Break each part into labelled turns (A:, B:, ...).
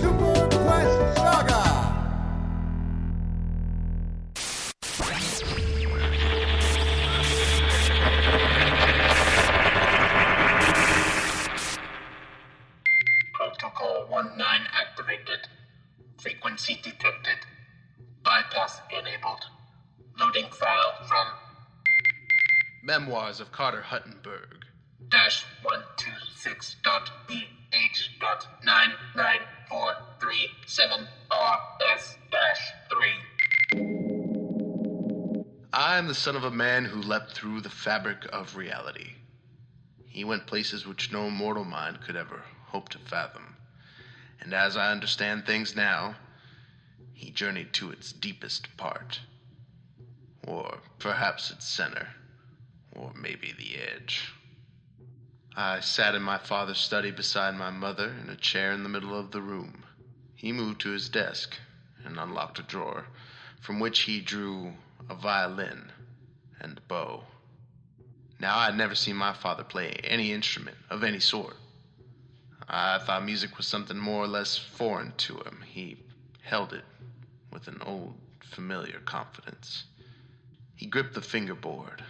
A: Super Quest Saga!
B: Protocol 19 activated. Frequency detected. Bypass enabled. Loading file from
C: Memoirs of Carter Huttenberg.
B: dash 126.BH.99437RS dash 3.
C: I am the son of a man who leapt through the fabric of reality. He went places which no mortal mind could ever hope to fathom. And as I understand things now, he journeyed to its deepest part. Or perhaps its center. Or maybe the edge. I sat in my father's study beside my mother in a chair in the middle of the room. He moved to his desk and unlocked a drawer from which he drew a violin and a bow. Now, I had never seen my father play any instrument of any sort. I thought music was something more or less foreign to him. He held it with an old, familiar confidence. He gripped the fingerboard,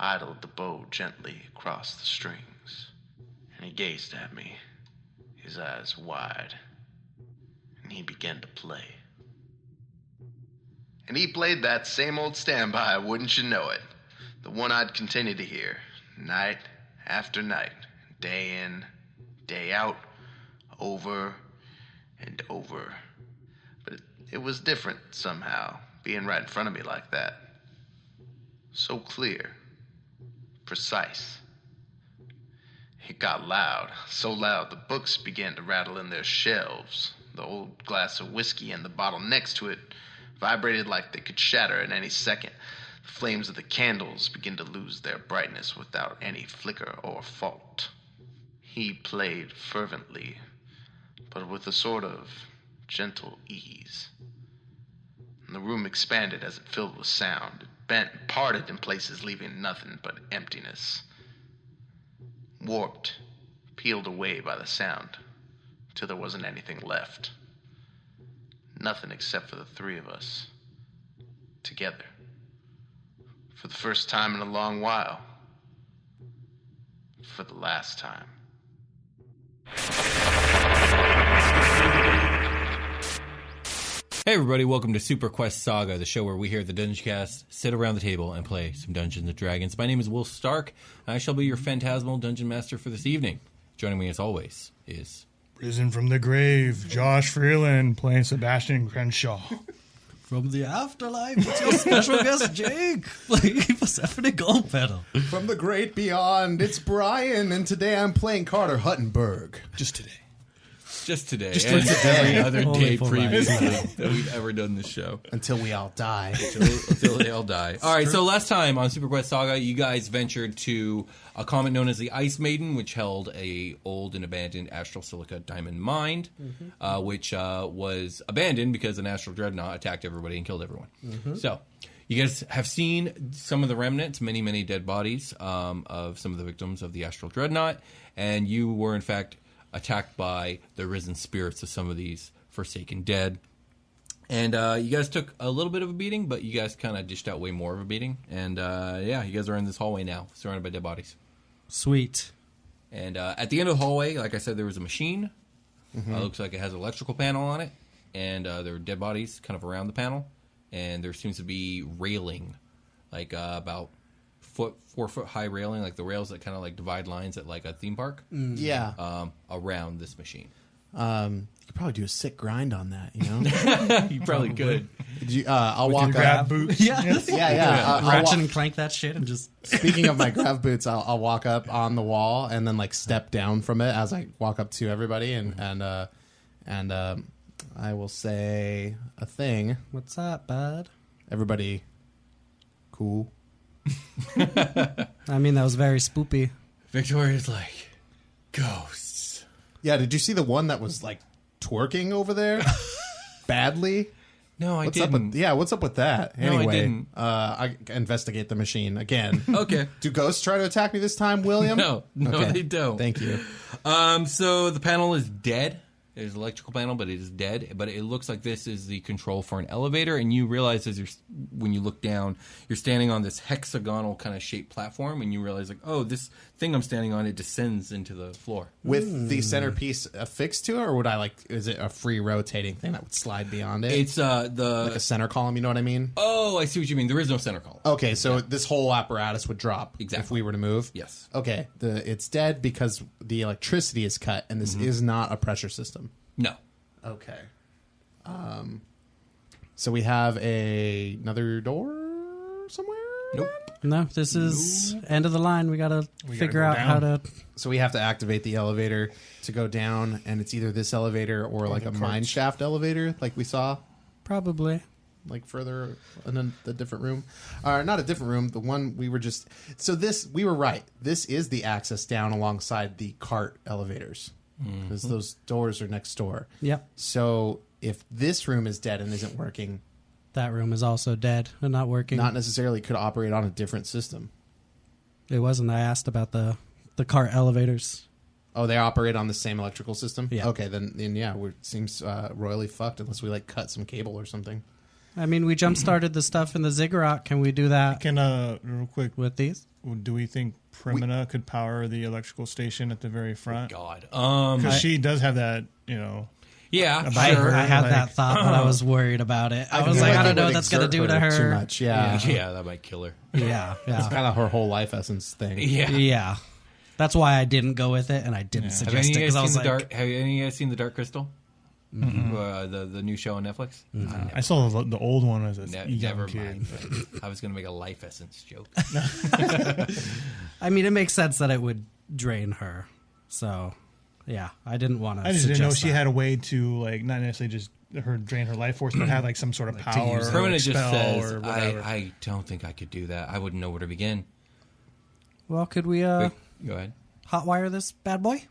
C: idled the bow gently across the strings, and he gazed at me, his eyes wide, and he began to play. And he played that same old standby, wouldn't you know it? The one I'd continue to hear, night after night, day in, day out, over and over. But it was different somehow, being right in front of me like that. So clear, precise. It got loud, so loud the books began to rattle in their shelves. The old glass of whiskey and the bottle next to it vibrated like they could shatter at any second. The flames of the candles began to lose their brightness without any flicker or fault. He played fervently, but with a sort of gentle ease. And the room expanded as it filled with sound. It bent and parted in places, leaving nothing but emptiness. Warped, peeled away by the sound, till there wasn't anything left. Nothing except for the three of us. Together. For the first time in a long while. For the last time.
D: Hey everybody, welcome to Super Quest Saga, the show where we here at the Dungeon Cast sit around the table and play some Dungeons and Dragons. My name is Will Stark. I shall be your phantasmal dungeon master for this evening. Joining me as always is
E: Risen from the grave, Josh Freeland playing Sebastian Crenshaw.
F: From the afterlife, it's your special guest Jake playing Persephone Gold Pedal.
A: From the great beyond, it's Brian, and today I'm playing Carter Huttenberg.
F: Just today.
D: just today and every other
F: Only
D: day
F: for my-
D: previously that we've ever done this show.
A: Until we all die.
D: until they all die. All right. So last time on Super Quest Saga, you guys ventured to a comet known as the Ice Maiden, which held a old and abandoned astral silica diamond mine, uh, which uh, was abandoned because an astral dreadnought attacked everybody and killed everyone. So. You guys have seen some of the remnants, many, many dead bodies um, of some of the victims of the Astral Dreadnought, and you were, in fact, attacked by the risen spirits of some of these Forsaken Dead. And uh, you guys took a little bit of a beating, but you guys kind of dished out way more of a beating. And uh, yeah, you guys are in this hallway now, surrounded by dead bodies.
F: Sweet.
D: And uh, at the end of the hallway, like I said, there was a machine. Uh, looks like it has an electrical panel on it, and uh, there are dead bodies kind of around the panel. And there seems to be railing, like uh, about foot four foot high railing, like the rails that kind of like divide lines at like a theme park
G: Yeah.
D: um, around this machine.
G: Um, you could probably do a sick grind on that, you know?
D: you probably could.
G: Did you, uh, I'll walk
E: grab
G: up.
E: boots.
F: Yeah.
G: Yeah, yeah. uh, I'll
F: Ratchet
G: walk-
F: and clank that shit and just.
G: Speaking of my grav boots, I'll, I'll walk up on the wall and then like step down from it as I walk up to everybody and and uh, and um I will say a thing.
F: What's up, bud?
G: Everybody, cool.
F: I mean, that was very spoopy.
D: Victoria's like ghosts.
G: Yeah, did you see the one that was like twerking over there badly?
D: No, I
G: What's up
D: didn't.
G: with yeah? What's up with that?
D: No, I
G: Anyway,
D: didn't.
G: Uh, I investigate the machine again.
D: Okay.
G: Do ghosts try to attack me this time, William?
D: No, no,
G: Okay.
D: they don't.
G: Thank you.
D: Um, so the panel is dead. There's an electrical panel, but it is dead. But it looks like this is the control for an elevator, and you realize as you're when you look down, you're standing on this hexagonal kind of shaped platform, and you realize like, oh, this thing I'm standing on it descends into the floor.
G: With the centerpiece affixed to it, or would I like? Is it a free rotating thing that would slide beyond it?
D: It's uh the
G: like a center column. You know what I mean?
D: oh, I see what you mean. There is no center column.
G: Okay, so this whole apparatus would drop
D: Oh, Exactly.
G: if we were to move.
D: Yes.
G: Okay, the it's dead because the electricity is cut, and
D: Mm-hmm.
G: this is not a pressure system.
D: No,
G: Okay. Um. So we have a another door somewhere.
D: nope.
F: No, this is end of the line. We gotta
E: gotta
F: figure
E: go
F: out
E: down.
F: how to.
G: So we have to activate the elevator to go down, and it's either this elevator or like a mine shaft elevator, like we saw,
F: Probably.
G: like further in a, the different room, or not a different room, the one we were just. So this we were right. This is the access down alongside the cart elevators because those doors are next door.
F: Yep.
G: So if this room is dead and isn't working,
F: That room is also dead and not working.
G: not necessarily could operate on a different system.
F: it wasn't. I asked about the the car elevators.
G: Oh, they operate on the same electrical system.
F: Yeah.
G: Okay, then then yeah, we seems uh, royally fucked unless we like cut some cable or something.
F: I mean, we jump started the stuff in the ziggurat. Can we do that
E: Can uh, real quick,
F: with these?
E: do we think Primina could power the electrical station at the very front?
D: God. Um.
E: Because she does have that, you know.
D: Yeah.
F: I,
D: Sure.
F: I had
E: like-
F: that thought, but I was worried about it. I, was like, I don't know what that's gonna do to her.
G: Too much, yeah.
D: Yeah, that might kill her.
F: Yeah, yeah,
G: Kind of her whole life essence thing.
D: Yeah.
F: yeah. That's why I didn't go with it, and I didn't
D: Have any
F: suggest
D: of
F: it
D: you guys
F: because I
D: seen
F: was
D: the
F: like,
D: dark? Have any of you guys seen the Dark Crystal? Uh, the the new show on Netflix.
E: I saw the, the old one as a
D: Ne-
E: young
D: never
E: kid.
D: mind. I was going to make a life essence joke.
F: I mean, it makes sense that it would drain her. So, yeah, I didn't want to.
E: I just didn't know she had a way to like not necessarily just her drain her life force, but have like some sort of power,
F: use it.
E: or
D: Permanent just
E: spell,
D: says,
E: or
D: I,
E: whatever.
D: I don't think I could do that. I wouldn't know where to begin.
F: Well, could we uh,
D: Wait, go ahead.
F: hotwire this bad boy?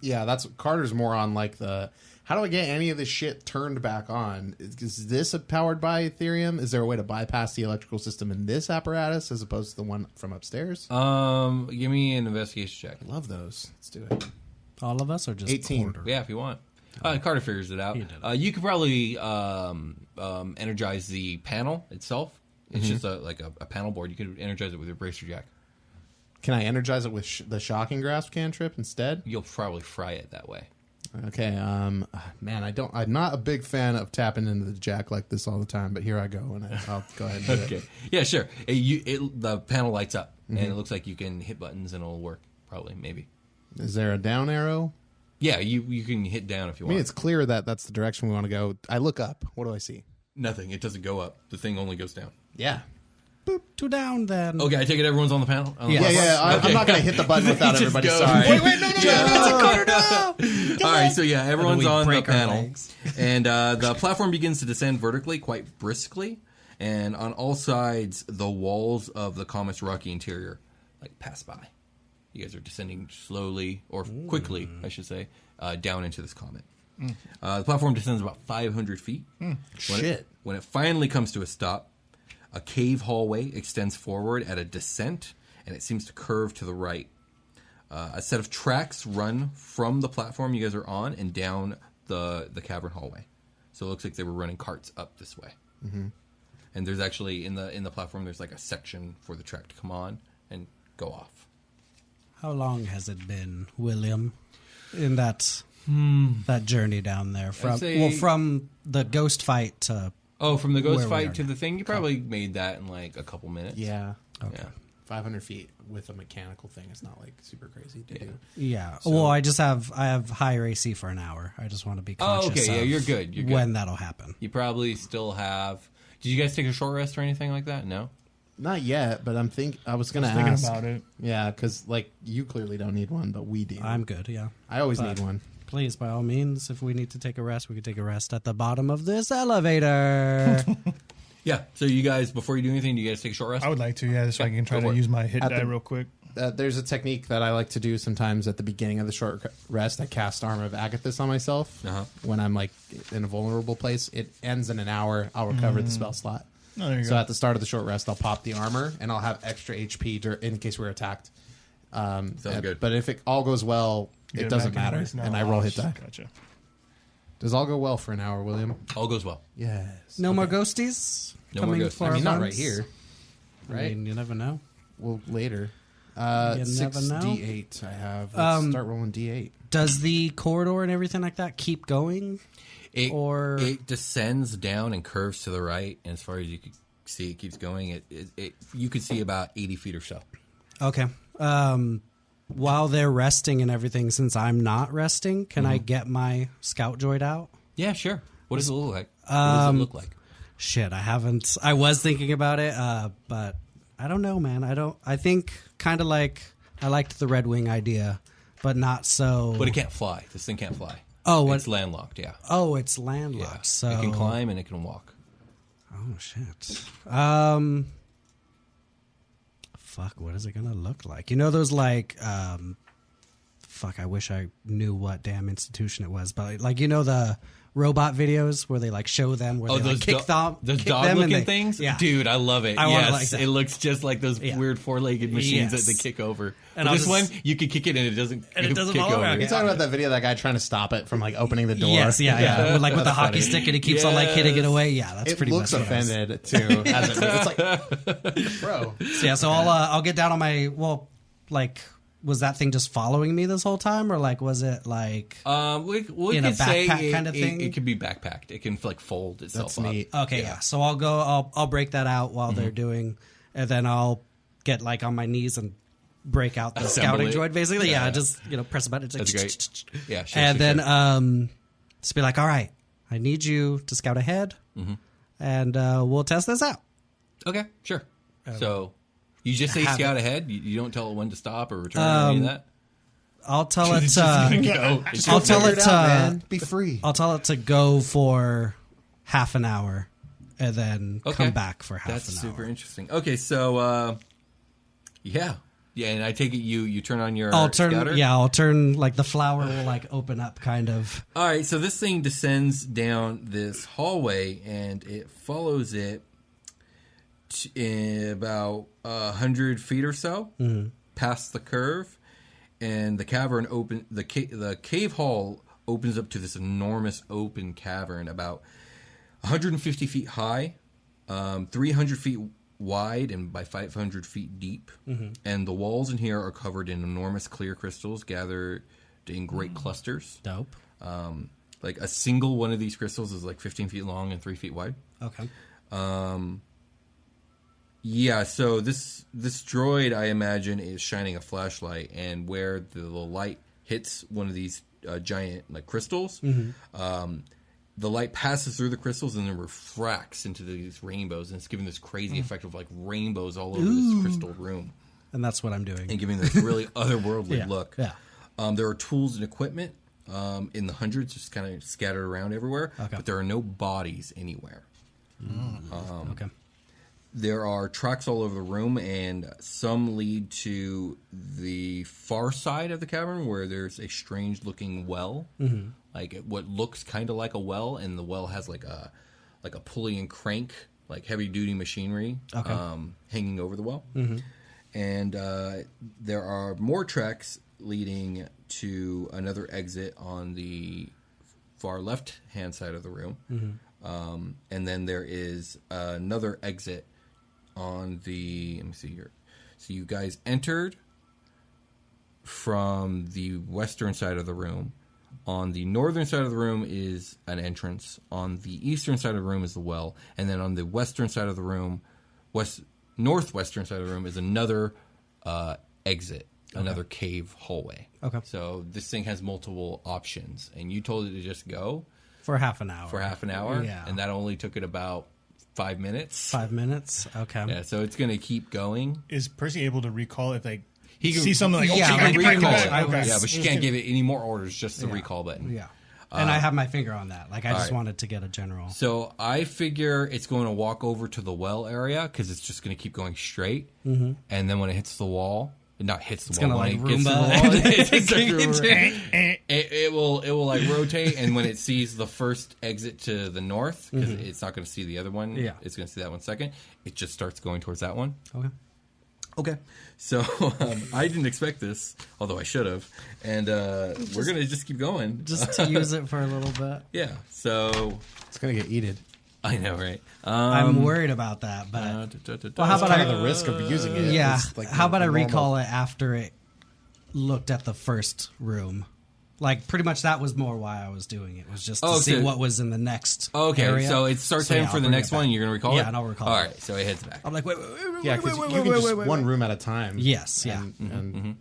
G: Yeah, that's Carter's more on like the how do I get any of this shit turned back on? Is, is this powered by Ethereum? Is there a way to bypass the electrical system in this apparatus as opposed to the one from upstairs?
D: Um, give me an investigation check.
G: Love those. Let's do it.
F: All of us, or just
G: 18.
F: Carter?
D: Yeah, if you want. Uh, Carter figures it out. Uh, you could probably um, um, energize the panel itself.
E: Mm-hmm.
D: It's just a, like a, a panel board. You could energize it with your bracer jack.
G: Can I energize it with sh- the shocking grasp cantrip instead?
D: You'll probably fry it that way.
G: Okay, um, man, I don't. I'm not a big fan of tapping into the jack like this all the time, but here I go, and I, I'll go ahead. And do
D: Okay.
G: it.
D: Yeah, sure. It, you, it, the panel lights up,
E: Mm-hmm.
D: and it looks like you can hit buttons and it'll work. Probably, maybe.
G: Is there a down arrow?
D: Yeah, you, you can hit down if you
G: I mean,
D: want.
G: it's clear that that's the direction we want to go. I look up. What do I see?
D: Nothing. It doesn't go up. The thing only goes down.
G: Yeah,
F: Boop, two down then.
D: Okay, I take it everyone's on the panel.
F: Yeah.
G: yeah, yeah. I,
D: Okay.
G: I'm not gonna hit the button without everybody.
D: goes.
G: Sorry.
D: Wait,
G: wait, no, no,
D: All right, so yeah, everyone's
F: we
D: on the
F: break our
D: panel,
F: legs.
D: and uh, the platform begins to descend vertically, quite briskly, and on all sides, the walls of the comet's rocky interior like pass by. You guys are descending slowly or quickly, I should say, uh, down into this comet.
F: Mm.
D: Uh, the platform descends about 500 feet. When
G: Shit.
D: It, when it finally comes to a stop, A cave hallway extends forward at a descent, and it seems to curve to the right. Uh, a set of tracks run from the platform you guys are on and down the the cavern hallway. So it looks like they were running carts up this way. Mm-hmm. And there's actually in the in the platform there's like a section for the track to come on and go off.
F: How long has it been, William, in that
E: Hmm.
F: that journey down there from
D: say-
F: well from the ghost fight to
D: Oh, from the ghost
F: Where we are
D: fight to
F: now.
D: the thing, you probably made that in like a couple minutes.
G: Yeah.
D: Yeah.
G: 500 feet with a mechanical thing is not like super crazy to do.
F: yeah. well, I just have I have higher AC for an hour. I just want to be
D: Oh,
F: conscious.
D: okay, yeah,
F: of
D: you're good, you're good.
F: When that'll happen.
D: You probably still have. Did you guys take a short rest or anything like that? No.
G: Not yet, but I'm think I was gonna
E: Thinking
G: ask.
E: about it.
G: Yeah, because like you clearly don't need one, but we do. i
F: I'm good. Yeah.
G: always
F: but-
G: need one.
F: Please, by all means, if we need to take a rest, we could take a rest at the bottom of this elevator.
D: Yeah. So you guys, before you do anything, do you guys take a short rest?
E: I would like to, yeah, so I can try
D: go for
E: to
D: it.
E: use my hit
G: At
E: die
G: the-
E: real quick.
G: Uh, there's a technique that I like to do sometimes at the beginning of the short rest. I cast Arm of Agathis on myself
D: Uh-huh.
G: when I'm like in a vulnerable place. It ends in an hour. I'll recover the spell slot.
E: Oh, there you
G: so
E: go.
G: at the start of the short rest, I'll pop the armor and I'll have extra HP dur- in case we're attacked. Um,
D: Sounds
G: uh,
D: good.
G: But if it all goes well,
E: Get
G: it doesn't
E: back in
G: matter,
E: place now.
G: and I roll hit die.
E: Gotcha.
G: Does all go well for an hour, William?
D: All goes well.
G: Yes.
F: No more ghosties.
D: No more
F: coming
D: ghosties.
F: for
G: I mean,
F: our
G: not right
F: friends?
G: here.
F: I
G: Right?
F: mean, you never know.
G: well, later. Uh,
F: You
G: six
F: never know.
G: D8 I have. Let's
F: Um,
G: start rolling D8.
F: Does the corridor and everything like that keep going?
D: It,
F: Or-
D: it descends down and curves to the right, and as far as you can see, it keeps going. It, it, it you could see about eighty feet or so.
F: Okay. Um, while they're resting and everything, since I'm not resting, can
G: Mm-hmm.
F: I get my scout droid out?
D: Yeah, sure. What does it look like? what does it look like?
F: Shit, I haven't. I was thinking about it, uh, but I don't know, man. I don't. I think kind of like I liked the Red Wing idea, but not so.
D: But it can't fly. This thing can't fly.
F: Oh, what-
D: it's landlocked. Yeah.
F: oh, it's
D: Yeah.
F: landlocked. So
D: it can climb and it can walk.
F: Oh shit. Um. Fuck. What is it gonna look like? You know those like um. Fuck. I wish I knew what damn institution it was, but like you know the robot videos where they like show them where
D: Oh,
F: they
D: those
F: like, kick,
D: do-
F: thom-
D: those
F: kick
D: dog
F: them and
D: looking
F: they-
D: things.
F: Yeah,
D: dude, I love it.
F: I want it
D: yes,
F: like that.
D: it looks just like those
F: Yeah.
D: weird four legged machines that they
F: Yes.
D: kick over. But
F: And I'll
D: this
F: just-
D: one, you could kick it and it doesn't.
F: And it doesn't
D: kick
F: fall over.
D: over.
F: Okay.
G: You're talking about that video, of that guy trying to stop it from like opening the door.
F: Yes. Yeah. Yeah. With, like with the hockey stick and it keeps on like hitting it
D: Yes.
F: away. Yeah. That's
G: it
F: pretty
G: looks
F: much what it is.
G: offended too. as it moves. It's like, bro,
F: So, yeah. So I'll uh, I'll get down on my well like. Was that thing just following me this whole time, or like was it like
D: Um, we, we
F: In a
D: could say
F: backpack
D: it,
F: kind of
D: it-
F: thing?
D: It, can be backpacked. It can like fold itself
G: that's
D: up.
G: neat.
F: Okay, yeah. So I'll go. I'll I'll break that out while they're
D: Mm-hmm.
F: doing, and then I'll get like on my knees and break out the
D: Assemble
F: scouting
D: it.
F: droid. Basically, yeah.
D: Yeah.
F: Just you know, press a button. It's like,
D: That's great. Yeah, sure,
F: and
D: sure,
F: then
D: sure.
F: um, just be like, all right, I need you to scout ahead,
D: Mm-hmm.
F: and uh, we'll test this out.
D: Okay, sure. so you just say
F: have Um,
D: scout ahead. You, you don't tell it when to stop or return or any of that. Oh,
F: I'll tell it. Uh,
D: Go.
F: I'll tell
G: Figure out,
F: it. uh,
G: man. Be free.
F: I'll tell it to go for half an hour, and then
D: Okay.
F: come back for half
D: That's
F: an hour.
D: super interesting. Okay, so uh, yeah, yeah, and I take it you you turn on your
F: I'll turn,
D: scouter?
F: yeah, I'll turn like the flower will like open up, kind of.
D: All right, so this thing descends down this hallway and it follows it to, about a hundred feet or so past the curve, and the cavern open the ca- the cave hall opens up to this enormous open cavern about 150 feet high, um, 300 feet wide, and by 500 feet deep. And the walls in here are covered in enormous clear crystals gathered in great clusters.
F: Dope.
D: Um, like a single one of these crystals is like 15 feet long and three feet wide.
F: Okay.
D: Yeah, so this this droid, I imagine, is shining a flashlight, and where the, light hits one of these uh, giant like crystals,
F: Mm-hmm.
D: um, the light passes through the crystals and then refracts into these rainbows, and it's giving this
F: Mm.
D: crazy effect of like rainbows all over this crystal room,
F: And that's what I'm doing.
D: and giving this really otherworldly
F: Yeah,
D: look.
F: yeah.
D: Um, there are tools and equipment um, in the hundreds, just kind of scattered around everywhere,
F: Okay.
D: but there are no bodies anywhere.
F: okay.
D: there are tracks all over the room, and some lead to the far side of the cavern where there's a strange looking well, like what looks kind of like a well, and the well has like a like a pulley and crank like heavy duty machinery um, hanging over the well. And uh, there are more tracks leading to another exit on the far left hand side of the room. Um, and then there is another exit on the. Let me see here. So you guys entered from the western side of the room. On the northern side of the room is an entrance. On the eastern side of the room is the well, and then on the western side of the room, west northwestern side of the room is another uh, exit, another cave hallway.
F: Okay.
D: So this thing has multiple options, and you told it to just go
F: for half an hour.
D: for half an hour,
F: Yeah.
D: and that only took it about five minutes.
F: Five Oh, minutes. Okay.
D: Yeah, so it's going to keep going.
E: Is Percy able to recall if they
D: He can-
E: see something like, oh,
F: Yeah,
E: yeah,
F: like
E: back, back,
F: recall
E: back,
F: it.
E: back,
F: Okay.
D: Yeah, but she can't give it any more orders, just the recall button.
F: Yeah. And I have my finger on that. Like I just wanted to get a general.
D: So I figure it's going to walk over to the well area because it's just going to keep going straight, and then when it hits the wall, it not hits the wall,
F: Mm-hmm. gonna,
D: when
F: like,
D: it
F: Roomba.
D: gets to the wall, it's
F: Eh,
D: it, it will it will like rotate, and when it sees the first exit to the north, because it's not going to see the other one,
F: Mm-hmm. Yeah.
D: it's going to see that one second. It just starts going towards that one.
F: Okay.
D: Okay. So um, I didn't expect this, although I should have. And uh, we're going to just keep going. Uh,
F: Just to use it for a little bit.
D: yeah. So
G: It's gonna get eated.
D: I know, right?
F: I'm worried about that, but
D: Uh, da- da- da-
F: well, how
D: da.
F: about
G: Kind
F: I
G: of the risk of using it.
F: Yeah.
G: It's like the-
F: How about
G: the
F: I
G: normal-
F: recall it after it looked at the first room? Like pretty much that was more why I was doing it was just to
D: Oh,
F: see
D: so-
F: what was in the next.
D: Okay,
F: area.
D: so it starts
F: So,
D: time
F: yeah,
D: for
F: I'll
D: the
F: bring
D: next
F: it back.
D: one. You're going to recall
F: Yeah,
D: it?
F: and I'll recall
D: All
F: it.
D: right, so it heads back.
F: I'm like, wait, wait, wait, wait,
G: Yeah,
F: wait,
G: because
F: wait,
G: you
F: wait,
G: can just
F: wait, wait,
G: one
F: wait.
G: room at a time.
F: Yes, yeah. Mm-hmm.
G: and, and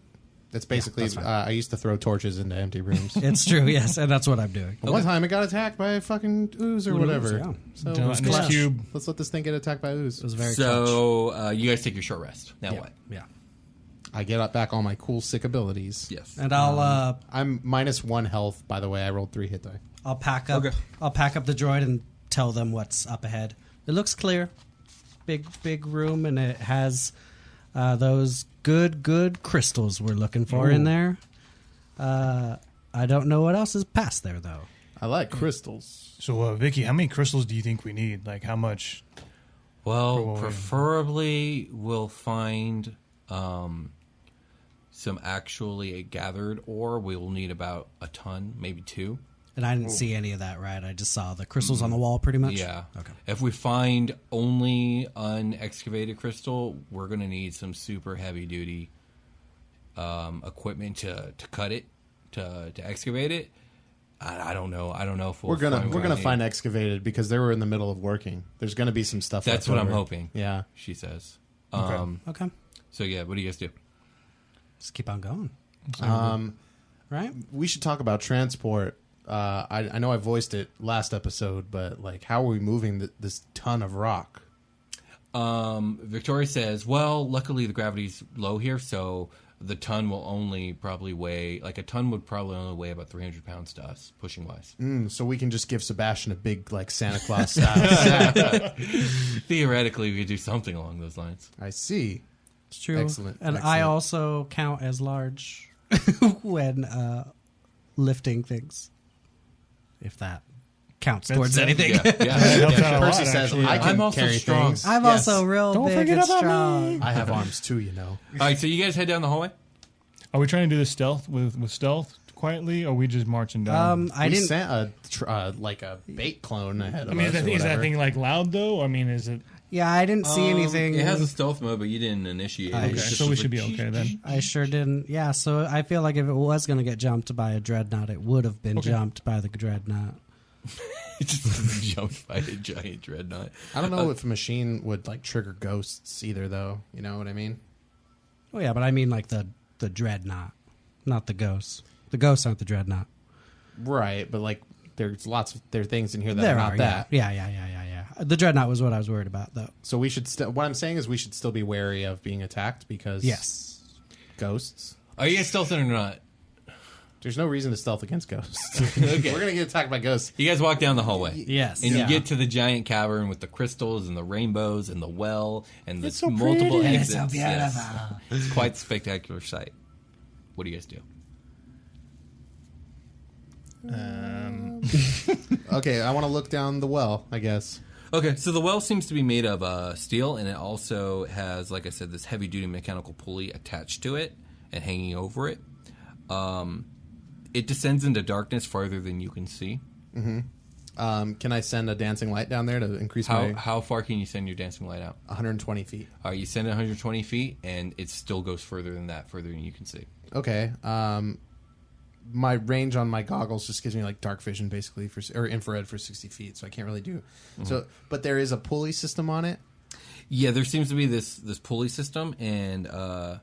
G: that's basically. uh, I used to throw torches into empty rooms.
F: It's true, yes, and that's what I'm doing.
G: One time, it got attacked by a fucking ooze or
F: Ooze,
G: whatever.
F: yeah.
G: So
E: Don't
G: let's,
E: let
G: clutch.
E: cube.
G: let's let this thing get attacked by ooze.
F: It was very clutch.
D: so uh, you guys take your short rest. Now what?
F: yeah.
G: I get up back all my cool sick abilities.
D: Yes.
F: And I'll
D: Um,
F: uh
G: I'm minus one health. By the way, I rolled three hit die.
F: I'll pack up.
D: Okay.
F: I'll pack up the droid and tell them what's up ahead. It looks clear, big big room, and it has uh, those good good crystals we're looking for in there. Uh, I don't know what else is past there though.
G: I like crystals.
E: So, uh, Vicky, how many crystals do you think we need? Like, how much?
D: Well,
E: Probably.
D: preferably we'll find um, some actually gathered ore. We will need about a ton, maybe two.
F: And I didn't see any of that, right? I just saw the crystals on the wall, pretty much.
D: Mm. Yeah.
F: Okay.
D: If we find only unexcavated crystal, we're gonna need some super heavy duty um, equipment to, to cut it, to to excavate it. I, I don't know. I don't know if we'll
G: We're gonna
D: find
G: we're
D: what I
G: gonna
D: need.
G: find excavated because they were in the middle of working. There's gonna be some stuff.
D: That's
G: left
D: what I'm
G: over.
D: hoping.
G: Yeah.
D: She says. Um,
F: Okay.
D: So yeah, what do you guys do?
F: Just keep on going.
G: Um,
F: Right.
G: we should talk about transport. Uh, I, I know I voiced it last episode, but like, how are we moving th- this ton of rock?
D: Um, Victoria says, "Well, luckily the gravity's low here, so the ton will only probably weigh like a ton would probably only weigh about 300 pounds to us, pushing wise.
G: Mm, so we can just give Sebastian a big like Santa Claus style. sack.
D: Theoretically, we could do something along those lines.
G: I see.
F: It's true.
G: Excellent,
F: And I
G: excellent.
F: also count as large when uh, lifting things, if that counts towards
E: That's-
F: anything.
D: Yeah, yeah.
E: That helps out a lot,
G: Percy says,
E: actually.
G: "I can
D: I'm also
G: carry
D: strong.
G: things.
F: I'm
G: Yes.
F: also real
E: Don't
F: big
E: forget
F: and
E: about
F: strong.
E: me.
G: I have arms too, you know.
D: All right, so you guys head down the hallway.
E: Are we trying to do this stealth with, with stealth quietly, or are we just marching down?
F: Um, I
G: we
F: didn't.
G: sent a tr- uh, like a bait clone ahead of
E: I mean, is
G: us.
E: that,
G: or
E: thing, is that
G: whatever.
E: thing like loud though? I mean, is it?
F: Yeah, I didn't see anything.
D: It has a stealth mode, but you didn't initiate.
F: Okay,
D: it.
E: Okay,
D: It's just
E: so we
D: like-
E: should be okay then.
F: I sure didn't. Yeah, so I feel like if it was going to get jumped by a dreadnought, it would have been
E: Okay.
F: jumped by the dreadnought.
D: just jumped by a giant dreadnought.
G: I don't
E: uh,
G: know if a machine would like trigger ghosts either, though. You know what I mean?
F: Oh yeah, but I mean like the the dreadnought, not the ghosts. The ghosts aren't the dreadnought.
G: Right, but like there's lots of there are things in here that
F: there
G: are not
F: are
G: that.
F: Yeah. yeah, yeah, yeah, yeah, yeah. The dreadnought was what I was worried about, though.
G: So we should. St- what I'm saying is we should still be wary of being attacked because
F: Yes.
G: ghosts.
D: Are you guys stealthing or not?
G: There's no reason to stealth against ghosts. We're gonna get attacked by ghosts.
D: You guys walk down the hallway.
F: Yes.
D: And
G: Yeah.
D: you get to the giant cavern with the crystals and the rainbows and the well and the
E: It's so
D: multiple
E: pretty.
D: exits.
F: It's so
D: Yes. It's quite spectacular sight. What do you guys do?
G: Okay, I want to look down the well. I guess
D: Okay, so the well seems to be made of uh, steel, and it also has, like I said, this heavy-duty mechanical pulley attached to it and hanging over it. Um, it descends into darkness farther than you can see.
G: Um, can I send a dancing light down there to increase
D: How
G: my
D: how far can you send your dancing light out?
G: 120 feet?
D: Uh, you send it 120 feet, and it still goes further than that, further than you can see.
G: Okay. Um, my range on my goggles just gives me like dark vision, basically, for or infrared for 60 feet, so I can't really do.
D: Mm-hmm.
G: So, but there is a pulley system on it.
D: Yeah, there seems to be this this pulley system, and uh,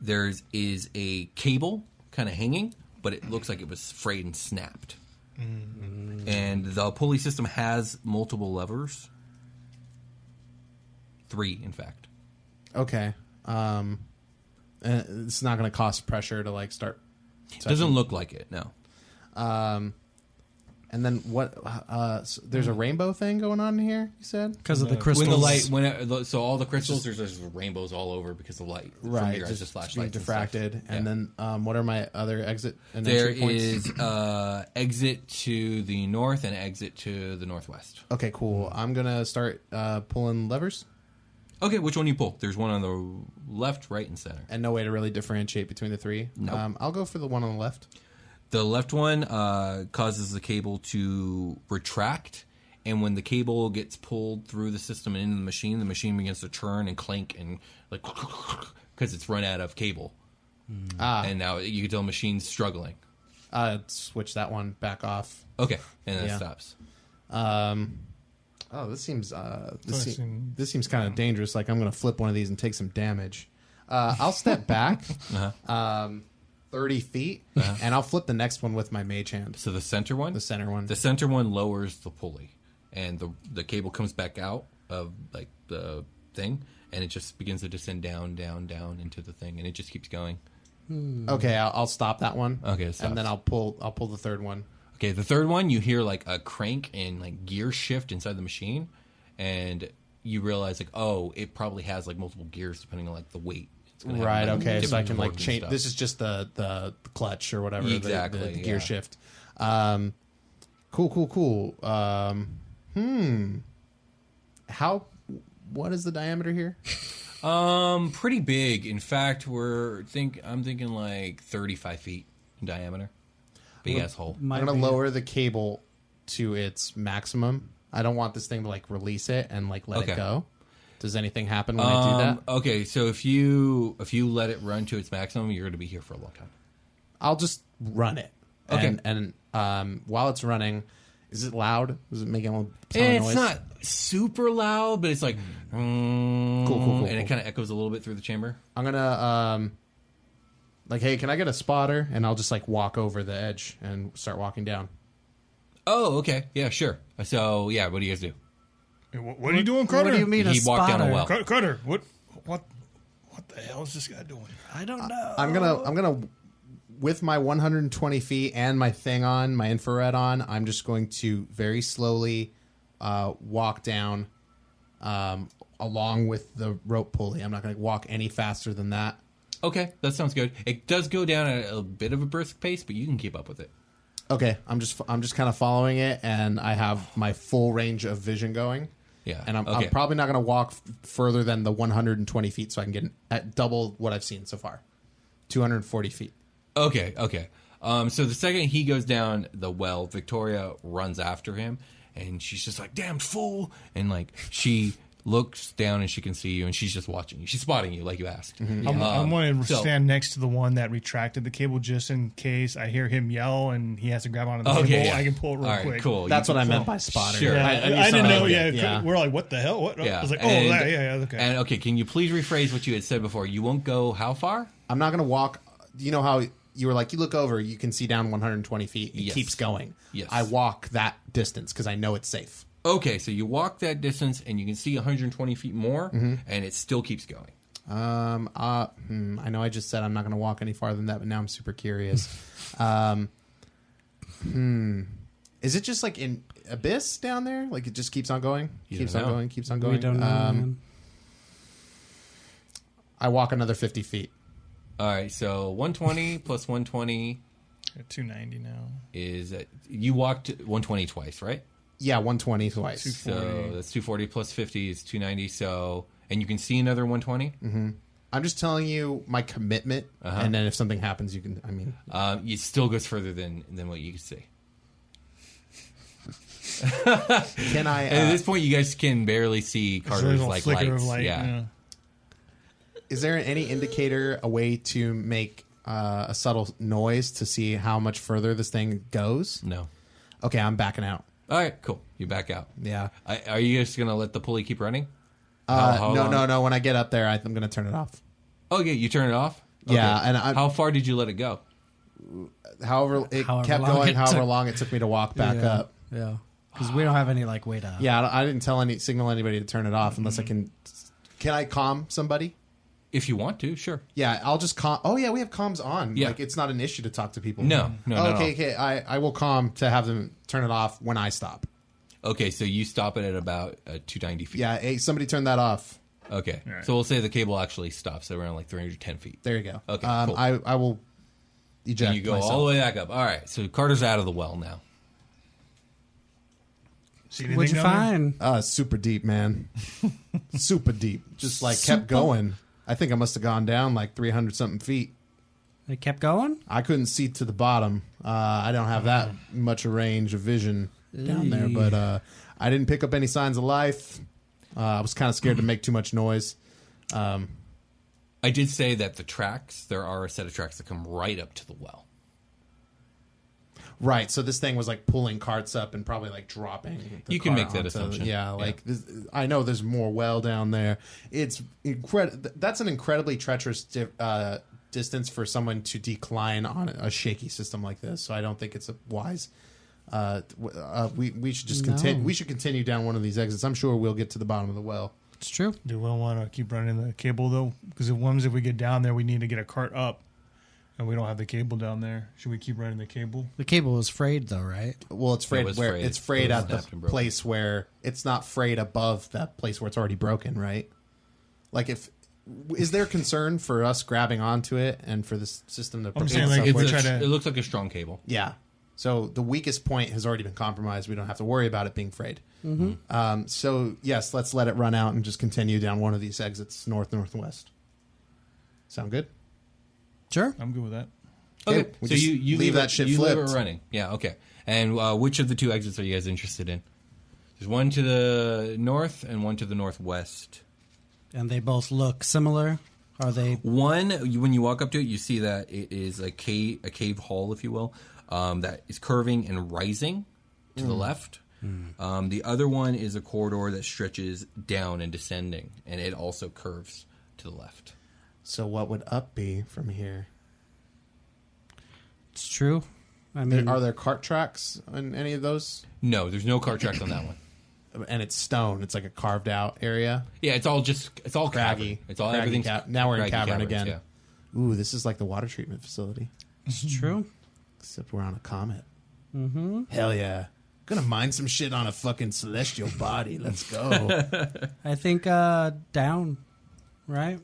D: there's is a cable kind of hanging, but it looks like it was frayed and snapped. And the pulley system has multiple levers, three in fact.
G: Okay. Um, uh, it's not going to cost pressure to like start.
D: Doesn't look like it. No,
G: And then what? Uh, so there's
D: Mm.
G: a rainbow thing going on here. You said
F: because of the crystals.
D: when the light when it, so all the crystals there's just rainbows all over because of light from your eyes, just
G: being
D: flashlights and stuff.
G: diffracted. And,
D: Yeah.
G: then um, what are my other exit? And
D: There
G: entry points?
D: is uh, exit to the north and exit to the northwest.
G: Okay,
D: Mm.
G: cool. I'm gonna start uh, pulling levers,
D: Okay, which one you pull? There's one on the left, right, and center.
G: and no way to really differentiate between the three. Um, I'll go for the one on the left.
D: The left one uh, causes the cable to retract, and when the cable gets pulled through the system and into the machine, the machine begins to churn and clank and like because it's run out of cable.
G: Ah.
D: And now you can tell the machine's struggling.
G: Uh, switch that one back off.
D: Okay, and then it
G: Yeah.
D: stops.
G: Um, oh, this seems uh, this,
E: Nice
G: se-
E: and-
G: this seems kind of dangerous. Like I'm gonna flip one of these and take some damage. Uh, I'll step back,
D: Uh-huh.
G: um, thirty feet, and I'll flip the next one with my mage hand,
D: So the center one,
G: the center one.
D: The center one lowers the pulley, and the the cable comes back out of like the thing, and it just begins to descend down, down, down into the thing, and it just keeps going.
G: Okay, I'll, I'll stop that one.
D: Okay, it stops.
G: and then I'll pull. I'll pull the third one.
D: Okay, the third one, you hear like a crank and like gear shift inside the machine, and you realize like, oh, it probably has like multiple gears depending on like the weight. It's gonna have,
G: Right.
D: like,
G: Okay. So I
D: different
G: can like
D: torque and
G: change.
D: stuff.
G: This is just the the clutch or whatever. the- the-
D: Exactly,
G: The, gear
D: yeah.
G: shift. Um, cool. Cool. Cool. Um, hmm. How? What is the diameter here?
D: um pretty big. In fact, we're think I'm thinking like 35 feet in diameter. Big asshole.
G: I'm gonna lower the cable to its maximum. I don't want this thing to like release it and like let
D: Okay.
G: it go. Does anything happen when I do that?
D: Um, Okay, so if you if you let it run to its maximum, you're going to be here for a long time.
G: I'll just run it.
D: Okay.
G: And, and um, while it's running, is it loud? Is it making a little ton of
D: And Eh, it's
G: noise?
D: not super loud, but it's like mm,
G: Cool, cool, cool,
D: and it
G: cool.
D: kind of echoes a little bit through the chamber.
G: I'm gonna um like hey, can I get a spotter? And I'll just like walk over the edge and start walking down.
D: Oh, okay, yeah, sure. So yeah, what do you guys do?
E: Hey, wh- What, are you doing, Carter?
F: What do you mean
D: He
F: a
D: walked
F: spotter?
D: down a well.
E: Car- Carter, what, what, what the hell is this guy doing? Uh,
F: I don't know.
G: I'm
E: Oh.
G: gonna I'm gonna with my 120 feet and my thing on, my infrared on, I'm just going to very slowly uh, walk down um, along with the rope pulley. I'm not going to walk any faster than that.
D: Okay, that sounds good. It does go down at a bit of a brisk pace, but you can keep up with it.
G: Okay, I'm just I'm just kind of following it, and I have my full range of vision going.
D: Yeah,
G: and I'm,
D: okay.
G: I'm probably not going to walk f- further than the 120 feet, so I can get at double what I've seen so far, 240 feet.
D: Okay, okay. Um, so the second he goes down the well, Victoria runs after him, and she's just like, "Damn fool!" And like she looks down and she can see you, and she's just watching you. She's spotting you, like you asked.
E: I'm, I'm going to
D: Um, so-
E: stand next to the one that retracted the cable just in case I hear him yell and he has to grab onto the
D: Okay,
E: cable.
D: yeah.
E: I can pull it real
D: All right,
E: quick.
D: cool.
G: That's
D: You-
G: what I meant by spotter.
D: Sure.
E: Yeah,
D: I-
E: I,
G: knew
E: I didn't
G: something
E: know.
G: like
E: Yeah,
G: that.
E: we're like, what the hell? What? I was like, oh,
D: and-
E: that, yeah, yeah, okay.
D: And okay, can you please rephrase what you had said before? You won't go how far?
G: I'm not going to walk. You know how you were like, you look over, you can see down 120 feet. It
D: Yes.
G: keeps going.
D: Yes.
G: I walk that distance because I know it's safe.
D: Okay, so you walk that distance and you can see 120 feet more,
G: Mm-hmm.
D: and it still keeps going.
G: Um, uh, hmm, I know I just said I'm not going to walk any farther than that, but now I'm super curious. um, hmm, is it just like in abyss down there? Like it just keeps on going,
D: You
G: keeps
D: don't
G: on
D: know.
G: going, keeps on going.
F: we don't know.
G: Um,
F: man.
G: I walk another 50 feet.
D: All right, so 120 plus 120
E: At 290 now.
D: uh, is you walked 120 twice, right?
G: Yeah, 120 twice.
D: So that's 240 plus 50 is 290. So, and you can see another 120.
G: Mm-hmm. I'm just telling you my commitment,
D: Uh-huh.
G: and then if something happens, you can. I mean,
D: Um, it still goes further than than what you can see.
G: can I?
D: And at
G: Uh,
D: this point, you guys can barely see
E: It's a
D: Carter's
E: little
D: like lights.
E: flicker of light.
D: yeah.
E: yeah.
G: is there any indicator, a way to make uh, a subtle noise to see how much further this thing goes?
D: No.
G: Okay, I'm backing out.
D: All right. Cool. You back out.
G: Yeah.
D: I, are you just gonna let the pulley keep running?
G: Uh,
D: How- how
G: no,
D: long- Oh,
G: no, no. When I get up there, I, I'm going to turn it off.
D: Okay, you turn it off.
G: Yeah,
D: Okay.
G: and I-
D: how far did you let it go?
G: However, it
F: However
G: kept
F: long
G: going.
F: it
G: however
F: took.
G: long it took me to walk back
F: yeah.
G: up.
F: Yeah. Because we don't have any like way to.
G: Yeah, I don't- I didn't tell any signal anybody to turn it off unless I
F: Mm-hmm.
G: can. Can I calm somebody?
D: If you want to, sure.
G: Yeah, I'll just calm. Oh yeah, we have comms on.
D: Yeah.
G: like it's not an issue to talk to people.
D: No, no,
G: Oh,
D: no,
G: okay,
D: no.
G: okay. I I will calm to have them turn it off when I stop.
D: Okay, so you stop it at about uh, 290 feet.
G: Yeah, hey, somebody turn that off.
D: Okay. So we'll say the cable actually stops around like 310 feet.
G: There you go.
D: Okay,
G: um,
D: cool.
G: I I will eject.
D: And you go
G: myself.
D: all the way back up. All right. So Carter's out of the well now.
E: See anything
F: What'd you
E: down there?
F: find?
G: Uh, super deep, man. super deep. Just like
F: Super-
G: kept going. I think I must have gone down like three hundred something feet.
F: It kept going.
G: I couldn't see to the bottom. Uh, I don't have
D: Uh-huh.
G: that much range of vision down there, but uh, I didn't pick up any signs of life. Uh, I was kind of scared to make too much noise.
D: I did say that the tracks, there are a set of tracks that come right up to the well.
G: Right, so this thing was like pulling carts up and probably like dropping. the
D: You can
G: cart
D: make that
G: onto-
D: assumption.
G: Yeah, like This, I know there's more well down there. It's incredible. That's an incredibly treacherous di- uh, distance for someone to decline on a shaky system like this. So I don't think it's a wise. Uh, w- uh, we we should just
F: No.
G: continue. We should continue down one of these exits. I'm sure we'll get to the bottom of the well.
F: It's true.
E: Do we want to keep running the cable though? Because if ones if we get down there, we need to get a cart up, and we don't have the cable down there. Should we keep running the cable?
F: The cable was frayed though, right?
G: Well, it's frayed
D: was
G: where
D: frayed.
G: it's frayed
D: It was
G: at the
D: snapped and broken.
G: place where it's not frayed above that place where it's already broken, right? Like if is there concern for us grabbing onto it and for this system to propel
E: saying, like, if
G: itself
D: It's
E: we're
D: a-
G: forward?
E: trying to-
D: it looks like a strong cable.
G: yeah. So the weakest point has already been compromised. We don't have to worry about it being frayed. Um, so yes, let's let it run out and just continue down one of these exits north northwest. Sound good?
F: Sure.
E: I'm good with that.
D: Okay.
G: Okay, we
D: so
G: just
D: you, you
G: leave that
D: it-
G: shit
D: you leave
G: flipped.
D: it running. Yeah, okay. And uh, which of the two exits are you guys interested in? There's one to the north and one to the northwest.
F: And they both look similar. Are they?
D: One, you- when you walk up to it, you see that it is a cave, a cave hall, if you will, um, that is curving and rising to
G: Hmm.
D: the left. Um, the other one is a corridor that stretches down and descending, and it also curves to the left.
G: So what would up be from here?
F: It's true. I mean,
G: Are there cart tracks in any of those?
D: No, there's no car tracks on that one.
G: and it's stone. It's like a carved out area.
D: Yeah, it's all just it's all
G: Craggy.
D: Cavern. It's all
G: Craggy
D: everything's
G: ca- now we're in
D: craggy
G: cavern
D: caverns,
G: again.
D: yeah.
G: Ooh, this is like the water treatment facility,
F: it's true.
G: except we're on a comet. Mm-hmm. Hell yeah. Gonna mine some shit on a fucking celestial body. Let's go.
F: I think uh down, right?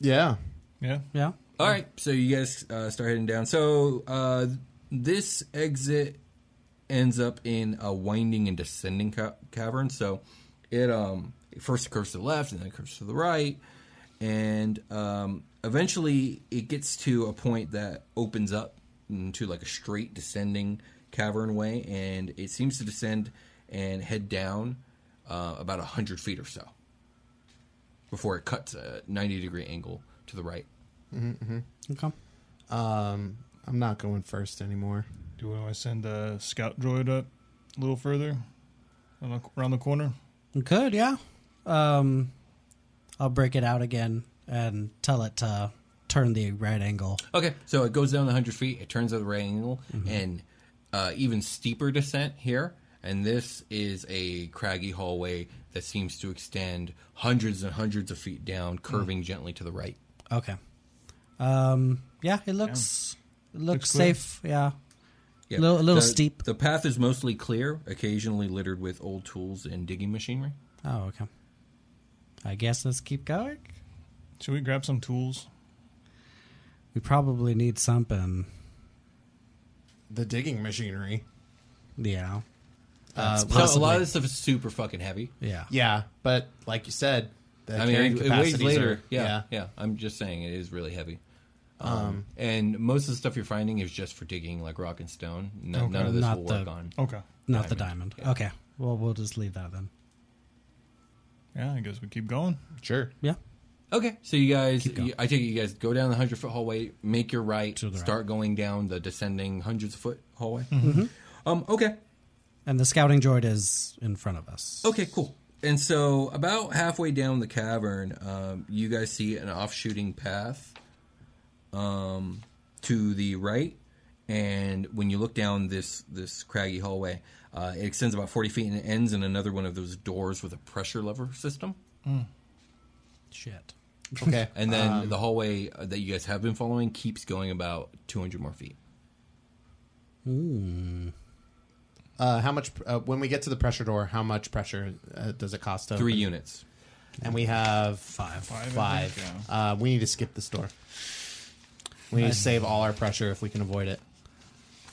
G: yeah.
E: Yeah.
F: Yeah.
D: All right, so you guys uh, start heading down. So uh, this exit ends up in a winding and descending ca- cavern. So it um it first curves to the left and then it curves to the right, and um, eventually it gets to a point that opens up into like a straight descending cavern way, and it seems to descend and head down uh, about hundred feet or so before it cuts a ninety degree angle to the right.
F: Okay.
G: Um, I'm not going first anymore.
E: Do we want to send the scout droid up a little further around the- around the corner?
F: We could, yeah. Um, I'll break it out again and tell it to turn the right angle.
D: Okay, so it goes down 100 feet, it turns at the right angle,
F: Mm-hmm.
D: and uh, even steeper descent here. And this is a craggy hallway that seems to extend hundreds and hundreds of feet
F: Mm.
D: down, curving gently to the right.
F: Okay. Um, yeah, it looks it looks,
E: Looks clear.
F: safe. Yeah. Little- a little
D: The-
F: steep.
D: The path is mostly clear, occasionally littered with old tools and digging machinery.
F: Oh, okay. I guess let's keep going.
E: Should we grab some tools?
F: We probably need something.
G: The digging machinery.
F: Yeah.
G: Uh,
D: So a
F: possibly.
D: lot of this stuff is super fucking heavy.
F: Yeah.
G: yeah, but like you said, the
D: I mean,
G: carrying
D: it, it weighs
G: capacities
D: later.
G: are-
D: yeah, yeah, I'm just saying it is really heavy. Um, and most of the stuff you're finding is just for digging, like rock and stone. No, None of this
F: Not
D: will work
F: the-
D: on.
E: Okay.
F: Not the diamond. Okay. Well, we'll just leave that then.
E: Yeah, I guess we keep going.
G: Sure.
F: Yeah.
D: Okay, so you guys, you, I take it you guys go down the hundred foot hallway, make your right,
F: the right.
D: start going down the descending hundreds of foot hallway. Um, okay,
F: And the scouting droid is in front of us.
D: Okay, cool. And so, about halfway down the cavern, um, you guys see an offshooting path um, to the right. And when you look down this this craggy hallway, uh, it extends about forty feet and it ends in another one of those doors with a pressure lever system.
F: Shit.
G: Okay.
D: And then the hallway uh, that you guys have been following keeps going about two hundred more feet.
G: Uh, how much uh, when we get to the pressure door? How much pressure uh, does it cost? To
D: Three
G: open?
D: units.
G: and we have five.
E: Five, I
G: Five.
E: think,
G: Uh, we need to skip this door. We need to save all our pressure if we can avoid it.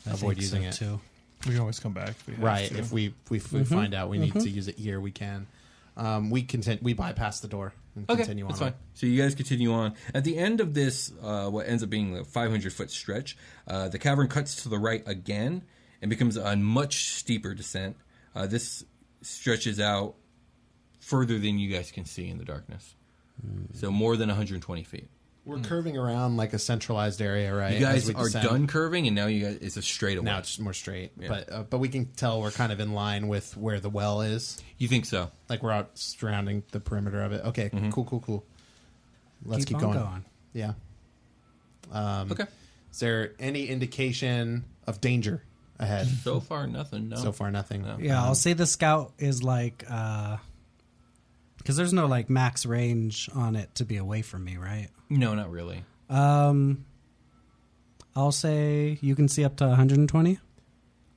F: I
G: Avoid
F: think
G: using
F: so,
G: it.
F: too.
E: We can always come back. If we have
G: Right.
E: to.
G: If we if we find out we need to use it here, we can. Um, we content. We bypass the door and continue on.
D: That's fine. So you guys continue on. At the end of this, uh, what ends up being a 500 foot stretch, uh, the cavern cuts to the right again and becomes a much steeper descent. Uh, this stretches out further than you guys can see in the darkness.
G: Hmm.
D: So more than 120 feet.
G: We're curving around like a centralized area, right?
D: Mm. You
G: as
D: guys
G: we
D: are
G: descend.
D: done curving, and now you guys it's a straightaway.
G: Now it's more straight, but uh, but we can tell we're kind of in line with where the well is.
D: you think so?
G: Like we're out surrounding the perimeter of it. Okay,
D: Mm-hmm.
G: cool, cool, cool. Let's keep,
F: Keep on
G: going.
F: going.
G: Yeah. Um,
D: okay.
G: Is there any indication of danger ahead?
D: So far, nothing. No.
G: hmm. so far, nothing.
F: Yeah, I'll say the scout is like uh because there's no like max range on it to be away from me, right?
D: No, not really.
F: Um I'll say you can see up to 120.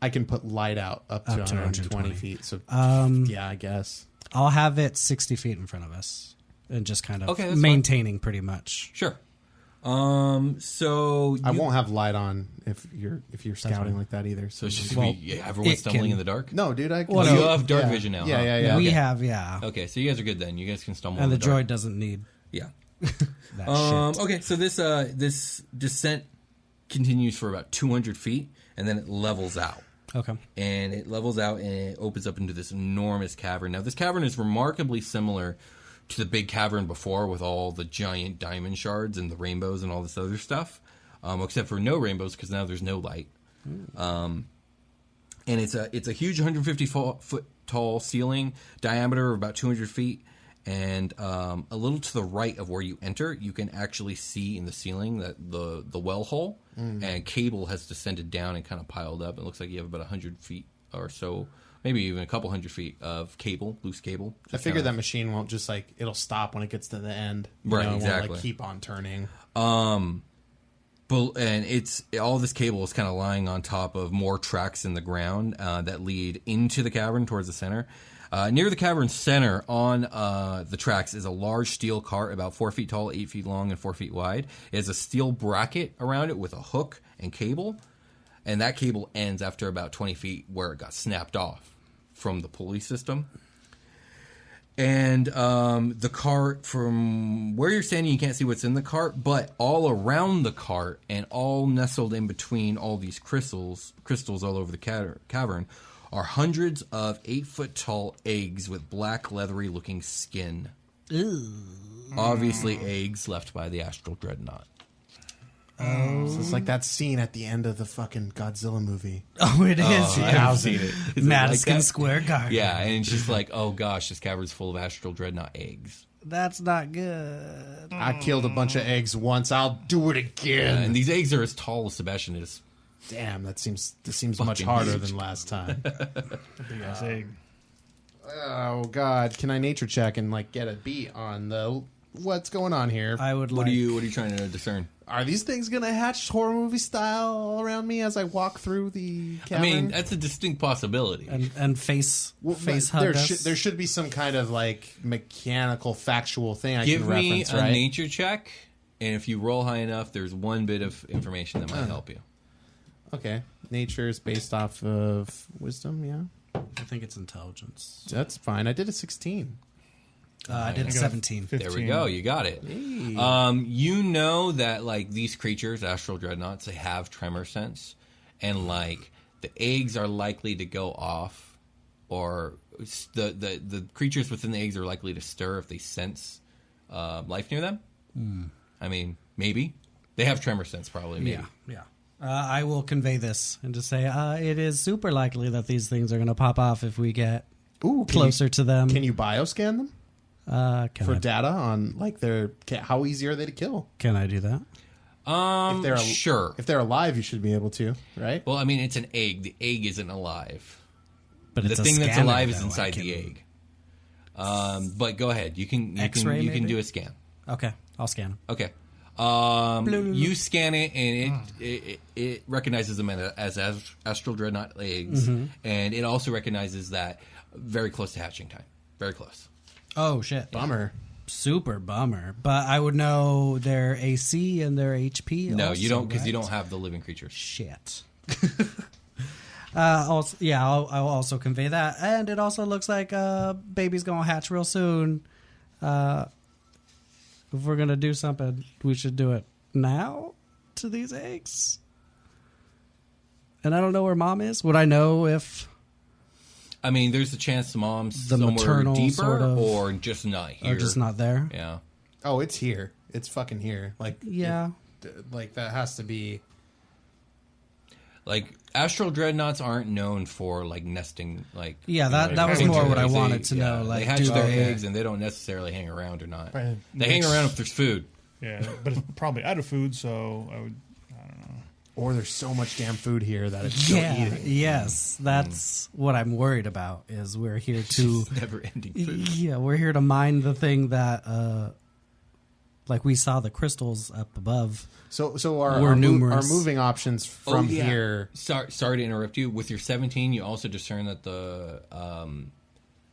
G: I can put light out up to,
F: Up to
G: 120
F: 120.
G: feet. So
F: Um
G: yeah, I guess.
F: I'll have it 60 feet in front of us and just kind of
D: Okay, that's
F: maintaining pretty much.
D: Sure. Um. So
G: I
D: you-
G: won't have light on if you're if you're scouting like that either.
D: So it's just
F: Well,
D: gonna be yeah, everyone's
F: it
D: stumbling
F: can-
D: in the dark.
G: no, dude. I can,
F: Well,
D: you have dark
G: yeah.
D: vision now,
G: Yeah,
D: huh?
G: yeah, yeah.
F: We
D: Okay.
F: have, yeah.
D: Okay, so you guys are good then. You guys can stumble.
F: And the
D: in the dark.
F: droid doesn't need
D: Yeah.
F: that
D: Um,
F: shit.
D: okay, so this uh, this descent continues for about 200 feet, and then it levels out.
F: Okay.
D: And it levels out and it opens up into this enormous cavern. Now, this cavern is remarkably similar to the big cavern before with all the giant diamond shards and the rainbows and all this other stuff, um, except for no rainbows because now there's no light and it's a it's a huge 150 fo- foot tall ceiling, diameter of about 200 feet, and um, a little to the right of where you enter, you can actually see in the ceiling that the the well hole
G: Mm.
D: and cable has descended down and kind of piled up. It looks like you have about 100 feet or so, maybe even a couple hundred feet of cable, loose cable.
G: I
D: just
G: figure
D: kinda-
G: that machine won't just like it'll stop when it gets to the end. You
D: Right,
G: know, it won't,
D: exactly.
G: Like, keep on turning.
D: Bel- and it's all this cable is kind of lying on top of more tracks in the ground uh, that lead into the cavern towards the center. Uh, near the cavern's center, on uh, the tracks, is a large steel cart about four feet tall, eight feet long, and four feet wide. It has a steel bracket around it with a hook and cable, and that cable ends after about twenty feet where it got snapped off from the pulley system. And um, the cart, from where you're standing, you can't see what's in the cart, but all around the cart and all nestled in between all these crystals, crystals all over the ca- cavern, are hundreds of eight foot tall eggs with black, leathery looking skin. Obviously, eggs left by the astral dreadnought.
G: So it's like that scene at the end of the fucking Godzilla movie.
F: Oh, it is. yeah.
D: Is it
F: Madison
D: like that?
F: Square Garden.
D: Yeah, and it's just like, oh gosh, this cavern's full of astral dreadnought eggs.
F: That's not good.
G: I killed a bunch of eggs once. I'll do it again.
D: Mm. And these eggs are as tall as Sebastian is.
G: Damn, that seems this seems much
D: Fucking
G: harder
D: huge.
G: than last time.
E: Big ass egg.
G: oh God, can I nature check and like get a beat on the what's going on here?
F: I would
D: What
F: like
D: are you? What are you trying to discern?
G: Are these things gonna hatch horror movie style all around me as I walk through the
D: I
G: cavern?
D: mean, uh, that's a distinct possibility.
F: and, and face
G: Well,
F: face
G: but
F: hug
G: there
F: us.
G: should there should be some kind of like mechanical factual thing I
D: Give
G: can
D: me
G: reference,
D: a
G: right?
D: nature check, and if you roll high enough, there's one bit of information that might help you.
G: okay, nature is based off of wisdom, yeah.
F: I think it's intelligence.
G: That's fine. I did a 16.
F: Uh, I did
E: got
F: 17.
E: 15.
D: There we go. You got it. Um, you know that like these creatures, astral dreadnoughts, they have tremor sense, and like the eggs are likely to go off, or s- the the, the creatures within the eggs are likely to stir if they sense uh, life near them.
G: Hmm.
D: I mean, maybe they have tremor sense, probably. Maybe.
F: Yeah, yeah. Uh, I will convey this and just say uh, it is super likely that these things are going to pop off if we get
G: Ooh, can
F: closer
G: you,
F: to them.
G: Can you bioscan them
F: uh, can,
G: for
F: I,
G: data on like their ca- how easy are they to kill?
F: can I do that?
D: Um,
G: If they're al-
D: sure.
G: If they're alive, you should be able to, right?
D: well, I mean, it's an egg. The egg isn't alive.
F: But
D: the
F: a
D: thing that's
F: scanner,
D: alive is
F: though. I
D: inside the
F: can-
D: egg. Um, but go ahead. You can you
F: X-ray,
D: can you can
F: maybe?
D: do a scan.
F: Okay, I'll scan them.
D: Okay. Um, you scan it and
F: Ah.
D: it it, it, it recognizes them as, as astral dreadnought eggs,
F: Mm-hmm.
D: and it also recognizes that very close to hatching time. Very close.
F: Oh shit!
G: Bummer.
F: Super bummer. But I would know their AC and their HP.
D: no, you
F: also,
D: don't because you
F: right?
D: don't have the living creatures.
F: shit. uh, also, yeah, I'll, I'll also convey that, and it also looks like uh, baby's gonna hatch real soon. Uh, if we're gonna do something, we should do it now to these eggs. And I don't know where mom is. Would I know if?
D: I mean, there's a chance the mom's
F: The
D: somewhere
F: maternal
D: deeper
F: sort of-
D: or just not here.
F: Or just not there?
D: Yeah.
G: Oh, it's here. It's fucking here. Like
F: Yeah.
G: it- like that has to be
D: Like astral dreadnoughts aren't known for like nesting. Like
F: Yeah, that-
D: like
F: that was
D: hatching
F: more what I
D: eggs. They-
F: wanted to know, like,
D: they hatch
F: do
D: their
F: they-
D: eggs and they don't necessarily hang around or not.
E: Right.
D: They hang
E: Makes-
D: around if there's food.
E: Yeah, but it's probably out of food, so I would.
G: or there's so much damn food here that it's still
F: Yeah.
G: eating.
D: Mm.
F: Yes, that's what I'm worried about. Is we're here to.
D: Never ending food.
F: Yeah, we're here to mine the thing that, uh, like we saw the crystals up above.
G: So so our
F: We're
G: our, mo-
F: numerous.
G: our moving options from
D: Oh, yeah.
G: here.
D: Sorry, sorry to interrupt you. With your 17, you also discern that the um,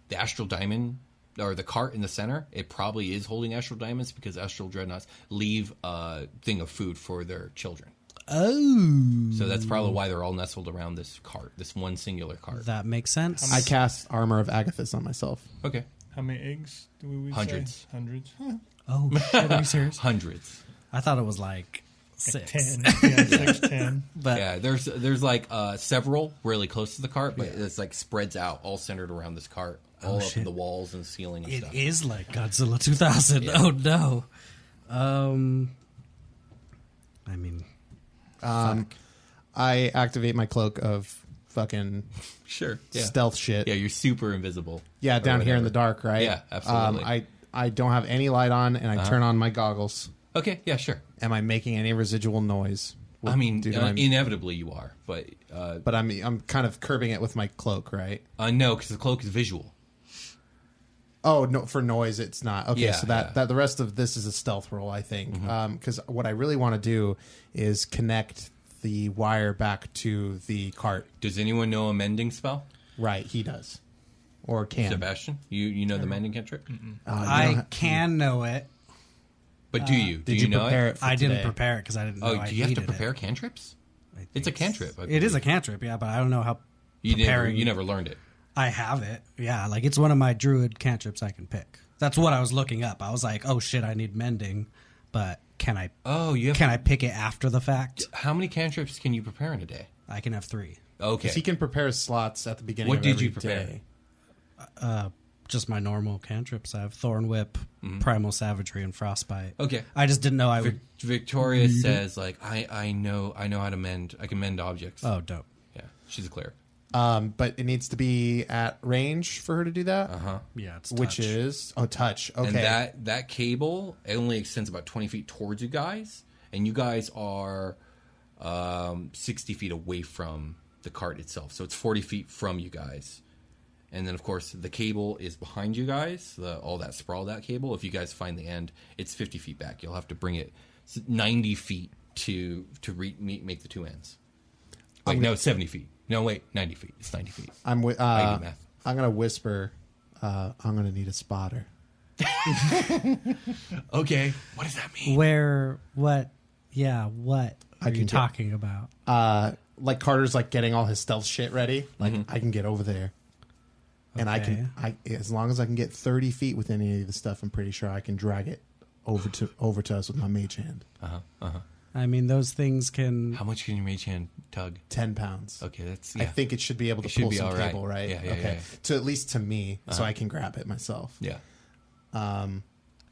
D: the astral diamond or the cart in the center it probably is holding astral diamonds because astral dreadnoughts leave a thing of food for their children.
F: Oh,
D: So that's probably why they're all nestled around this cart, this one singular cart.
F: that makes sense.
G: I cast armor of Agathis on myself.
D: okay,
E: How many eggs do we? we say?
D: Hundreds.
E: Hundreds.
F: oh shit, are you serious?
D: hundreds.
F: I thought it was like six,
E: Ten. Yeah, six, ten.
F: but
D: Yeah, there's there's like uh, several really close to the cart, but it's like spreads out, all centered around this cart, all up in
F: shit.
D: the walls and ceiling and
F: it
D: stuff.
F: is like Godzilla 2000. Oh no. Um, I mean,
G: Um, I activate my cloak of fucking
D: Sure, yeah,
G: stealth shit.
D: yeah, you're super invisible.
G: Yeah,
D: or
G: down here in
D: whatever.
G: the dark, right?
D: Yeah, absolutely. Uh-huh.
G: Um, I I don't have any light on, and I turn on my goggles.
D: Okay, yeah, sure.
G: Am I making any residual noise?
D: I mean,
G: Due to
D: uh,
G: my-
D: inevitably you are, but uh,
G: but I'm I'm kind of curbing it with my cloak, right?
D: uh, no, because the cloak is visual.
G: Oh no, for noise it's not. Okay,
D: Yeah,
G: so that,
D: yeah. Mm-hmm.
G: that the rest of this is a stealth roll, I think. Because what I really want to do is connect the wire back to the cart.
D: Does anyone know a mending spell,
G: Right, he does, or can.
D: Sebastian? You you know the mending cantrip,
F: I can know it.
D: but do you? Do
G: Did
D: you,
G: you,
D: know
G: prepare it?
D: it?
G: for
F: I didn't
G: today?
F: prepare it because I didn't. know
D: Oh,
F: I
D: do you have to
F: needed it.
D: prepare cantrips?
F: I think
D: It's a cantrip. I
F: It is a
D: believe.
F: cantrip, yeah, but I don't know how.
D: You never
F: preparing-
D: you never learned it.
F: I have it. Yeah, like it's one of my druid cantrips I can pick. That's what I was looking up. I was like, oh shit, I need mending, but can I
D: Oh, you have.
F: can I pick it after the fact?
D: how many cantrips can you prepare in a day?
F: I can have three.
D: Okay,
G: 'Cause He can prepare slots at the beginning.
D: What
G: of
D: did
G: every
D: you prepare?
G: day.
F: Just my normal cantrips. I have Thorn Whip, Primal Savagery, and Frostbite.
D: Mm-hmm. Okay.
F: I just didn't know I would.
D: Vic- Victoria says like I I know I know how to mend I can mend objects.
F: Oh, dope.
D: Yeah, she's a cleric.
G: Um, but it needs to be at range for her to do that, uh-huh.
F: Yeah, it's
G: which
F: touch.
G: is oh touch. Okay,
D: And that that cable it only extends about twenty feet towards you guys, and you guys are um, sixty feet away from the cart itself, so it's forty feet from you guys. And then, of course, the cable is behind you guys. The, all that sprawled out cable. If you guys find the end, it's fifty feet back. You'll have to bring it s- ninety feet to to re- meet, make the two ends. Wait, no, seventy feet. No, wait, ninety feet. It's ninety feet.
G: I'm wi-
D: I
G: uh,
D: do math.
G: I'm gonna whisper. Uh, I'm gonna need a spotter.
D: Okay, what does that mean?
F: Where? What? Yeah, what are
G: can
F: you
G: get-
F: talking about?
D: Mm-hmm.
G: Uh, like Carter's like getting all his stealth shit ready. Like I can get over there. and I
F: Okay.
G: can, I as long as I can get thirty feet with any of the stuff, I'm pretty sure I can drag it over to over to us with my mage hand.
F: I mean, those things can.
D: How much can your mage hand tug?
G: Ten pounds.
D: Okay, that's.
G: I
D: Yeah.
G: think it should be able to
D: It should
G: pull
D: be
G: some
D: all right.
G: cable, right?
D: Yeah, yeah,
G: okay.
D: yeah. Uh-huh.
G: To at least to me, so I can grab it myself.
D: Yeah.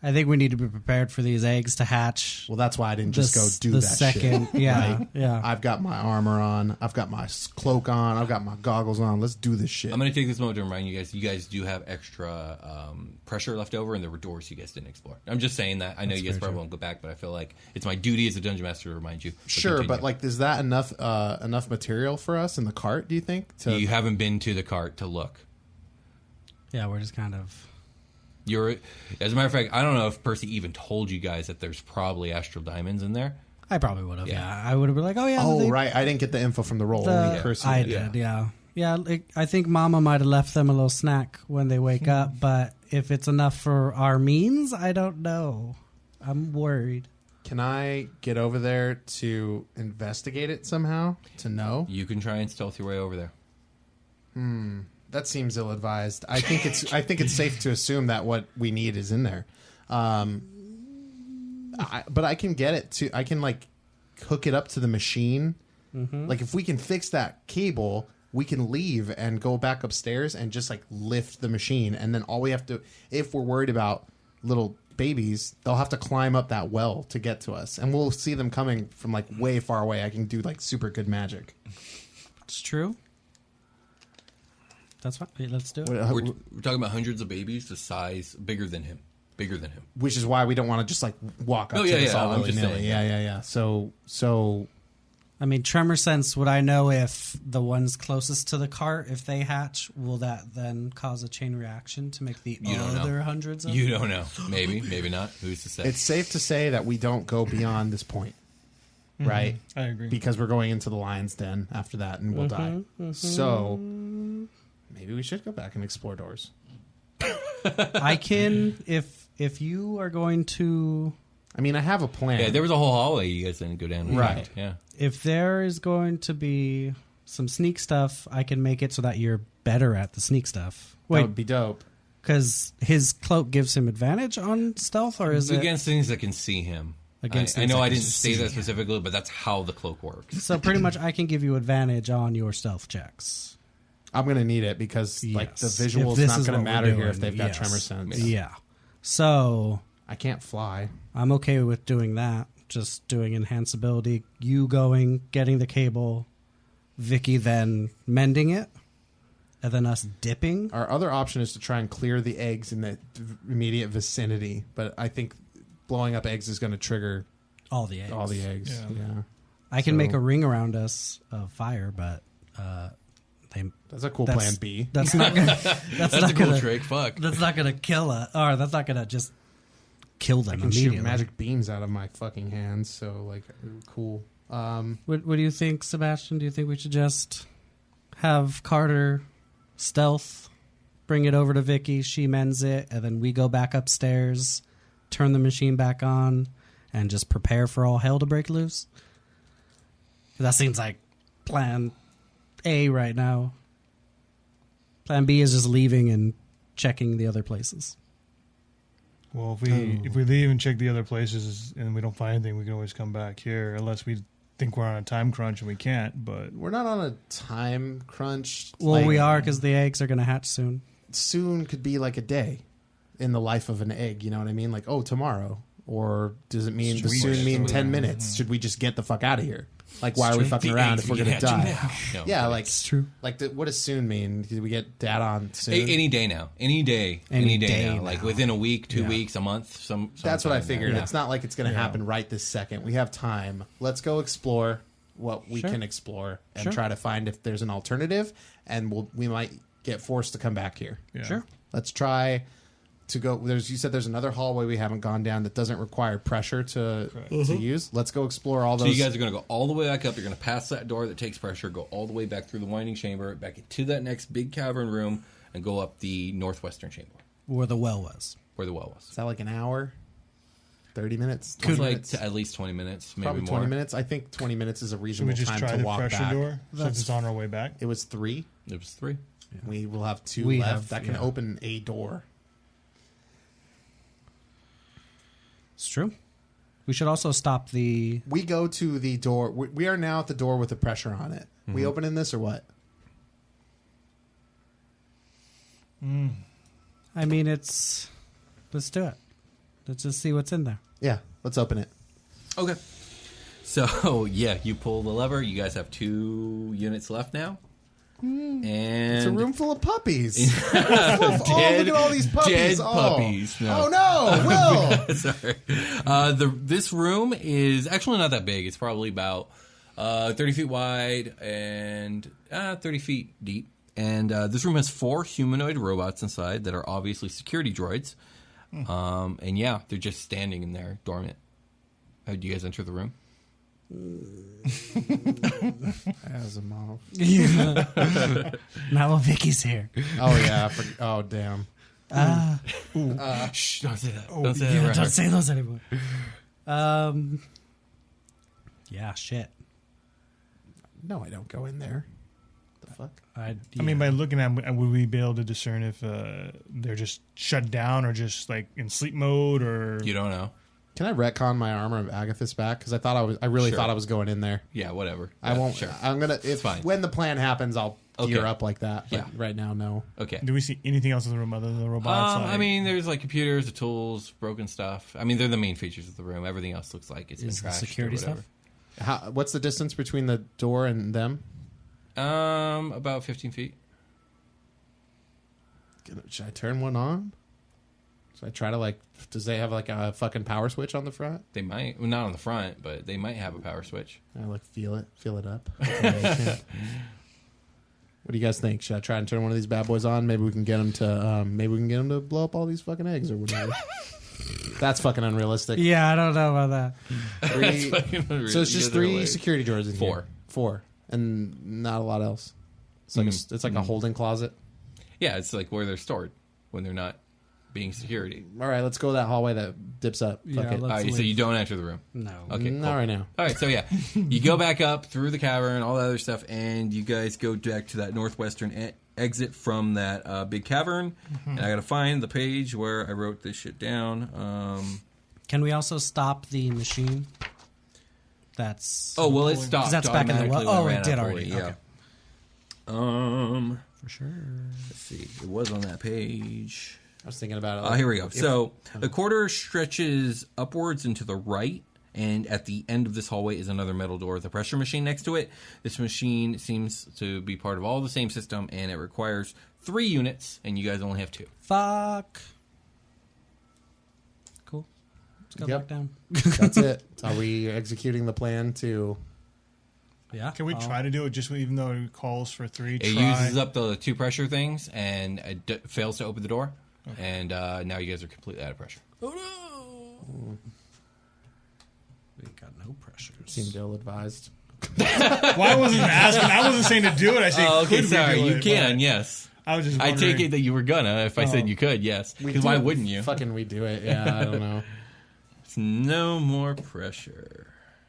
F: I think we need to be prepared for these eggs to hatch.
G: Well, that's why I didn't
F: The
G: just
F: s-
G: go do
F: the
G: that
F: second-
G: shit,
F: yeah,
G: right?
F: yeah.
G: I've got my armor on. I've got my s- cloak on. I've got my goggles on. Let's do this shit.
D: I'm going to take this moment to remind you guys you guys do have extra um, pressure left over, and there were doors you guys didn't explore. I'm just saying that. I know you guys probably won't go back, but I feel like it's my duty as a dungeon master to remind you.
G: sure, but
D: continue.
G: like, is that enough uh, enough material for us in the cart? Do you think? To
D: You haven't been to the cart to look.
F: Yeah, we're just kind of.
D: You're, as a matter of fact, I don't know if Percy even told you guys that there's probably astral diamonds in there.
F: I probably would have. Yeah, I would have been like, oh yeah.
G: oh,
F: they-
G: right. Oh, I didn't get the info from the roll.
F: the-
G: Only Percy
F: I did. Yeah, yeah. like, I think Mama might have left them a little snack when they wake
G: Hmm.
F: up, but if it's enough for our means, I don't know. I'm worried.
G: Can I get over there to investigate it somehow to know?
D: You can try and stealth your way over there.
G: That seems ill advised. I think it's I think it's safe to assume that what we need is in there. Um, I, but I can get it to I can like hook it up to the machine. Like if we can fix that cable, we can leave and go back upstairs and just like lift the machine and then all we have to if we're worried about little babies, they'll have to climb up that well to get to us and we'll see them coming from like way far away. I can do like super good magic.
F: It's true. That's fine. Hey, Let's do it.
G: What-
D: We're, we're talking about hundreds of babies the size bigger than him, bigger than him.
G: which is why we don't want to just like walk up
D: Oh,
G: to
D: yeah,
G: this
D: yeah,
G: all
D: I'm
G: willy
D: just
G: nilly.
D: saying.
G: Yeah, yeah, yeah. So, so
F: I mean, tremor sense. Would I know if the ones closest to the cart, if they hatch, will that then cause a chain reaction to make the
D: You don't know.
F: other hundreds? Of
D: You don't know. Maybe, maybe not. Who's to say?
G: it's safe to say that we don't go beyond this point,
F: Mm-hmm.
G: right?
E: I agree.
G: Because we're going into the lion's den after that, and we'll
F: Mm-hmm,
G: die. So maybe we should go back and explore doors.
F: I can if if you are going to
G: I mean, I have a plan.
D: yeah, there was a whole hallway you guys didn't go down. in
G: Right.
D: fact. Yeah.
F: if there is going to be some sneak stuff, I can make it so that you're better at the sneak stuff.
G: that
F: Wait,
G: would be dope.
F: because his cloak gives him advantage on stealth, or is
D: It's
F: it
D: against things that can see him.
F: Against
D: I, I
F: things
D: know
F: that
D: I
F: can
D: didn't say
F: see
D: that
F: him.
D: specifically, but that's how the cloak works.
F: So pretty much, I can give you advantage on your stealth checks.
G: I'm gonna need it because like the
F: Yes.
G: visual
F: If
G: is
F: this
G: not
F: is
G: gonna
F: what we're
G: matter here if
F: doing,
G: they've got
F: yes.
G: tremor sense.
F: Yeah. So
G: I can't fly.
F: I'm okay with doing that. Just doing enhanceability. You going, getting the cable, Vicky then mending it, and then us dipping.
G: Our other option is to try and clear the eggs in the immediate vicinity, but I think blowing up eggs is going to trigger
F: All the eggs.
G: all the eggs.
E: Yeah.
G: Yeah.
F: I can
G: So-
F: make a ring around us of fire, but uh, they.
G: That's a cool
F: that's,
G: plan B.
F: That's not. Gonna, that's,
D: That's
F: not
D: a cool
F: gonna,
D: trick. Fuck.
F: That's not gonna kill us, or that's not gonna just kill them
G: I can shoot
F: immediately.
G: magic beams out of my fucking hands, so like cool. Um
F: What, what do you think, Sebastian? Do you think we should just have Carter stealth, bring it over to Vicky, she mends it, and then we go back upstairs, turn the machine back on, and just prepare for all hell to break loose? That seems like plan A right now. Plan B is just leaving and checking the other places.
E: Well, if we
D: Oh.
E: if we leave and check the other places and we don't find anything, we can always come back here, unless we think we're on a time crunch and we can't. But
G: we're not on a time crunch.
F: Well,
G: Like,
F: we are because the eggs are going to hatch soon.
G: soon could be like a day in the life of an egg, you know what I mean? Like, oh, tomorrow. Or does it mean does
E: Sweet.
G: soon mean
E: Sweet.
G: 10 minutes? Should we Mm-hmm. just get the fuck out of here? Like why are we
F: Straight
G: fucking
D: The
G: around
D: eggs
G: if we're
D: begin
G: going to die?
D: hatching now. No,
G: Yeah,
D: I'm
G: like
F: It's true.
G: Like, the, what does soon mean? Did we get data on soon?
D: kidding. A- any day now. Any day. Any, day, now. Like within a week, two
F: Yeah.
D: weeks, a month. Some.
G: That's what I figured.
D: Yeah.
G: It's not like it's going to happen right this second. We have time. Let's go explore what we
F: Sure.
G: can explore and
F: Sure.
G: try to find if there's an alternative, and we'll, we might get forced to come back here.
E: yeah.
F: Sure.
G: Let's try to go. There's you said there's another hallway we haven't gone down that doesn't require pressure to to use. Let's go explore all
D: So
G: those.
D: you guys are going to go all the way back up. You're going to pass that door that takes pressure, go all the way back through the winding chamber, back into that next big cavern room, and go up the northwestern chamber
F: Where the well was.
D: where the well was.
G: Is that like an hour? thirty minutes. 20
D: It's like
G: minutes.
D: t- at least 20 minutes, maybe
G: probably
D: more.
G: twenty minutes. I think twenty minutes is a
E: Should we
G: reasonable
E: just
G: time
E: try
G: to
E: the
G: walk
E: fresher
G: back.
E: door since
F: That's-
E: it's on our way back?
G: It was three.
D: It was three.
G: We will have two
F: We
G: left
F: have-
G: that can
F: yeah.
G: open a door.
F: It's true. We should also stop the.
G: We go to the door. We, we are now at the door with the pressure on it.
D: Mm-hmm.
G: We open in this or what?
F: I mean, it's. Let's do it. Let's just see what's in there.
G: Yeah, let's open it.
D: Okay. So, yeah, you pull the lever. You guys have two units left now.
G: Hmm.
D: And
G: It's a room full of puppies. oh,
D: Dead-
G: look at all these puppies.
D: dead
G: oh.
D: puppies. No.
G: Oh no, Will.
D: Sorry. Uh, the this room is actually not that big. It's probably about uh, thirty feet wide and uh, thirty feet deep. And uh, this room has four humanoid robots inside that are obviously security droids.
G: Hmm.
D: Um, and yeah, they're just standing in there, dormant. Uh, do you guys enter the room?
G: As a model.
F: Now Vicky's here.
G: Oh yeah. I forg- oh damn.
D: Shh! Don't say that.
G: Oh,
D: don't say
F: Yeah,
D: that.
F: don't say those anymore. Um. Yeah, shit.
G: No, I don't go in there. The fuck?
F: I,
E: I mean, by looking at them, would we be able to discern if uh, they're just shut down or just like in sleep mode or?
D: You don't know.
G: Can I retcon my armor of Agathis back? Because I thought I was. I really
D: Sure.
G: thought I was going in there.
D: Yeah, whatever.
G: I
D: Yeah,
G: won't.
D: Sure.
G: I'm gonna. If
D: fine.
G: when the plan happens, I'll
D: Okay.
G: gear up like that. But
D: Yeah.
G: Right now, no.
D: Okay.
E: Do we see anything else in the room other than the robots?
D: Um,
E: like-
D: I mean, there's like computers, the tools, broken stuff. I mean, they're the main features of the room. Everything else looks like it's
F: Is the
D: been trashed
F: security
D: or whatever.
F: stuff?
G: How, what's the distance between the door and them?
D: Um, about 15 feet.
G: Can- Should I turn one on? Should I try to like? Does they have like a fucking power switch on the front?
D: They might, well, not on the front, but they might have a power switch.
G: I like feel it, feel it up. what do you guys think? Should I try and turn one of these bad boys on? Maybe we can get them to. Um, maybe we can get them to blow up all these fucking eggs or whatever. That's fucking unrealistic.
F: yeah, I don't know about that.
G: Three- so it's
D: You guys
G: just
D: are
G: three
D: hilarious.
G: security doors in
D: Four.
G: here. Four, and not a lot else. It's like a, it's like a holding closet.
D: Yeah, it's like where they're stored when they're not being security.
G: All right, let's go that hallway that dips up. Fuck
F: Yeah,
G: it.
D: All
F: let's-
D: right, so
F: leave.
D: you don't enter the room.
F: No.
D: Okay, cool.
G: Not right now.
D: All right, so yeah, you go back up through the cavern, all that other stuff, and you guys go back to that northwestern e- exit from that uh, big cavern.
F: Mm-hmm.
D: And I gotta find the page where I wrote this shit down. Um,
F: Can we also stop the machine? That's
D: oh well, it stopped.
F: 'Cause that's back in the
D: automatically
F: wa-
D: when I
F: oh, it
D: ran up
F: did already,
D: forty, Yeah.
F: okay.
D: Um,
F: for sure.
D: let's see, it was on that page.
G: I was thinking about it.
D: Uh, here we go. So the corridor stretches upwards and to the right, and at the end of this hallway is another metal door with a pressure machine next to it. This machine seems to be part of all the same system, and it requires three units, and you guys only have two.
F: Fuck. Cool. Let's go
G: Yep.
F: back down.
G: That's it. Are we executing the plan to?
F: Yeah. Oh,
E: can we try to do it just even though it calls for three?
D: uh, It
E: try?
D: uses up the two pressure things and it d- fails to open the door, and uh, now you guys are completely out of pressure.
F: We got no pressures.
G: Seemed ill advised.
E: Well, I wasn't asking. I wasn't saying to do it. I said,
D: Oh,
E: could
D: okay,
E: we
D: sorry.
E: do
D: You
E: it?
D: can, yes.
E: I was just.
D: I take
E: wondering. Oh.
D: it that you were gonna. If I said you could, yes. Because why
G: do it.
D: wouldn't you?
G: Fucking we do it. Yeah, I don't know.
D: It's no more pressure.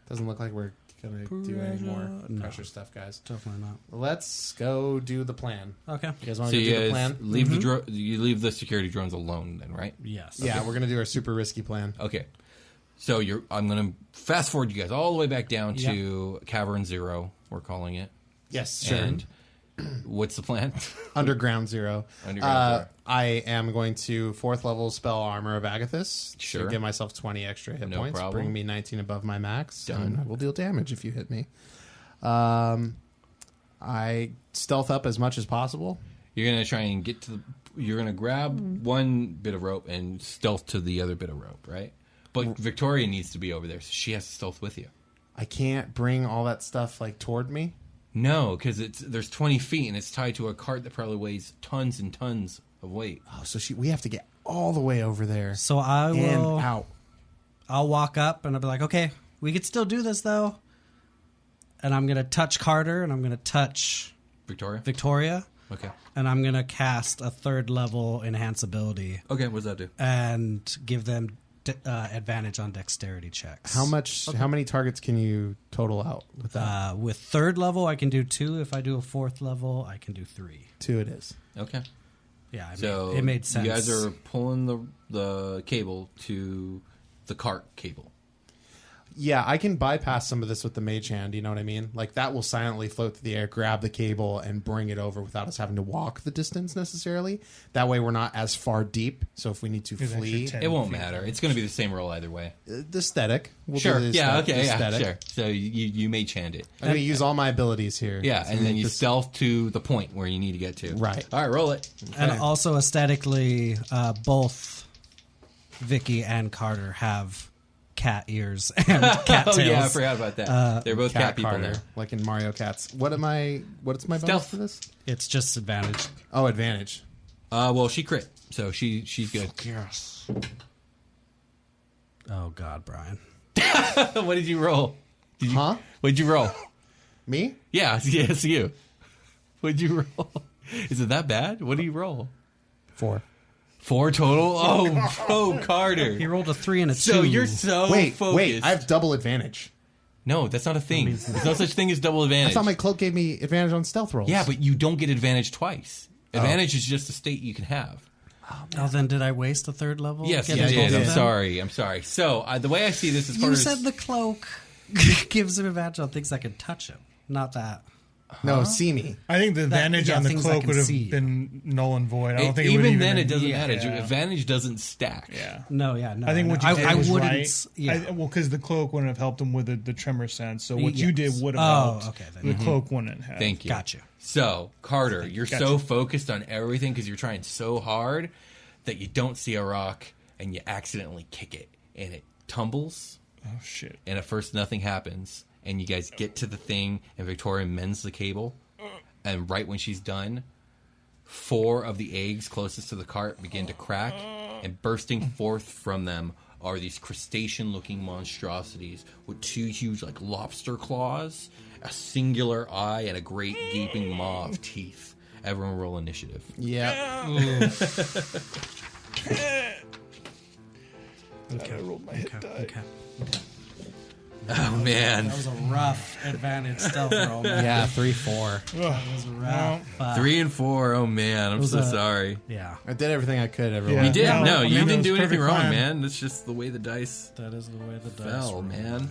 G: Doesn't look like we're gonna do any more pressure stuff, guys.
F: Definitely not.
G: Let's go do the plan.
F: Okay.
G: Oh, You guys want
D: So
G: to
D: you
G: do the
D: guys
G: plan? Mm-hmm.
D: leave the dro- you leave the security drones alone then, right?
F: Yes.
G: Yeah, we're gonna do our super risky plan.
D: Okay. So you're I'm going to fast forward you guys all the way back down to Cavern 0, we're calling it.
G: Yes, sure.
D: And what's the plan?
G: Underground Zero.
D: Underground
G: uh,
D: Zero.
G: I am going to fourth level spell armor of Agathis. to
D: Sure.
G: give myself twenty extra hit
D: No
G: points.
D: problem.
G: Bring me nineteen above my max.
D: Done.
G: And I will deal damage if you hit me. Um, I stealth up as much as possible.
D: you're going to try and get to the you're going to grab one bit of rope and stealth to the other bit of rope, right? But Victoria needs to be over there, so she has to stealth with you.
G: I can't bring all that stuff like toward me.
D: No, because it's there's 20 feet and it's tied to a cart that probably weighs tons and tons of weight.
G: Oh, so she we have to get all the way over there
F: So I
G: and
F: will.
G: out.
F: I'll walk up and I'll be like, okay, we could still do this though. And I'm gonna touch Carter and I'm gonna touch
D: Victoria.
F: Victoria
D: okay.
F: and I'm gonna cast a third level enhance ability
D: Okay, what does that do?
F: and give them d- uh, advantage on dexterity checks.
G: How much? How many targets can you total out with that?
F: Uh, with third level, I can do two. If I do a fourth level, I can do three.
G: Two, it is.
D: Okay.
F: Yeah, I
D: So
F: mean, it made sense.
D: You guys are pulling the the cable to the cart cable.
G: Yeah, I can bypass some of this with the mage hand. You know what I mean? Like that will silently float through the air, grab the cable, and bring it over without us having to walk the distance necessarily. That way, we're not as far deep. So if we need to
E: It's actually
G: flee,
E: ten.
D: It won't matter. It's going to be the same roll either way.
G: Uh, the aesthetic. We'll do
D: sure.
G: the
D: Yeah.
G: aesthet-
D: Okay. Yeah.
G: aesthetic.
D: Sure. So you you may chant it.
G: I'm going to use all my abilities here.
D: Yeah,
G: to
D: and then
G: make
D: you
G: this-
D: stealth to the point where you need to get to.
G: Right.
D: All right. Roll it.
F: and also aesthetically, uh, both Vicky and Carter have cat ears and cat
D: Oh
F: tails. Uh,
D: yeah, I forgot about that. They're both cat, people
G: Carter,
D: now.
G: like in Mario Cats. What am I? What's my bonus
D: Stealth.
G: for this?
F: It's just advantage.
G: Oh, advantage.
D: Uh, well, she crit, so she she's good.
F: Yes. Oh God, Brian.
D: what did you roll? Did you,
G: Huh?
D: What'd you roll?
G: Me?
D: yeah, yes, you. What'd you roll? Is it that bad? What do you roll?
G: Four.
D: Four total. Oh, oh, Carter.
F: He rolled a three and a two.
D: So you're so
G: Wait,
D: focused.
G: wait. I have double advantage.
D: no, that's not a thing. There's no such thing as double advantage.
G: I thought my cloak gave me advantage on stealth rolls.
D: yeah, but you don't get advantage twice. Advantage is just a state you can have.
F: Oh, then did I waste a third level?
D: Yes, you
F: Getting
D: did.
F: both of
D: I'm
F: them?
D: sorry. I'm sorry. So uh, the way I see this, as far
F: You
D: as
F: said the cloak gives him advantage on things that can touch him, not that.
G: no, see me.
E: I think the advantage
F: yeah,
E: on the
F: things I
E: cloak
F: can
E: would have
F: see.
E: been null and void. I don't
D: It-
E: think it
D: even
E: would've
D: then it
E: been-
D: doesn't
E: yeah,
D: matter. Your
E: Yeah.
D: advantage doesn't stack.
E: Yeah.
F: No, yeah, no.
E: I think
F: no.
E: what you did
F: I,
E: was
F: wouldn't.
E: right.
F: Yeah,
E: I, well, because the cloak wouldn't have helped him with the, the tremor sense. So what you
F: Yes.
E: did would have
F: Oh,
E: helped.
F: okay, then.
E: The cloak wouldn't have.
D: Mm-hmm. Thank you.
F: Gotcha.
D: So, Carter, you're
E: Gotcha.
D: so focused on everything because you're trying so hard that you don't see a rock and you accidentally kick it and it tumbles
E: Oh shit.
D: and at first nothing happens and you guys get to the thing and Victoria mends the cable and right when she's done four of the eggs closest to the cart begin to crack and bursting forth from them are these crustacean looking monstrosities with two huge like lobster claws a singular eye and a great gaping maw of teeth everyone roll initiative
G: Yeah.
F: okay. okay. okay.
D: oh man
F: That was a rough advantage stealth roll. Man.
G: Yeah, three, four.
F: That was rough. but-
D: three and four oh man i'm so
F: a-
D: sorry
F: yeah,
G: I did everything I could, everyone.
E: Yeah.
D: you did
E: No,
D: no,
E: I
D: you
E: mean, it
D: didn't
E: was
D: do anything
E: perfect
D: wrong
E: plan.
D: man that's just the way the dice
F: that is the way the dice
D: Bell,
F: roll.
D: man.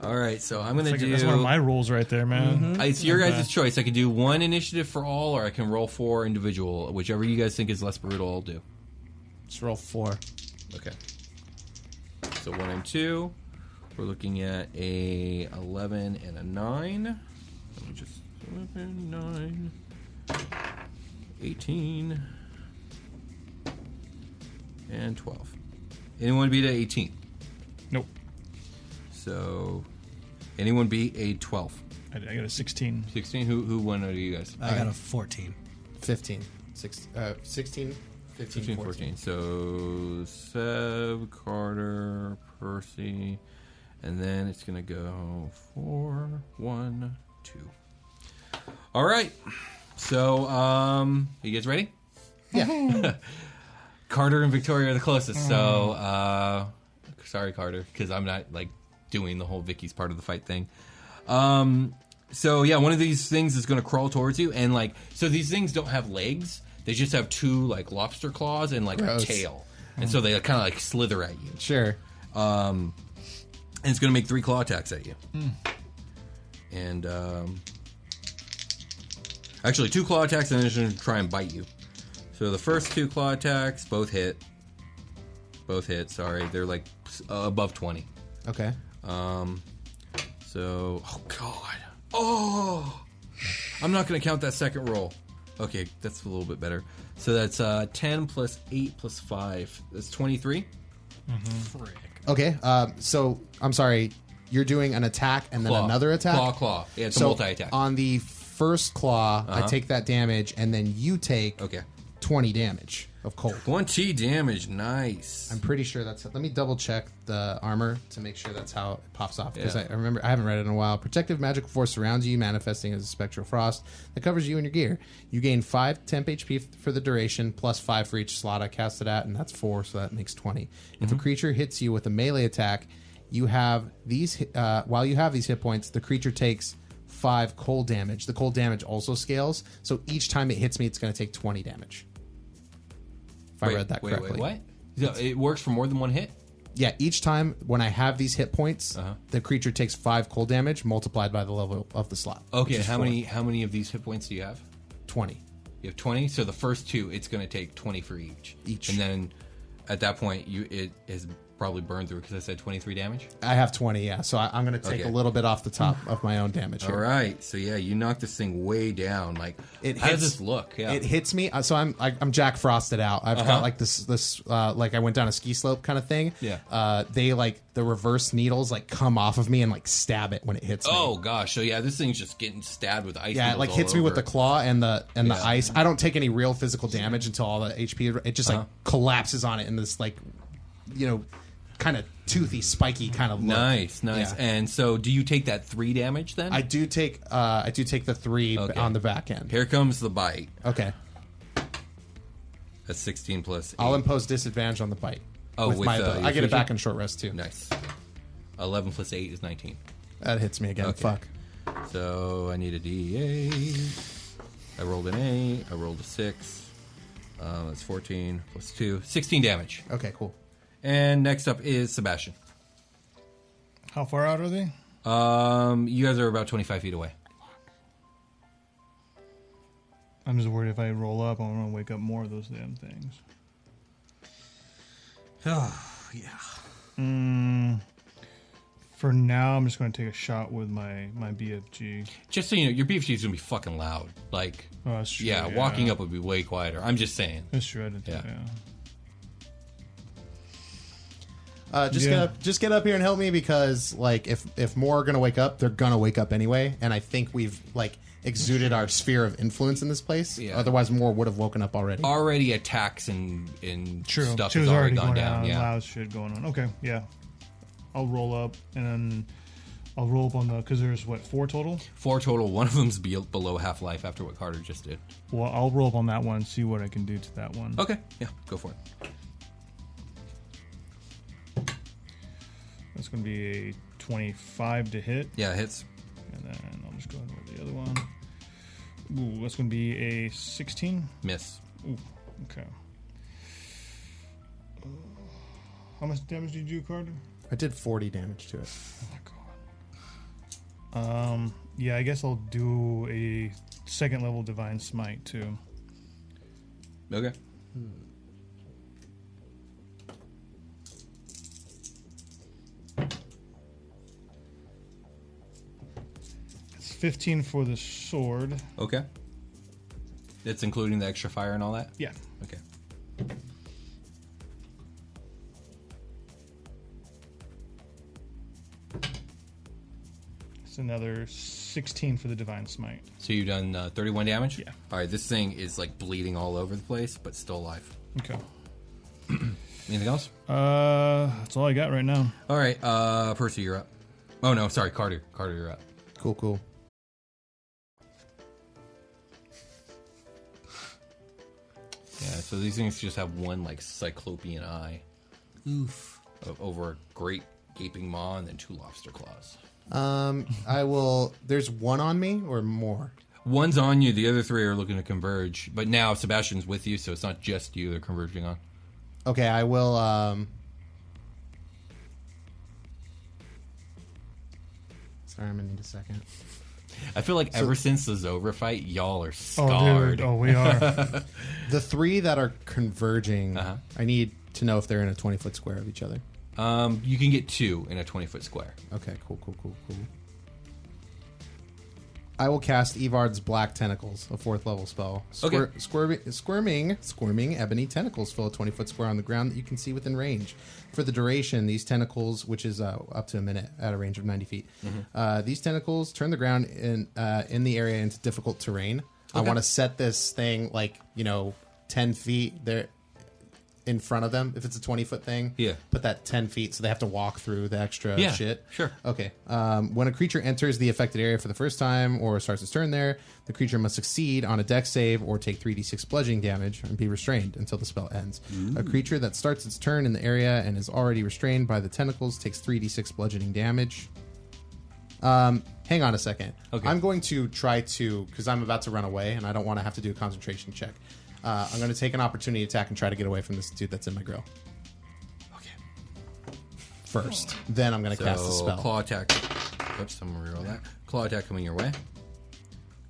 D: All right, so I'm gonna
E: Like,
D: do.
E: That's one of my rules right there, man.
D: Uh, it's your guys' choice. I can do one initiative for all, or I can roll four individual. Whichever you guys think is less brutal, I'll do.
G: Let's roll four.
D: Okay. So one and two. We're looking at a eleven and a nine. Let me just eleven nine. 18 and 12. Anyone beat a 18?
E: Nope.
D: So, anyone beat a 12?
E: I, I got a sixteen.
D: 16 who who won out of you guys
F: I got a fourteen.
G: 15. Six, uh, 16, 15,
D: 15
G: 14.
D: 14 so Seb Carter Percy and then it's gonna go four one two all right so um you guys ready
G: Yeah.
D: Carter and Victoria are the closest so uh sorry Carter because I'm not like doing the whole Vicky's part of the fight thing Um, so yeah, one of these things is going to crawl towards you, and like, so these things don't have legs; they just have two like lobster claws and like
G: Gross.
D: a tail, and so they kind of like slither at you.
G: Sure.
D: And it's going to make three claw attacks at you, and um, actually two claw attacks, and then it's going to try and bite you. So the first two claw attacks both hit, both hit. Sorry, they're like s- uh, above twenty.
G: Okay.
D: So, oh god, oh, I'm not gonna count that second roll. Okay, that's a little bit better. So that's uh, 10 plus 8 plus 5. That's 23.
G: Okay. Uh, so, I'm sorry. You're doing an attack and then
D: Claw.
G: another attack?
D: Claw, claw. Yeah, it's a multi attack.
G: On the first claw, I take that damage, and then you take
D: Uh-huh. Okay.
G: twenty damage of cold.
D: One T damage. Nice.
G: I'm pretty sure that's. Let me double check the armor to make sure that's how it pops off. Because
D: Yeah.
G: I, I remember I haven't read it in a while. Protective magical force surrounds you, manifesting as a spectral frost that covers you and your gear. You gain five temp HP f- for the duration, plus five for each slot I cast it at, and that's four, so that makes 20
D: Mm-hmm.
G: If a creature hits you with a melee attack, you have these. hi- Uh, while you have these hit points, the creature takes five cold damage. The cold damage also scales, so each time it hits me, it's going to take twenty damage. If I
D: Wait,
G: read that
D: wait,
G: correctly.
D: Wait, what? Yeah, It works for more than one hit.
G: Yeah, each time when I have these hit points,
D: Uh-huh.
G: the creature takes five cold damage multiplied by the level of the slot.
D: Okay.
G: which is
D: How
G: four.
D: many? How many of these hit points do you have?
G: Twenty.
D: You have twenty. So the first two, it's going to take twenty for each.
G: Each.
D: And then, at that point, you it has probably burned through because I said twenty-three damage.
G: I have twenty. Yeah, so I, I'm going to take
D: Okay.
G: a little bit off the top of my own damage here.
D: All right. So yeah, you knock this thing way down. Like,
G: It
D: how does
G: hits-
D: this look? Yeah. Uh-huh.
G: It hits me, uh, so I'm I, I'm Jack Frosted out. I've got like this this uh, like I went down a ski slope kind of thing.
D: Yeah.
G: Uh, they like the reverse needles like come off of me and like stab it when it hits me.
D: Oh gosh. So yeah, this thing's just getting stabbed with ice.
G: Yeah, it
D: needles
G: like
D: all
G: hits me with
D: over.
G: the claw and the and
D: Yeah.
G: the ice. I don't take any real physical damage until all the HP. It
D: Uh-huh.
G: just like collapses on it in this like, you know, kind of toothy, spiky kind of look.
D: Nice, nice.
G: Yeah.
D: And so, do you take that three damage then?
G: I do take uh I do take the three b-
D: Okay.
G: on the back end.
D: Here comes the bite.
G: Okay,
D: That's sixteen plus. Eight.
G: I'll impose disadvantage on the bite.
D: Oh, with,
G: my
D: uh,
G: ability.
D: your
G: I get it
D: feature?
G: back in short rest too.
D: Nice. Eleven plus eight is nineteen.
G: That hits me again.
D: Okay.
G: Fuck.
D: So I need a D8. I rolled an 8. I rolled a 6. Um, that's 14 plus 2. 16 damage.
G: Okay, cool.
D: And next up is Sebastian.
E: How far out are they?
D: Um, you guys are about 25 feet away.
E: I'm just worried if I roll up, I'm gonna wake up more of those damn things. Mm, For now, I'm just gonna take a shot with my my BFG.
D: Just so you know, your BFG is going to be fucking loud. Like,
E: Oh, that's true,
D: yeah, walking up would be way quieter. I'm just saying.
E: That's true. I did that,
D: Yeah.
E: yeah.
G: Uh, just get
E: Yeah.
G: up, just get up here and help me because like if if more are gonna wake up, they're gonna wake up anyway, and I think we've like exuded our sphere of influence in this place.
D: Yeah.
G: Otherwise, more would have woken up already.
D: Already attacks and, and
E: True.
D: stuff
E: she
D: has
E: was already,
D: already gone
E: going
D: down.
E: down.
D: yeah.
E: Loud shit going on. Okay, yeah. I'll roll up and then I'll roll up on the because there's what four total.
D: Four total. One of them's be- below half life after what Carter just did.
E: Well, I'll roll up on that one and see what I can do to that one.
D: Okay. Yeah, go for it.
E: That's gonna be a 25 to hit,
D: Yeah, hits.
E: and then I'll just go ahead and roll the other one. Ooh, that's gonna be a 16.
D: Miss.
E: Ooh, okay. Uh, How much damage did you do, Carter?
G: I did forty damage to it.
E: Oh my god. Um, yeah, I guess I'll do a second level divine smite too.
D: Okay.
E: It's 15 for the sword.
D: Okay. That's including the extra fire and all that?
E: Yeah.
D: Okay.
E: It's another 16 for the divine smite.
D: So you've done uh, 31 damage?
E: Yeah.
D: All right, this thing is like bleeding all over the place, but still alive.
E: Okay.
D: Anything else?
E: Uh, that's all I got right now.
D: All right, uh, Percy, you're up. Oh, no, sorry, Carter. Carter, you're up.
G: Cool, cool.
D: Yeah, so these things just have one like cyclopean eye
F: Oof.
D: o- over a great gaping maw and then two lobster claws.
G: Um, I will. There's one on me or more.
D: One's on you, the other three are looking to converge, but now Sebastian's with you, so it's not just you they're converging on.
G: Okay, I will. Um, sorry, I'm gonna need a second.
D: I feel like ever since the Zovra fight, y'all are
E: Oh,
D: scarred.
E: dude. Oh, we are.
G: The three that are converging, I need to know if they're in a twenty foot square of each other.
D: Um, you can get two in a 20 foot square.
G: Okay, cool, cool, cool, cool. I will cast Evard's Black Tentacles, a fourth level spell. Squir-
D: Okay.
G: squirmi- squirming, squirming ebony tentacles fill a 20 foot square on the ground that you can see within range. For the duration, these tentacles, which is uh, up to a minute at a range of 90 feet,
D: Mm-hmm.
G: uh, these tentacles turn the ground in, uh, in the area into difficult terrain. I want to set this thing, like, you know, ten feet there in front of them. If it's a twenty foot thing,
D: Yeah.
G: put that ten feet so they have to walk through the extra
D: Yeah,
G: shit.
D: sure.
G: Okay. Um, when a creature enters the affected area for the first time or starts its turn there, the creature must succeed on a deck save or take 3d6 bludgeoning damage and be restrained until the spell ends. A creature that starts its turn in the area and is already restrained by the tentacles takes 3d6 bludgeoning damage. Um, hang on a second.
D: Okay.
G: I'm going to try to, because I'm about to run away and I don't want to have to do a concentration check. Uh, I'm going to take an opportunity attack and try to get away from this dude that's in my grill.
D: Okay.
G: First, then I'm going to cast the
D: So,
G: spell.
D: Claw attack. Oops, I'm gonna reroll that. Claw attack coming your way.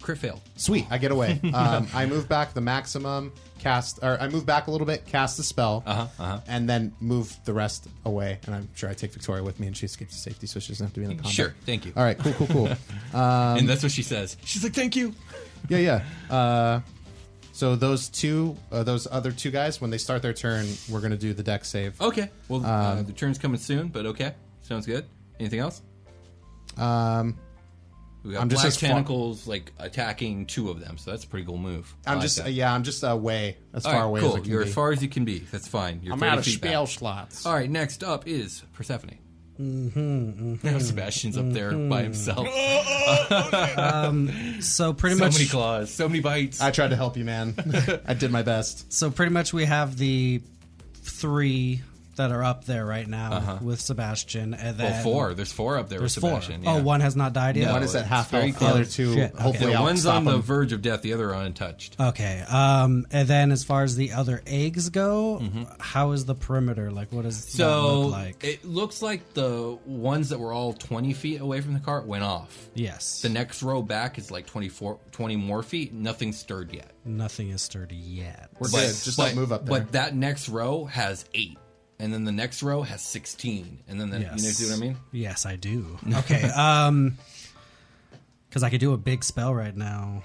D: Crit fail.
G: Sweet, I get away. Um, I move back the maximum cast, or I move back a little bit, cast the spell,
D: Uh-huh, uh-huh.
G: and then move the rest away. And I'm sure I take Victoria with me, and she escapes to safety, so she doesn't have to be in the combat.
D: Sure, thank you.
G: All right, cool, cool, cool. Um,
D: and that's what she says. She's like, "Thank you."
G: yeah, yeah. Uh, so those two, uh, those other two guys, when they start their turn, we're gonna do the deck save.
D: Okay. Well, uh, the turn's coming soon, but okay, sounds good. Anything else?
G: Um,
D: We got
G: I'm just
D: black
G: as far-
D: tentacles like attacking two of them, so that's a pretty cool move. I
G: I'm
D: like
G: just, uh,
D: that.
G: yeah, I'm just away as
D: All
G: far
D: right,
G: away
D: cool.
G: as I can
D: You're
G: be.
D: as far as you can be. That's fine. You're
G: I'm
D: 30
G: out of
D: feet back.
G: spell slots.
D: All right, next up is Persephone. Mm-hmm, Now Sebastian's up there
F: Mm-hmm.
D: by himself.
F: So pretty
D: so
F: much
D: many claws, so many bites.
G: I tried to help you, man. I did my best.
F: So pretty much we have the three that are up there right now with Sebastian, and then
D: Uh-huh. well, four. There's four up there
F: There's
D: with
F: four.
D: Sebastian.
F: Oh,
D: yeah.
F: one has not died yet.
G: One is at
D: it's
G: half
D: very
G: health. The
D: close.
G: other two,
F: Shit, okay.
G: hopefully,
D: The
G: I'll
D: one's
G: stop
D: on the
G: them.
D: verge of death, the other are untouched.
F: Okay. Um, and then as far as the other eggs go, how is the perimeter? Like, what does that
D: Mm-hmm. So
F: look like?
D: it looks like the ones that were all 20 feet away from the cart went off.
F: yes.
D: The next row back is like 24, 20 more feet. Nothing stirred yet.
F: Nothing is sturdy yet.
G: We're good. Just don't move up there.
D: But that next row has eight. And then the next row has 16. And then the, you know, see what I mean?
F: Yes, I do. Okay. Um, because I could do a big spell right now,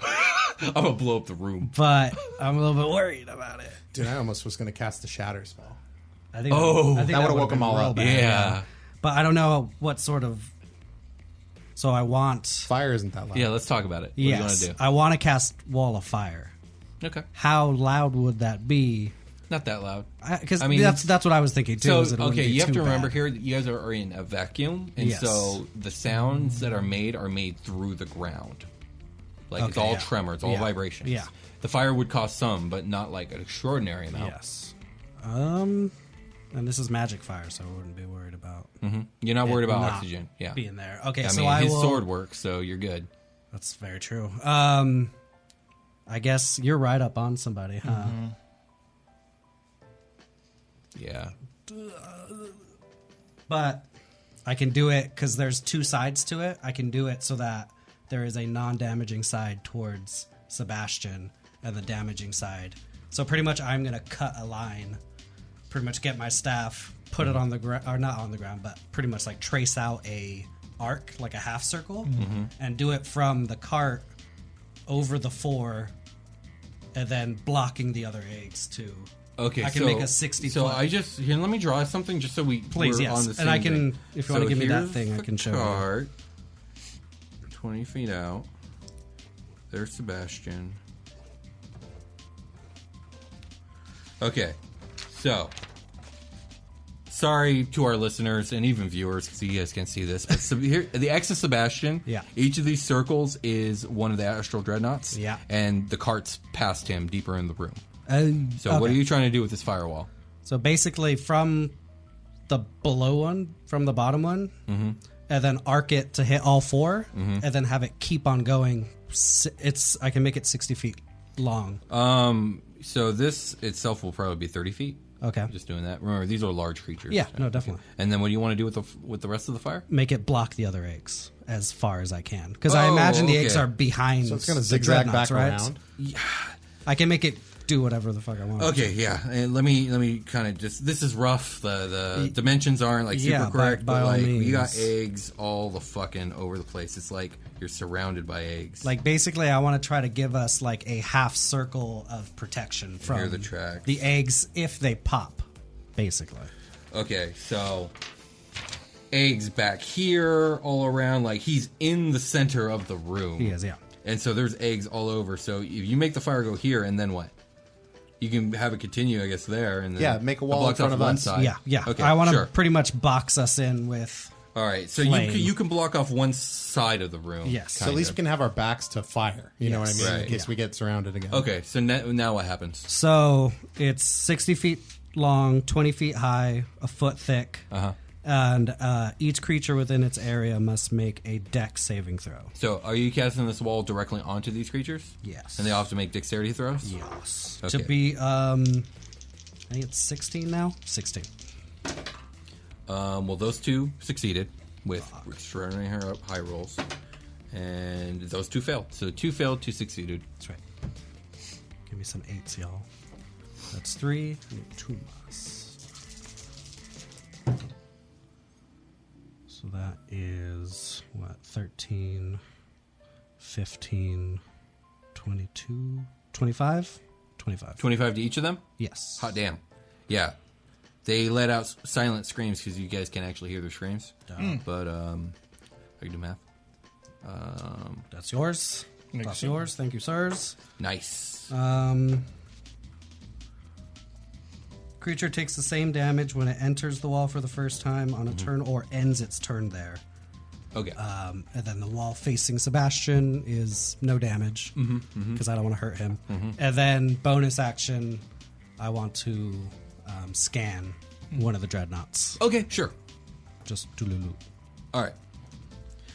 D: I'm going to blow up the room.
F: but I'm a little bit worried about it.
G: Dude, I almost was going to cast the shatter spell.
F: I think.
D: Oh,
F: I think
G: that would've
F: would've
G: woke 'em
F: been
G: all
F: real
G: up.
F: bad, but I don't know what sort of. So I want.
G: Fire isn't that loud.
D: Yeah, let's talk about it. What
F: yes,
D: do you want
F: I want to cast Wall of Fire.
D: to do? Okay.
F: How loud would that be?
D: Not that loud.
F: Because
D: I mean,
F: that's
D: it's-
F: that's what I was thinking too.
D: So
F: is it wouldn't
D: okay,
F: be
D: you have
F: too
D: to remember
F: bad.
D: here that you guys are, are in a vacuum, and
F: Yes.
D: so the sounds that are made are made through the ground. Like it's
F: Okay,
D: all
F: yeah.
D: tremor, it's all
F: Yeah.
D: vibrations.
F: Yeah.
D: the fire would cause some, but not like an extraordinary amount.
F: Yes. Um, and this is magic fire, so I wouldn't be worried about
D: You're not worried about
F: not
D: oxygen. Yeah,
F: being there. Okay,
D: I
F: so
D: mean,
F: I
D: his
F: will.
D: sword works, so you're good.
F: That's very true. Um, I guess you're right up on somebody,
D: Mm-hmm.
F: huh?
D: Yeah,
F: But I can do it because there's two sides to it. I can do it so that there is a non-damaging side towards Sebastian and the damaging side. So pretty much, I'm gonna cut a line. Pretty much, get my staff, put it on the ground, or not on the ground, but pretty much like trace out a arc, like a half circle,
D: Mm-hmm.
F: and do it from the cart over the four, and then blocking the other eggs too.
D: Okay,
F: I can
D: so,
F: make a 60
D: So
F: foot.
D: I just here. Let me draw something just so we
F: Please,
D: we're
F: yes.
D: on the
F: And
D: same
F: I can-
D: thing.
F: if you wanna
D: So
F: give me that
D: here's
F: thing, I
D: the
F: can show you.
D: card, Twenty feet out. There's Sebastian. Okay, so sorry to our listeners and even viewers because you guys can't see this. But so here, the X of Sebastian.
F: Yeah.
D: Each of these circles is one of the astral dreadnoughts.
F: Yeah.
D: And the cart's past him, deeper in the room.
F: Oh,
D: So what are you trying to do with this firewall?
F: So basically, from the below one, from the bottom one,
D: Mm-hmm.
F: and then arc it to hit all 4 and then have it keep on going. S- It's I can make it sixty feet long.
D: Um, so this itself will probably be thirty feet.
F: okay,
D: I'm just doing that. Remember, these are large creatures.
F: Yeah, no, definitely.
D: And then what do you want to do with the f- with the rest of the fire?
F: make it block the other eggs as far as I can because I
D: Oh,
F: imagine the eggs
D: okay.
F: are behind.
G: So it's going
F: the
G: to zigzag
F: dreadnoughts,
G: back
F: right?
G: around.
F: I can make it do whatever the fuck I want.
D: Okay, yeah. And let me let me kind of just this is rough. The the dimensions aren't like super
F: Yeah, by-
D: correct,
F: by
D: but
F: all
D: like you got
F: means.
D: eggs all the fucking over the place. It's like you're surrounded by eggs.
F: Like basically, I want to try to give us like a half circle of protection from
D: the tracks.
F: the eggs if they pop. Basically,
D: okay, so eggs back here all around like he's in the center of the room.
F: he is. Yeah.
D: And so there's eggs all over. So if you make the fire go here and then what? you can have it continue, I guess, there and then
G: Yeah, make a wall
D: it blocks
G: in front
D: off
G: of
D: one
G: us.
D: Side.
F: Yeah, yeah.
D: Okay,
F: I want to
D: sure.
F: pretty much box us in with.
D: All right, so you can,
F: flame.
D: you can block off one side of the room.
F: Yes.
G: So at
D: kind
G: least we
D: of.
G: can have our backs to fire. You know what I
F: Yes.
G: mean?
D: Right.
G: In case we get surrounded again.
D: Okay, so now, now what happens?
F: So it's 60 feet long, 20 feet high, a foot thick. Uh-huh. And uh, each creature within its area must make a deck saving throw.
D: So are you casting this wall directly onto these creatures?
F: Yes.
D: And they all have to make dexterity throws.
F: Yes.
D: Okay.
F: To be, um, I think it's 16 now? 16.
D: Um, well, those two succeeded with extraordinary high- high rolls, and those two failed. So two failed, two succeeded.
F: That's right. Give me some eights, y'all. That's three. I need two mas. So that is what 13, 15, 22, 25? 25.
D: Twenty-five to each of them.
F: Yes.
D: Hot damn. Yeah. They let out s- silent screams because you guys can actually hear their screams.
F: Mm.
D: But um, I can do math.
F: That's yours.
E: Makes
F: That's
E: sense.
F: yours. Thank you, sirs.
D: Nice.
F: Um, creature takes the same damage when it enters the wall for the first time on a turn or ends its turn there.
D: Okay.
F: Um, and then the wall facing Sebastian is no damage because
D: Mm-hmm,
F: I don't want to hurt him. And then bonus action, I want to um, scan one of the dreadnoughts.
D: okay. Sure.
F: Just Tululu.
D: All right.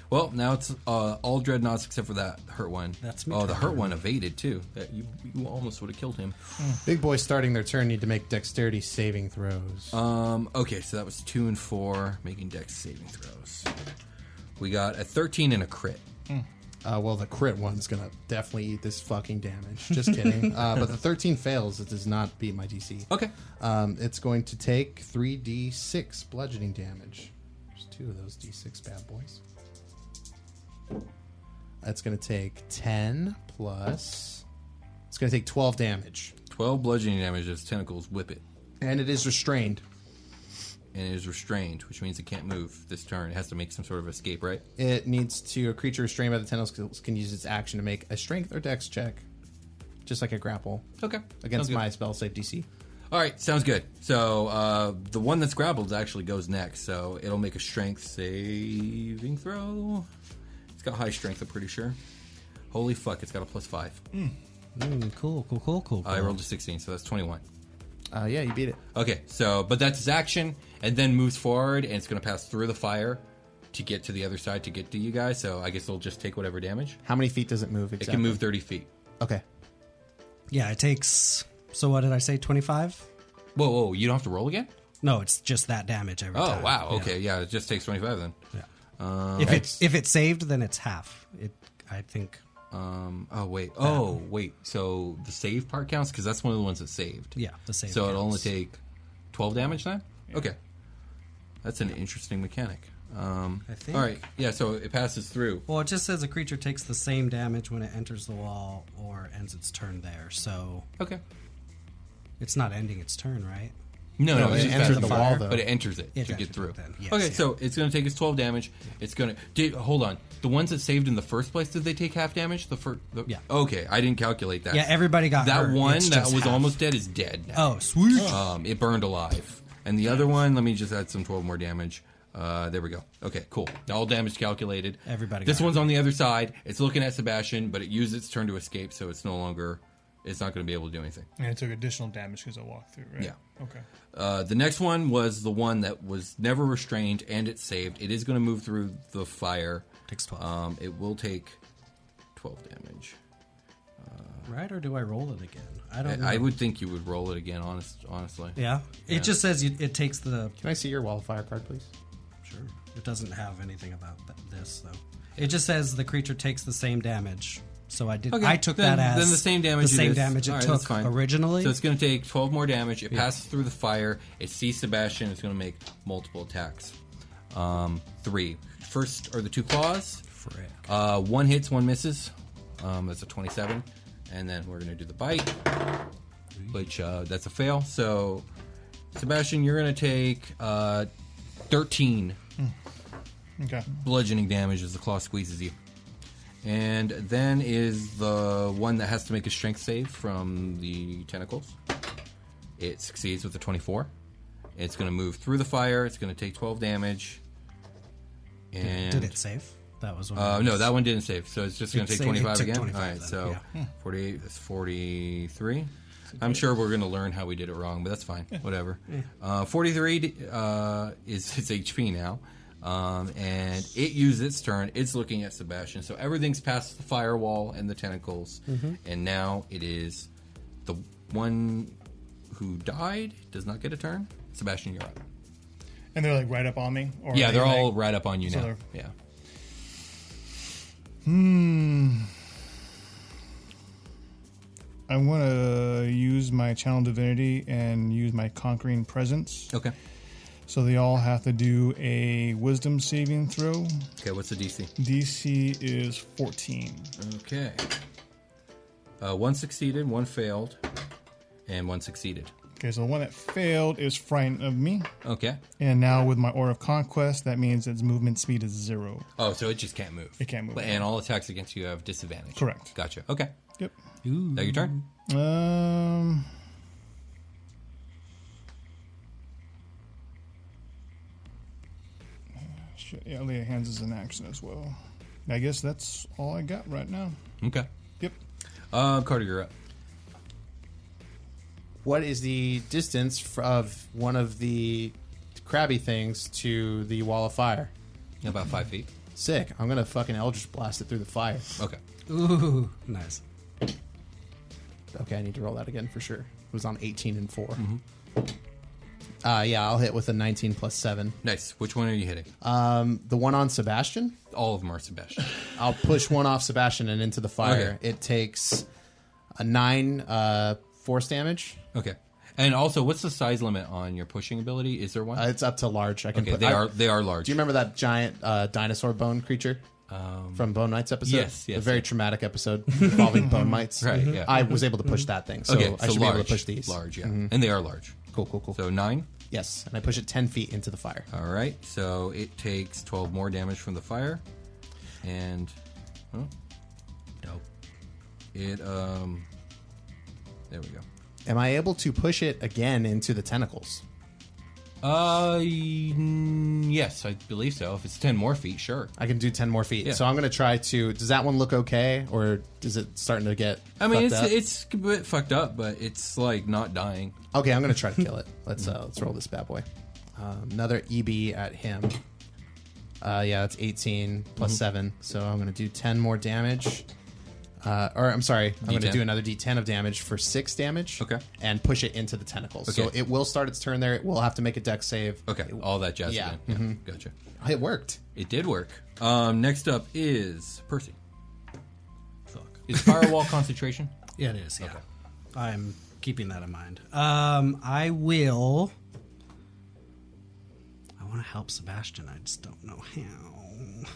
D: Well, now it's uh, all dreadnoughts except for that hurt one.
F: That's me
D: Oh, the hurt
F: turn.
D: one evaded too. That you, you almost would have killed him.
F: Hmm.
G: Big boys starting their turn need to make dexterity saving throws.
D: Um. Okay. So that was two and four making dex saving throws. We got a thirteen and a crit.
G: Uh, well, the crit one's gonna definitely eat this fucking damage. Just kidding. uh, but the 13 fails. It does not beat my DC.
D: Okay.
G: Um, it's going to take 3d6 bludgeoning damage. There's two of those d6 bad boys. That's going to take 10 plus. It's going to take 12 damage.
D: Twelve bludgeoning damage as tentacles whip it,
G: And it is restrained.
D: and it is restrained, which means it can't move this turn. It has to make some sort of escape, right?
G: It needs to. A creature restrained by the tentacles can use its action to make a strength or dex check, just like a grapple,
D: Okay.
G: against
D: Sounds good.
G: my spell save DC.
D: All right. Sounds good. So uh, the one that's grappled actually goes next. So it'll make a strength saving throw. It's got high strength. I'm pretty sure. Holy fuck! It's got a plus five.
F: Mm, cool, cool, cool, cool.
D: I
G: Mm-hmm.
F: cool.
D: rolled a sixteen, so that's twenty-one.
G: Uh, yeah, you beat it.
D: Okay, so but that's his action, and then moves forward, and it's going to pass through the fire to get to the other side to get to you guys. So I guess it'll just take whatever damage.
G: How many feet does it move
D: It
G: exactly?
D: can move thirty feet.
G: Okay.
F: Yeah, it takes. So what did I say? Twenty-five?
D: Whoa, whoa! You don't have to roll again.
F: No, it's just that damage every
D: Oh
F: time.
D: wow!
F: Yeah.
D: Okay, Uh, yeah, it just takes twenty-five then.
F: if it if it's saved, then it's half. It I think.
D: Um. Oh wait. Oh wait. So the save part counts because that's one of the ones that saved.
F: Yeah, the save.
D: So it'll only
F: counts.
D: take twelve damage then. Okay. That's an interesting mechanic. Um,
F: I think.
D: All right. Yeah. So it passes through.
F: Well, it just says a creature takes the same damage when it enters the wall or ends its turn there. So
D: Okay.
F: it's not ending its turn, right?
D: No, no,
G: No,
D: it's
G: it
D: just
G: entered
D: passes
G: the
D: through,
G: wall, though.
D: But it enters it
F: It
D: to get
F: enters
D: through.
F: it then, yes.
D: okay,
F: Yeah.
D: so it's going to take us twelve damage. It's going to did hold on. The ones that saved in the first place did they take half damage? The first, the,
F: Yeah.
D: Okay, I didn't calculate that.
F: Yeah, everybody got
D: that
F: hurt.
D: one
F: It's
D: that
F: just
D: was
F: half.
D: almost dead is dead. Now.
F: Oh, sweet.
D: um, it burned alive, and the other one. Let me just add some twelve more damage. Uh, there we go. Okay, cool. All damage calculated.
F: Everybody
D: This
F: got
D: one's on the other side. It's looking at Sebastian, but it used its turn to escape, so it's no longer. It's not going to be able to do anything.
E: And it took additional damage because I walked through, right?
D: Yeah.
E: Okay.
D: Uh, the next one was the one that was never restrained and it's saved. It is going to move through the fire.
F: Takes 12.
D: Um, it will take 12 damage.
F: right, or do I roll it again? I don't. know.
D: Oh. I, I would think you would roll it again, honest, honestly.
F: Yeah. It just says you, it takes the.
G: Can I see your wildfire card, please?
F: Sure. It doesn't have anything about th- this though. It just says the creature takes the same damage. So I did.
D: Okay,
F: I took
D: then-
F: that as
D: then the same damage.
F: The same
D: is.
F: damage it
D: All right, that's
F: took
D: fine.
F: originally.
D: So it's going to take 12 more damage. It passes through the fire. It sees Sebastian. It's going to make multiple attacks. Um, three. First are the two claws.
F: Frick.
D: Uh, one hits, one misses. Um, that's a 27. And then we're going to do the bite, which uh, that's a fail. So, Sebastian, you're going to take uh, 13
E: Okay.
D: bludgeoning damage as the claw squeezes you. And then is the one that has to make a strength save from the tentacles. It succeeds with a 24. It's going to move through the fire. It's going to take 12 damage. And
F: Did it save? That was one.
D: Uh, no, that one didn't save. So it's just going
F: It
D: to take
F: saved- it
D: 25
F: took
D: again.
F: 25
D: All right,
F: then,
D: so
F: yeah. Hmm.
D: 48, that's 43. I'm sure we're going to learn how we did it wrong, but that's fine. Whatever. Uh, 43 d- uh, is its HP now. Um, and it uses its turn. It's looking at Sebastian. So everything's past the firewall and the tentacles.
F: Mm-hmm.
D: And now it is the one who died does not get a turn. Sebastian, you're up.
H: And they're like right up on me. Or
D: Yeah,
H: are
D: they're
H: they,
D: all
H: like-
D: right up on you
H: So
D: now.
H: they're-
D: Yeah.
H: I want to use my channel divinity and use my conquering presence.
D: Okay.
H: So they all have to do a wisdom saving throw.
D: Okay, what's the DC?
H: DC is 14.
D: Okay. Uh, one succeeded, one failed, and one succeeded.
H: Okay, so the one that failed is frightened of me.
D: Okay.
H: And now with my Aura of Conquest, that means its movement speed is zero.
D: Oh, so it just can't move.
H: It can't move.
D: And all attacks against you have disadvantage.
H: Correct.
D: Gotcha. Okay.
H: Yep.
D: Now your turn.
H: Um. Shit, yeah, lay of hands is an action as well. I guess that's all I got right now.
G: Mm-hmm.
D: Okay.
H: Yep.
D: Uh, Carter, you're up.
G: What is the distance f- of one of the crabby things to the wall of fire?
D: About five feet.
G: Sick. I'm gonna fucking Eldritch blast it through the fire.
D: Okay.
F: Ooh, nice.
G: Okay, I need to roll that again for sure. It was on 18 and 4.
D: Mm-hmm.
G: Uh, yeah, I'll hit with a 19 plus 7.
D: Nice. Which one are you hitting?
G: Uh, The one on Sebastian,
D: All of them are Sebastian.
G: I'll push one off Sebastian and into the fire. It takes a 9 uh, force damage.
D: okay. And also, what's the size limit on your pushing ability? Is there one?
G: Uh, it's up to large. I can
D: okay,
G: put,
D: they
G: I-
D: are they are large.
G: Do you remember that giant uh, dinosaur bone creature from Bone Mites episode?
D: Um, yes, yes,
G: A very
D: yes.
G: traumatic episode involving bone mites. Mm-hmm.
D: Right, yeah.
G: I was able to push that thing, so
D: okay,
G: I
D: so
G: should
D: large,
G: be able to push these. Mm-hmm.
D: Large, yeah. And they are large.
G: Cool, cool, cool.
D: So nine.
G: yes, and I push it 10 feet into the fire.
D: All right, so it takes 12 more damage from the fire, and oh, nope. It um, there we go.
G: Am I able to push it again into the tentacles?
D: Uh, mm, yes, I believe so. If it's 10 more feet, sure.
G: I can do 10 more feet.
D: Yeah.
G: So I'm going to try to. Does that one look okay? Or is it starting to get.
D: I mean,
G: fucked
D: it's
G: up?
D: it's a bit fucked up, but it's like not dying.
G: Okay, I'm going to try to kill it. Let's uh, let's roll this bad boy. Um, another EB at him. Uh, yeah, that's 18
D: Mm-hmm.
G: plus 7. So I'm going to do 10 more damage. Uh, or I'm sorry, I'm going to
D: D10.
G: do another D10 of damage for 6 damage.
D: Okay.
G: And push it into the tentacles. So
D: Okay.
G: it will start its turn there. It will have to make a deck save.
D: Okay, all that jazz
G: yeah,
D: again. Yeah, Mm-hmm. gotcha.
G: It worked.
D: It did work. Um, next up is Percy. Is firewall concentration?
F: Yeah, it is. Yeah, I'm keeping that in mind. Um, I will. I want to help Sebastian. I just don't know how.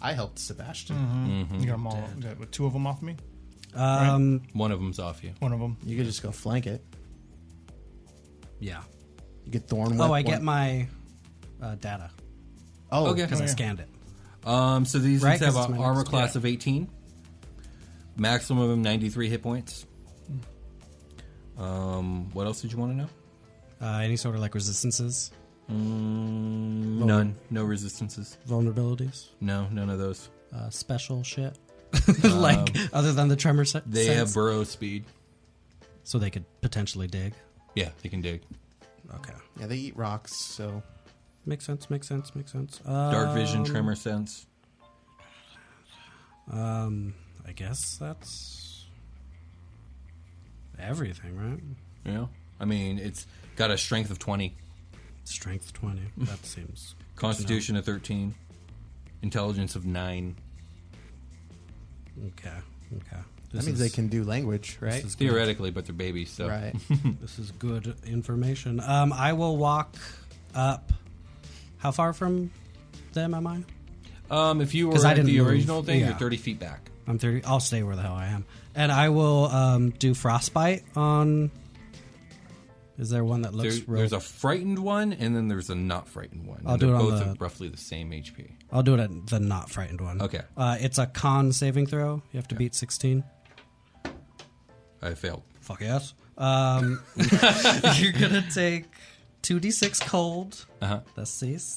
G: I helped Sebastian.
D: Mm-hmm.
H: You got them all. got, what, two of them off me.
F: Um,
D: One of them's off you.
H: One of them.
G: You could just go flank it.
F: yeah.
G: You get thorn.
F: Oh,
G: whip
F: I get
G: one-
F: my uh, data
G: Oh,
D: Okay.
F: because
H: Oh,
F: I
H: yeah.
F: scanned it.
D: Um, so these
F: Right,
D: things have
F: 'cause it's
D: an
F: my
D: armor
F: next-
D: class of 18, maximum of 93 hit points. Um, what else did you want to know?
F: Uh, any sort of like resistances,
D: None. Oh, No resistances.
F: vulnerabilities,
D: No, none of those.
F: uh, special shit, like other than the tremor set.
D: They have
F: sense?
D: burrow speed.
F: so they could potentially dig.
D: Yeah, they can dig.
F: Okay,
G: Yeah, they eat rocks, so
F: makes sense. Makes sense. Makes sense.
D: Dark vision,
F: Um,
D: tremor sense.
F: Um, I guess that's everything, right?
D: You know? I mean, it's got a strength of 20,
F: Strength twenty. That seems. good to know.
D: constitution of 13, intelligence of 9.
F: Okay. Okay.
G: that
F: This
G: means
F: is-
G: they can do language, right?
F: This is good.
D: Theoretically, but they're babies, so.
G: Right.
F: This is good information. Um, I will walk up. How far from them am I?
D: Um, if you were
F: 'Cause I
D: at the
F: didn't move.
D: original thing,
F: Yeah.
D: you're 30 feet back.
F: I'm 30. I'll stay where the hell I am. And I will um, do frostbite on. Is there one that looks
D: There-
F: real?
D: there's a frightened one, and then there's a not frightened one.
F: I'll
D: and
F: do
D: they're
F: it on
D: both
F: the-
D: at roughly the same HP.
F: I'll do it at the not frightened one.
D: Okay.
F: Uh, it's a con saving throw. You have to beat 16.
D: I failed.
F: Fuck yes. Um, you're gonna take two d six cold. Uh-huh. That's cease.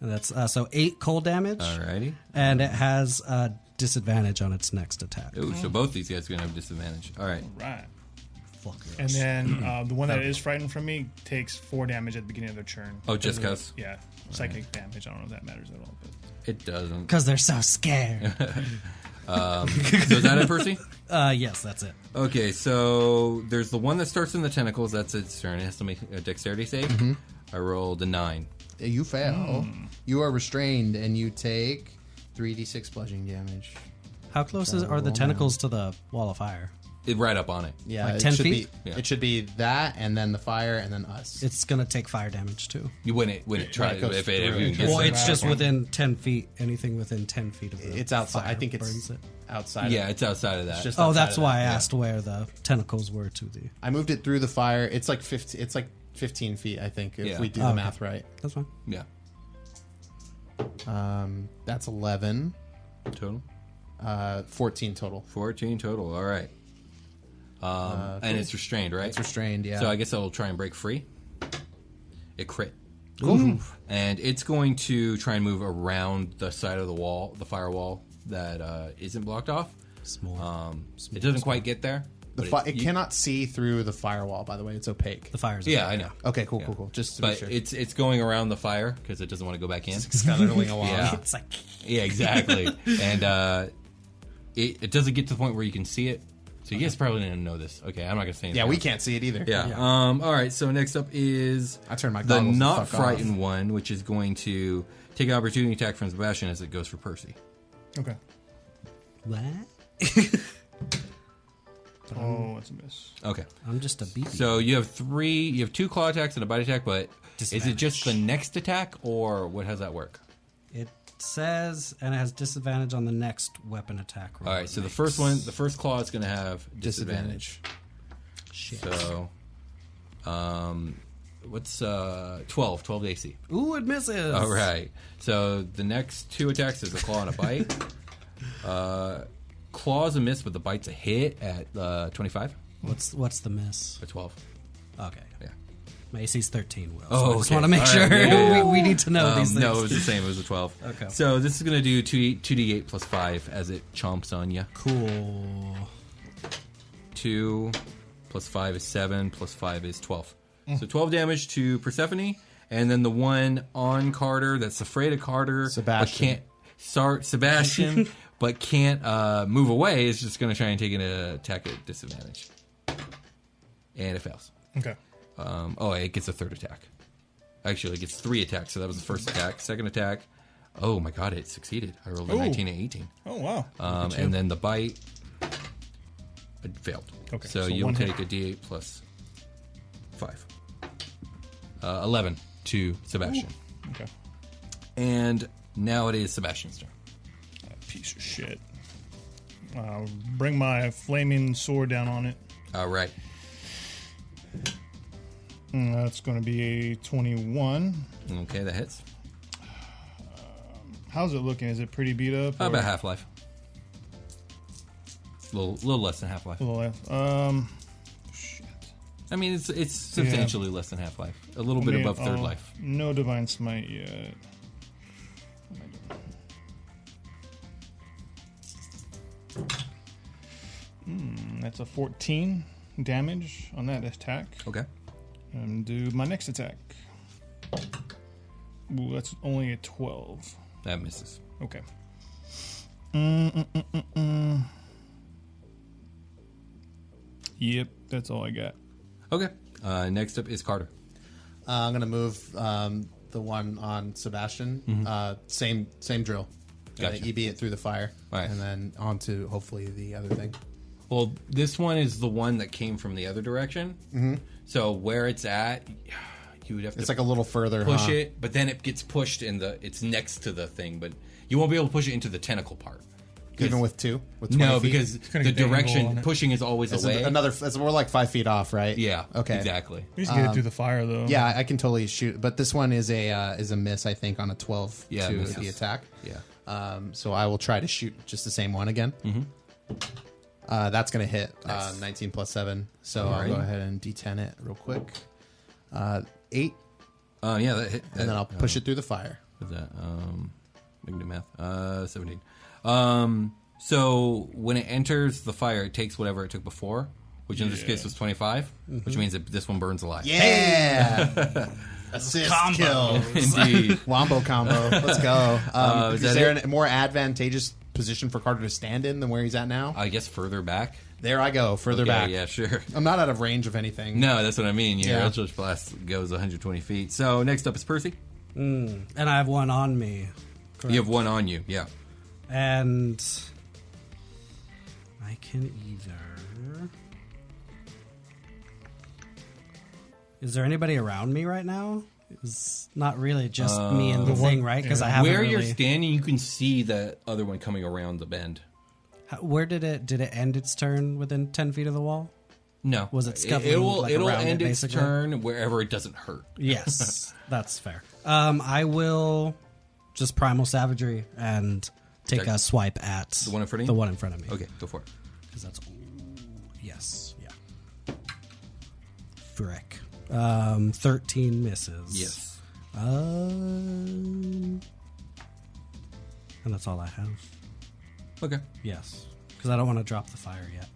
F: And that's uh, so eight cold damage,
D: Alrighty.
F: and it has a disadvantage on its next attack.
D: Ooh, so both these guys are gonna have disadvantage. All right.
H: Right.
F: Fuck yes.
H: And then uh, the one that is frightened from me takes four damage at the beginning of their turn.
D: Oh, just
H: Because
D: cause?
H: of- Yeah, psychic damage. I don't know if that matters at all. But
D: It doesn't.
F: Because they're so scared.
D: So is that it, Percy?
F: uh, yes, that's it.
D: Okay, so there's the one that starts in the tentacles. That's its turn. It has to make a dexterity save.
F: Mm-hmm.
D: I rolled a nine.
G: You fail. You are restrained and you take 3d6 bludgeoning damage.
F: How close is, are the tentacles to the wall of fire?
D: It right up on it.
G: Yeah,
F: Like
G: it
F: 10
G: should
F: feet?
G: be
D: Yeah.
G: it should be that and then the fire and then us.
F: It's gonna take fire damage too.
D: You when it when it tries
G: goes
D: if it, if
G: through.
D: it gets
F: Well,
D: it.
F: it's just within ten feet. Anything within ten feet of the
G: it's outside. I
F: fire
G: think
F: burns
G: it's
F: it.
G: outside.
D: yeah,
G: of,
D: it's outside of that.
G: it's just
F: Oh,
G: outside
F: that's
G: of
F: why
G: that.
F: I
G: Yeah.
F: asked where the tentacles were to the.
G: I moved it through the fire. It's like 15 it's like 15 feet I think if
D: Yeah.
G: we do
F: Oh,
G: the
F: okay.
G: math right.
F: That's fine.
D: yeah,
G: Um that's 11
D: total
G: uh 14 total.
D: fourteen total. All right, um,
F: Uh,
D: and it's restrained, right?
G: It's restrained, yeah.
D: So I guess it'll try and break free. It crit. And it's going to try and move around the side of the wall, the firewall that uh, isn't blocked off.
F: Small.
D: Um, it doesn't quite get there.
G: the
D: but
G: fi- it
D: you-
G: cannot see through the firewall by the way. It's opaque.
F: the fire's.
D: Yeah, I know.
G: Okay, Oh, cool, cool, cool. Just to be
D: But
G: sure.
D: it's it's going around the fire because it doesn't want to go back in.
G: scuttling along.
D: Yeah,
F: It's like
D: yeah, exactly. and uh, it, it doesn't get to the point where you can see it. So you guys probably didn't know this. Okay, I'm not gonna say anything.
G: Yeah, we can't see it either. Uh,
D: Yeah. Um. All right. So next up is
G: I turned my
D: the
G: goggles the
D: not
G: fuck off.
D: frightened one, which is going to take an opportunity attack from Sebastian as it goes for Percy.
H: okay.
F: what?
H: Oh, it's a miss.
D: Okay.
F: I'm just a BB.
D: So you have three. You have two claw attacks and a bite attack, but is it just the next attack or what? How does that work?
F: it says, and it has disadvantage on the next weapon attack. Roll
D: All right. So the first one, the first claw is going to have disadvantage.
G: disadvantage.
F: Shit.
D: So, um, what's uh 12, 12 to AC.
F: Ooh, it misses.
D: All right. So the next two attacks is a claw and a bite. uh, claw's a miss, but the bite's a hit at uh, 25
F: What's what's the miss?
D: or 12.
F: Okay.
D: Yeah.
F: My AC's 13. Will. So
D: Oh,
F: I just
D: okay.
F: want to make
D: All
F: sure
D: right, yeah, yeah, yeah.
F: we, we need to know
D: Um,
F: Oh, these things.
D: no, it was the same. It was a 12.
F: Okay.
D: So this is going to do 2, 2d8 plus 5 as it chomps on you.
F: cool.
D: 2 plus 5 is 7, plus 5 is 12. So 12 damage to Persephone, and then the one on Carter that's afraid of Carter.
G: Sebastian.
D: But can't, sorry, Sebastian, but can't uh, move away is just going to try and take an attack at disadvantage. And it fails.
H: Okay.
D: Um, oh, it gets a third attack. Actually, it gets three attacks. So that was the first attack. Second attack. Oh my god, it succeeded. I rolled a 19 and 18.
H: Oh wow.
D: Um, and then the bite it failed.
H: Okay,
D: So,
H: so
D: you'll
H: one
D: take a d8 plus 5. Uh, 11 to Sebastian.
H: okay.
D: And now it is Sebastian's turn.
H: Piece of shit. I'll bring my flaming sword down on it.
D: All right.
H: And Mm, that's going to be a twenty-one.
D: Okay, that hits.
H: How's it looking? Is it pretty beat up?
D: How
H: or-
D: about Half Life? A little, little less than Half Life.
H: A little left. Um, shit.
D: I mean, it's it's substantially less than Half Life. A little bit
H: I mean,
D: above Third
H: oh,
D: Life.
H: No divine smite yet. What am I doing? Hmm, that's a 14 damage on that attack.
D: Okay.
H: And do my next attack. Ooh, that's only a 12.
D: That misses.
H: Okay. Mm, Mm-mm-mm-mm-mm. Yep, that's all I got.
D: Okay. Uh, next up is Carter.
G: Uh, I'm gonna move um, the one on Sebastian. Uh, same same drill.
D: Mm-hmm. Gotcha.
G: Uh, EB it through the fire,
D: Alright.
G: and then on to hopefully the other thing.
D: Well, this one is the one that came from the other direction. Mm-hmm. So where it's at, you would have to
G: It's like a Uh-huh. little further.
D: push
G: huh?
D: it, but then it gets pushed in the. It's next to the thing, but you won't be able to push it into the tentacle part.
G: even with two. With 20
D: No,
G: feet?
D: because
E: gonna
D: the
E: get dangle on
D: direction
E: it.
D: pushing is always
G: it's
D: away.
G: a, another. It's, we're like five feet off, right?
D: yeah.
G: Okay.
D: Exactly.
E: You just get it through the fire though.
G: Yeah, I I can totally shoot, but this one is a uh, is a miss, I think, on a twelve
D: Yeah,
G: to
D: misses.
G: the attack.
D: Yeah.
G: Um, so I will try to shoot just the same one again. Mm-hmm. Uh, that's going to hit uh, 19 plus 7. So I'll go ahead and D10 it real quick. Uh, 8,
D: Um, yeah, that hit.
G: and then I'll push it through the fire.
D: What's that? Um, I can do math. Uh, 17. Um, so when it enters the fire, it takes whatever it took before, which in this case was 25,
G: Mm-hmm.
D: which means that this one burns alive.
G: Yeah! Assist kill.
D: Indeed.
G: Wombo combo. Let's go. Um,
D: Uh, is
G: is
D: that
G: there a more advantageous position for Carter to stand in than where he's at now?
D: I guess further back.
G: there I go, further
D: Okay,
G: back.
D: Yeah, sure.
G: I'm not out of range of anything.
D: No, that's what I mean. Your
G: Yeah.
D: Eldritch Blast goes 120 feet. So next up is Percy.
F: And I have one on me.
D: You have one on you. Yeah.
F: And I can either. Is there anybody around me right now? It's not really just me and the, thing, right? Because I haven't
D: Uh, Where you're
F: really.
D: standing, you can see the other one coming around the bend.
F: How- Where did it did it end its turn within ten feet of the wall?
D: No,
F: Was it scuffling,
D: It will
F: like,
D: it'll
F: around it,
D: end its
F: basically?
D: turn wherever it doesn't hurt.
F: Yes, that's fair. Um, I will just primal savagery and take
D: Okay.
F: a swipe at the
D: one in front of you?
F: The one in front of me.
D: Okay, go for it.
F: because that's yes, yeah. Frick. Um, thirteen misses.
D: Yes.
F: Um, and that's all I have.
D: Okay.
F: Yes, because I don't want to drop the fire yet.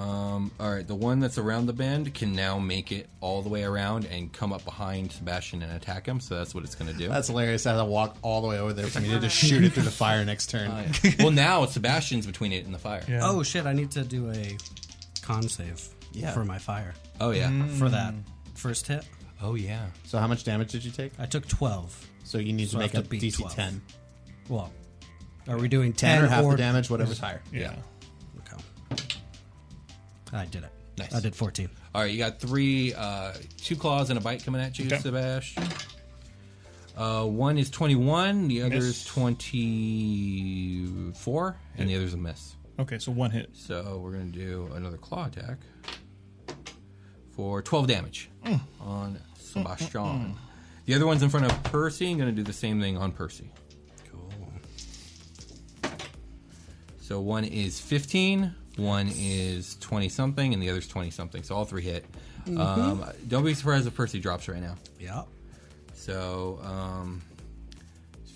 D: Um, all right, the one that's around the bend can now make it all the way around and come up behind Sebastian and attack him. So that's what it's going to do.
G: That's hilarious. I had to walk all the way over there for me to just shoot it through the fire next turn.
D: Oh, well, now Sebastian's between it and the fire.
E: Yeah.
F: Oh shit! I need to do a con save
G: Yeah. Mm.
F: for my fire
D: Oh yeah.
F: for that first hit.
D: Oh yeah.
G: So how much damage did you take?
F: I took twelve.
G: So you need
F: So
G: to
F: I
G: make
F: have
G: a
F: to beat
G: DC
F: 12.
G: 10.
F: Well, are we doing
G: 10
F: ten
G: or half the damage, whatever's higher.
H: Yeah.
F: Okay. I did it.
D: Nice.
F: I did fourteen.
D: All right, you got three, uh, two claws and a bite coming at you,
H: Okay.
D: Sebastian. Uh, one is twenty-one, the other
H: Miss.
D: is twenty-four, and the other's a miss.
H: Okay, so one hit.
D: So we're gonna do another claw attack for twelve damage on Sebastian. The other one's in front of Percy. I'm gonna do the same thing on Percy.
F: Cool.
D: So one is 15, one is 20 something, and the other's 20 something. So all three hit. Um, don't be surprised if Percy drops right now.
F: Yeah.
D: So um,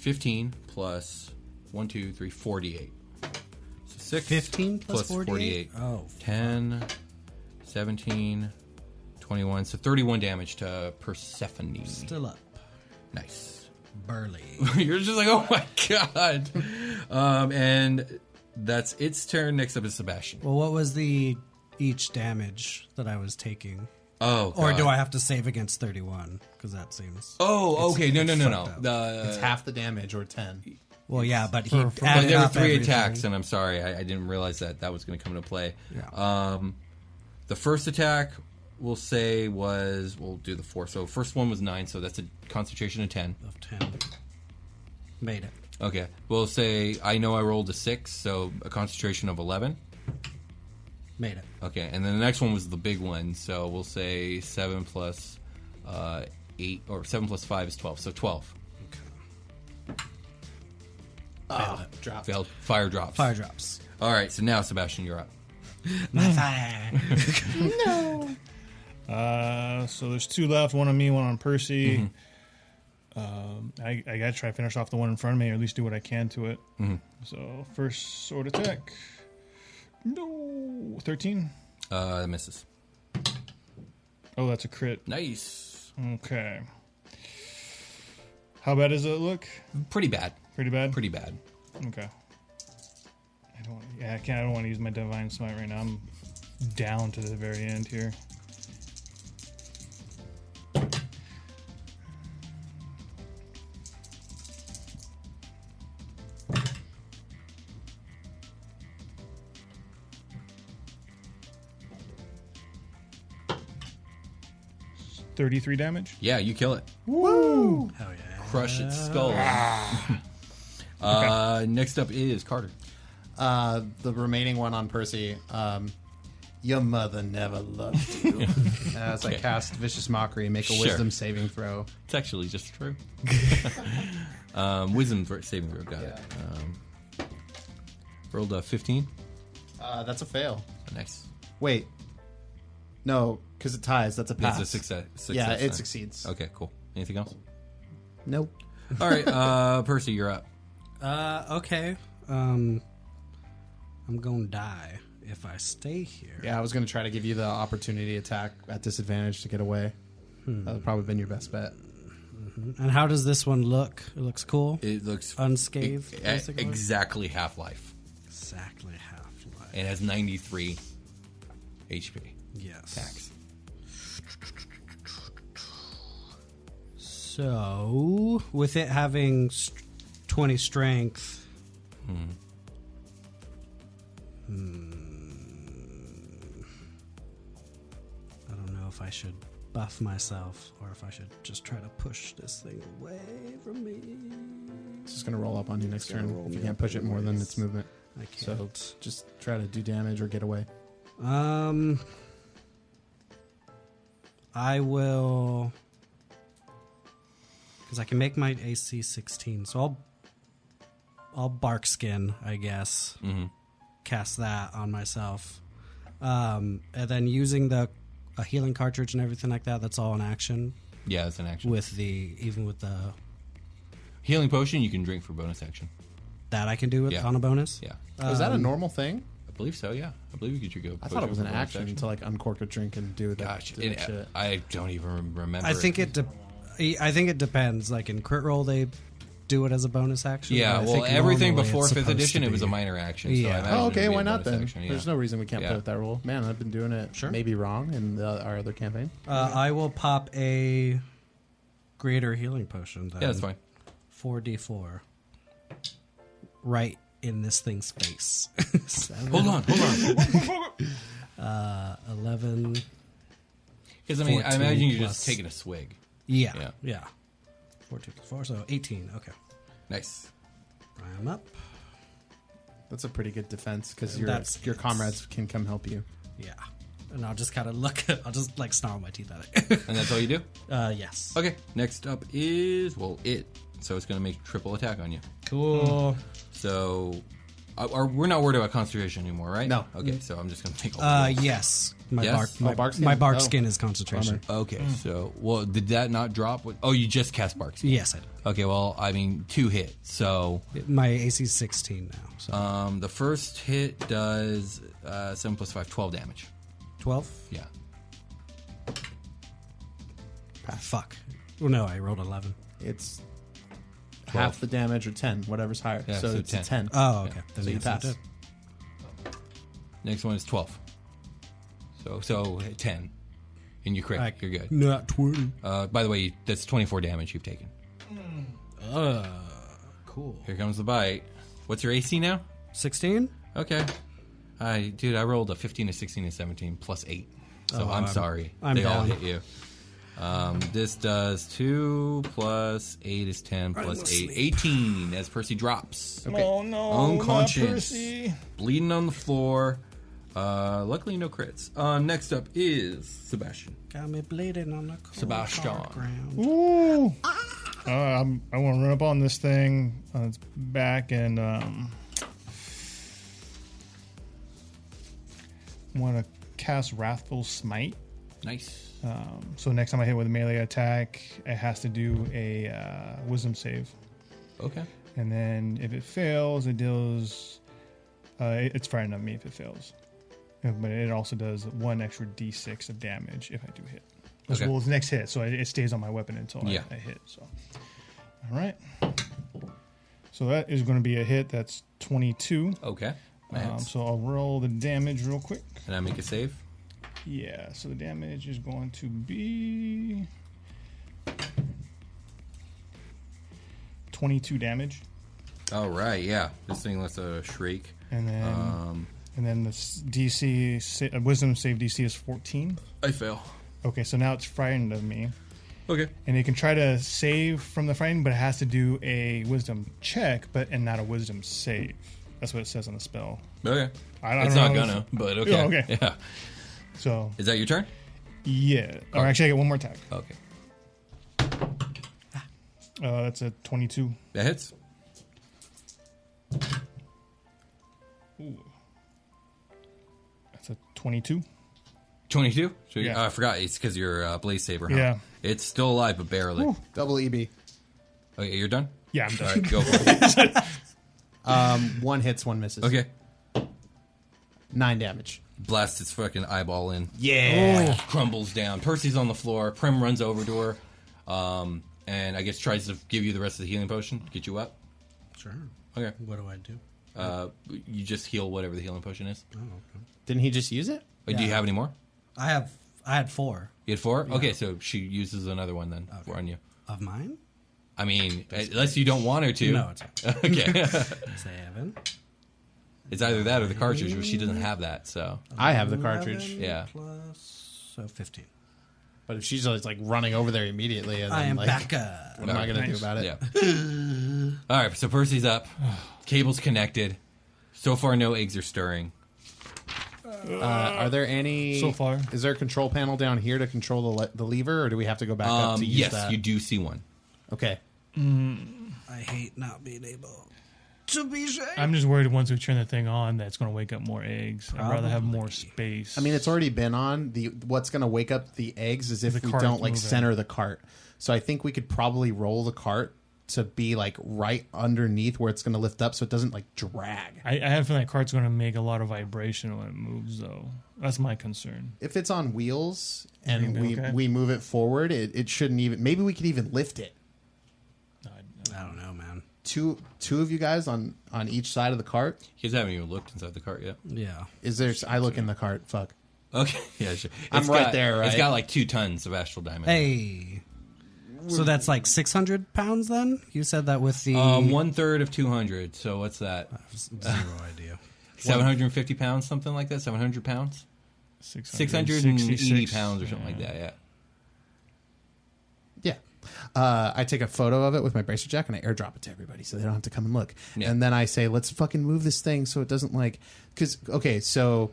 D: 15 plus 1, 2, 3, 48. So 6
F: 15 plus
D: 48.
F: 48? Oh,
D: 10, 17, 21. So 31 damage to Persephone.
F: Still up.
D: Nice.
F: Burly.
D: You're just like, oh my god. um, and that's its turn. Next up is Sebastian.
F: well, what was the each damage that I was taking?
D: Oh,
F: Or do
D: God.
F: I have to save against 31? Because that seems.
D: Oh, okay. No, no, no, no.
F: fucked up.
D: The,
G: It's half the damage or 10.
F: Well, yeah, but he
E: for-
D: but
F: added
D: there were
F: up
D: three
F: everything.
D: attacks, and I'm sorry, I, I didn't realize that that was going to come into play.
F: Yeah.
D: Um, the first attack, we'll say, was we'll do the four. So first one was nine, so that's a concentration of ten.
F: Of 10. Made it.
D: Okay, we'll say I know I rolled a six, so a concentration of eleven.
F: Made it.
D: Okay, and then the next one was the big one, so we'll say seven plus uh, eight or seven plus five is twelve, so twelve.
G: Ah, drop.
D: Failed fire drops.
F: Fire drops.
D: All right, so now Sebastian, you're up.
F: My fire.
H: Uh, so there's two left, one on me, one on Percy. Um, I, I gotta try to finish off the one in front of me, or at least do what I can to it. So first sword attack. No, thirteen.
D: Uh, that misses.
H: Oh, that's a crit.
D: Nice.
H: Okay. How bad does it look?
D: Pretty bad.
H: Pretty bad.
D: Pretty bad.
H: Okay. I don't. Yeah, I can't. I don't want to use my divine smite right now. I'm down to the very end here. Thirty-three damage.
D: Yeah, you kill it.
F: Hell yeah. Ah.
D: Crush its skull. uh, next up is Carter.
G: Uh, the remaining one on Percy. Um, your mother never loved you. As I cast Vicious Mockery, make a
D: Sure.
G: wisdom saving throw.
D: It's actually just true. um, wisdom thro- saving throw. Got it. Um, rolled a 15.
G: Uh, that's a fail.
D: Nice.
G: Wait. No, because it ties. That's a pass.
D: That's a success. success
G: Yeah, it
D: then.
G: succeeds.
D: Okay, cool. Anything else?
G: Nope.
D: All right, uh, Percy, you're up.
F: Uh, okay. Um, I'm gonna die if I stay here.
G: Yeah, I was going to try to give you the opportunity attack at disadvantage to get away.
F: Hmm.
G: That would probably been your best bet.
F: And how does this one look? It looks cool.
D: It looks
F: Unscathed,
D: e- e-
F: basically?
D: exactly Half Life,
F: exactly half life.
D: and has 93 HP.
F: Yes. So, with it having s- 20 strength, hmm. I don't know if I should buff myself or if I should just try to push this thing away from me.
G: It's just going to roll up on you next
F: gonna
G: turn.
F: roll
G: If you
F: me
G: can't
F: up
G: push it more than
F: anyways.
G: its movement.
F: I
G: So
F: can't.
G: just try to do damage or get away.
F: Um, I will, because I can make my AC sixteen. So I'll, I'll bark skin, I guess.
D: Mm-hmm.
F: Cast that on myself, um, and then using the a healing cartridge and everything like that. That's all in action
D: Yeah, that's an action.
F: with the even with the
D: Healing potion you can drink for bonus action.
F: that I can do it
D: Yeah.
F: on a bonus.
D: Yeah,
G: Is that a normal thing?
D: I believe so. Yeah, I believe you could drink a
G: I thought it
D: potion
G: was
D: for
G: an
D: bonus
G: action to like uncork a drink and do that,
D: Gosh,
G: do that
D: it-
G: shit.
D: I don't even remember.
F: I think it. De- I think it depends. Like in crit roll, they do it as a bonus action.
D: Yeah,
F: but I
D: well,
F: think
D: everything
F: normally
D: before
F: it's
D: fifth
F: supposed
D: edition,
F: to
D: it was
F: be-
D: a minor action.
F: Yeah.
D: So I
G: Oh,
D: imagine it would
G: okay.
D: be a
G: Why not
D: bonus
G: then?
D: action, yeah.
G: There's no reason we can't
D: Yeah.
G: play with that rule. Man, I've been doing it maybe wrong in the, our other campaign.
F: Uh, I will pop a greater healing potion. Then.
D: Yeah, that's fine.
F: Four d four. Right in this thing's face. Seven,
D: Hold on, hold on.
F: Eleven.
D: Because I mean, I
F: 14
D: imagine you're
F: plus.
D: just taking a swig.
F: Yeah.
D: Yeah.
F: Yeah. Fourteen plus four, so eighteen. Okay.
D: Nice.
F: I'm up.
G: That's a pretty good defense because your
F: That's-
G: your comrades can come help you.
F: Yeah. And I'll just kind of look. I'll just like snarl my teeth at it.
D: And that's all you do.
F: uh, yes.
D: Okay. Next up is well, it. So it's going to make triple attack on you.
F: Cool.
D: So, uh, are, we're not worried about concentration anymore, right?
G: No.
D: Okay. So I'm just going to take. All
F: Uh,
D: the
F: yes. My
D: Yes?
F: bark.
D: Oh,
F: My,
G: bark skin?
F: my bark
G: Oh.
F: skin is concentration.
D: Okay. So well, did that not drop? What- Oh, you just cast barks.
F: Yes, I did.
D: Okay. Well, I mean, two hit. So
F: My AC is sixteen now. So
D: um, the first hit does uh, seven plus five, 12 damage.
F: twelve.
D: Yeah.
F: Ah, Fuck. Well, no, I rolled eleven.
G: It's half the damage or ten, whatever's higher.
D: Yeah,
G: so,
D: so Uh,
G: it's a
D: 10.
G: ten.
F: Oh, okay. Then
G: so you
F: yes, I
G: pass.
F: did.
D: Next one is twelve. So so ten, and you crit.
F: Like,
D: You're good.
F: Not twenty.
D: Uh, by the way, that's 24 damage you've taken.
F: Cool.
D: Here comes the bite. What's your AC now?
F: Sixteen.
D: Okay. I dude, I rolled a 15, a 16, a 17 plus eight. So I'm, sorry.
F: Oh, I'm
D: they all
F: down.
D: hit you. Um, this does two plus eight is ten plus
F: will
D: eight.
F: sleep.
D: 18 as Percy drops.
H: Oh no,
D: Unconscious.
H: not Percy.
D: Bleeding on the floor. Uh, luckily no crits. Uh, next up is Sebastian.
F: Got me bleeding on the cold,
D: Sebastian.
F: hard ground.
H: Ooh. Uh, I'm, I want to run up on this thing on its back and um, want to cast Wrathful Smite.
D: Nice.
H: So next time I hit with a melee attack, it has to do a uh, Wisdom save,
D: Okay.
H: and then if it fails, it deals. Uh, it- it's frightened of me if it fails, Uh, but it also does one extra d6 of damage if I do hit. As
D: Okay.
H: well as next hit, so it, it stays on my weapon until
D: Yeah.
H: I, I hit. So, all right. So that is going to be a hit. That's 22.
D: Okay.
H: Um,
D: Nice.
H: so I'll roll the damage real quick.
D: Can I make a save?
H: Yeah, so the damage is going to be 22 damage.
D: All right. Yeah. This thing lets a shriek.
H: And then
D: Um,
H: and then the s- DC sa- uh, wisdom save DC is 14.
D: I fail.
H: Okay, so now it's frightened of me.
D: Okay.
H: And it can try to save from the frightened, but it has to do a wisdom check, but and not a wisdom save. That's what it says on the spell.
D: Okay.
H: I- I
D: it's
H: don't
D: not
H: know.
D: gonna, but okay.
H: Yeah, okay.
D: Yeah.
H: So
D: Is that your turn?
H: yeah, or actually I get one more attack.
D: Okay.
H: Uh, that's a 22.
D: That hits.
H: Ooh. I It's a 22.
D: 22? So you-
H: Yeah.
D: oh, I forgot. It's because you're uh, Blaze Saber, huh?
H: Yeah.
D: It's still alive, but barely.
G: Double E EB.
D: Okay, you're done?
H: Yeah, I'm done.
D: All right, go for it.
G: One hits, one misses.
D: Okay.
G: Nine damage.
D: Blast its fucking eyeball in. Yeah. Crumbles down. Percy's on the floor. Prim runs over to her. Um, and I guess tries to give you the rest of the healing potion, to get you up.
F: Sure.
D: Okay.
F: What do I do?
D: Uh, you just heal whatever the healing potion is.
G: Didn't he just use it?
D: Uh, Do you
F: Yeah.
D: have any more?
F: I have I had four
D: You had four? Okay, so she uses another one then for on you.
F: of mine.
D: I mean, unless you don't want her to.
F: No, it's okay.
D: okay.
F: seven.
D: it's either that or the cartridge, but she doesn't have that, so.
G: I have the cartridge.
F: Eleven
D: Yeah.
F: Plus so fifteen.
G: But if she's always like running over there immediately, and
F: I
G: then,
F: am
G: like,
F: back uh, up.
G: What am I gonna do about it?
D: Yeah. All right, so Percy's up. Cable's connected. So far, no eggs are stirring.
G: Uh, are there any?
H: So far.
G: is there a control panel down here to control the le- the lever, or do we have to go back up
D: Um,
G: to use
D: yes,
G: that?
D: you do see one.
G: okay.
F: I hate not being able to be sure.
H: I'm just worried once we turn the thing on, that's going to wake up more eggs. I'd rather have more space.
G: I mean, it's already been on. The what's going to wake up the eggs is if
H: The
G: we
H: cart
G: don't like
H: moving.
G: center the cart. So I think we could probably roll the cart to be like right underneath where it's going to lift up, so it doesn't like drag.
H: I, I have a feeling that cart's going to make a lot of vibration when it moves, though. That's my concern.
G: If it's on wheels and
H: Maybe,
G: we
H: Mm-hmm. okay.
G: we move it forward, it, it shouldn't even. Maybe we could even lift it.
F: I don't know, man.
G: Two two of you guys on on each side of the cart.
D: You guys haven't even looked inside the cart yet.
F: Yeah.
G: Is there? I look in the cart. Fuck.
D: Okay, yeah, sure.
G: I'm
D: It's
G: right
D: got-
G: there,
D: It's
G: right?
D: got like two tons of astral diamond.
F: Hey. So that's like six hundred pounds then? You said that with the
D: Um, one third of 200, so what's that?
G: Uh,
F: zero idea.
D: 750 pounds, something like that? 700 pounds? 680
H: 666.
D: pounds or something like that, yeah.
G: Yeah. Uh, I take a photo of it with my bracer jack and I airdrop it to everybody so they don't have to come and look.
D: Yeah.
G: And then I say, let's fucking move this thing so it doesn't like. Because, okay, so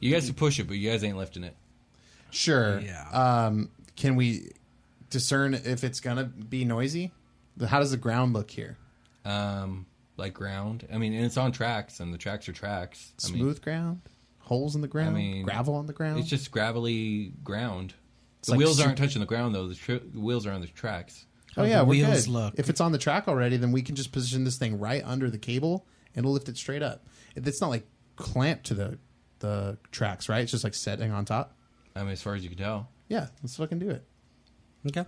D: You guys can push it, but you guys ain't lifting it.
G: sure.
F: Yeah.
G: Um, can we discern if it's going to be noisy? The- How does the ground look here?
D: Um, like ground. I mean, and it's on tracks, and the tracks are tracks. I mean,
G: Smooth ground? Holes in the ground?
D: mean,
G: gravel on the ground?
D: It's just gravelly ground. The
G: like
D: wheels
G: su-
D: aren't touching the ground though. The, tr- the wheels are on the tracks.
G: oh,
F: how
G: yeah,
F: the
G: we're
F: wheels
G: good.
F: look.
G: If it's on the track already, then we can just position this thing right under the cable and it'll lift it straight up. It's not like clamped to the, the tracks, right? It's just like setting on top.
D: I mean, as far as you can tell.
G: Yeah, let's fucking do it.
F: Okay.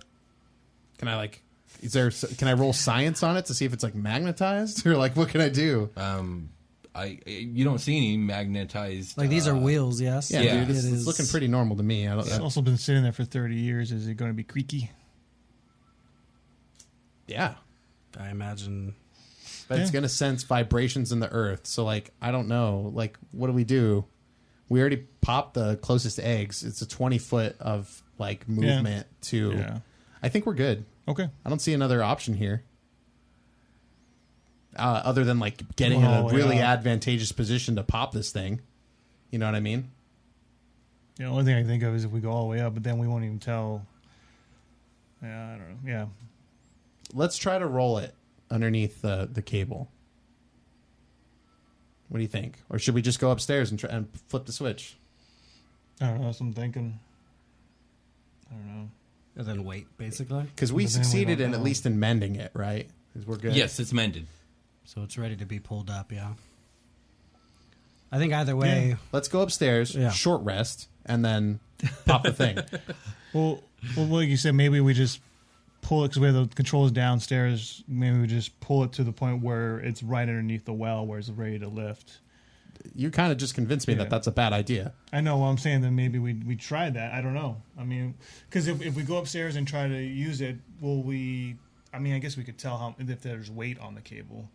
G: Can I like? Is there? Can I roll science on it to see if it's like magnetized or like what can I do?
D: Um, I you don't see any magnetized.
F: Like these
D: uh,
F: are wheels, yes.
G: yeah,
D: yeah.
G: dude, it's, it's looking pretty normal to me. I don't.
H: It's
G: Yeah,
H: also been sitting there for 30 years. Is it going to be creaky?
G: yeah.
F: I imagine
G: but it's
H: Yeah.
G: gonna sense vibrations in the earth. So like, I don't know. Like, what do we do? We already popped the closest eggs. It's a twenty foot of like movement to.
H: Yeah.
G: I think we're good.
H: Okay.
G: I don't see another option here. Uh, other than like getting
H: Oh,
G: in a really
H: yeah.
G: advantageous position to pop this thing, you know what I mean?
H: The only thing I can think of is if we go all the way up, but then we won't even tell. Yeah, I don't know. Yeah.
G: let's try to roll it underneath the the cable. What do you think? Or should we just go upstairs and try and flip the switch?
H: I don't know. That's what I'm thinking. I don't know.
F: and then wait, basically.
G: Because we
H: But then we
G: succeeded
H: don't
G: in at
H: know.
G: least in mending it, right? Because we're good.
D: Yes, it's mended.
F: So it's ready to be pulled up, yeah. I think either way
G: Let's go upstairs,
F: Yeah.
G: short rest, and then pop the thing.
H: Well, well, like you said, maybe we just pull it because we have the controls downstairs. Maybe we just pull it to the point where it's right underneath the well, where it's ready to lift.
G: you kind of just convinced me
H: Yeah.
G: that that's a bad idea.
H: I know. Well, I'm saying that maybe we we try that. I don't know. I mean, because if if we go upstairs and try to use it, will we? I mean, I guess we could tell how if there's weight on the cable.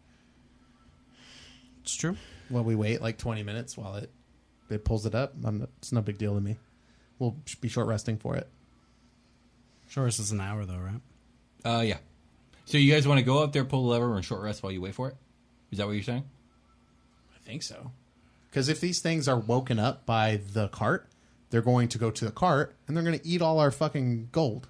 F: it's true.
G: Well, we wait like 20 minutes while it it pulls it up. I'm not, it's no big deal to me. We'll sh- be short resting for it.
F: Sure this is an hour though, right?
D: Uh, yeah. So you guys want to go up there, pull the lever, and short rest while you wait for it? Is that what you're saying?
G: I think so. Because if these things are woken up by the cart, they're going to go to the cart and they're going to eat all our fucking gold.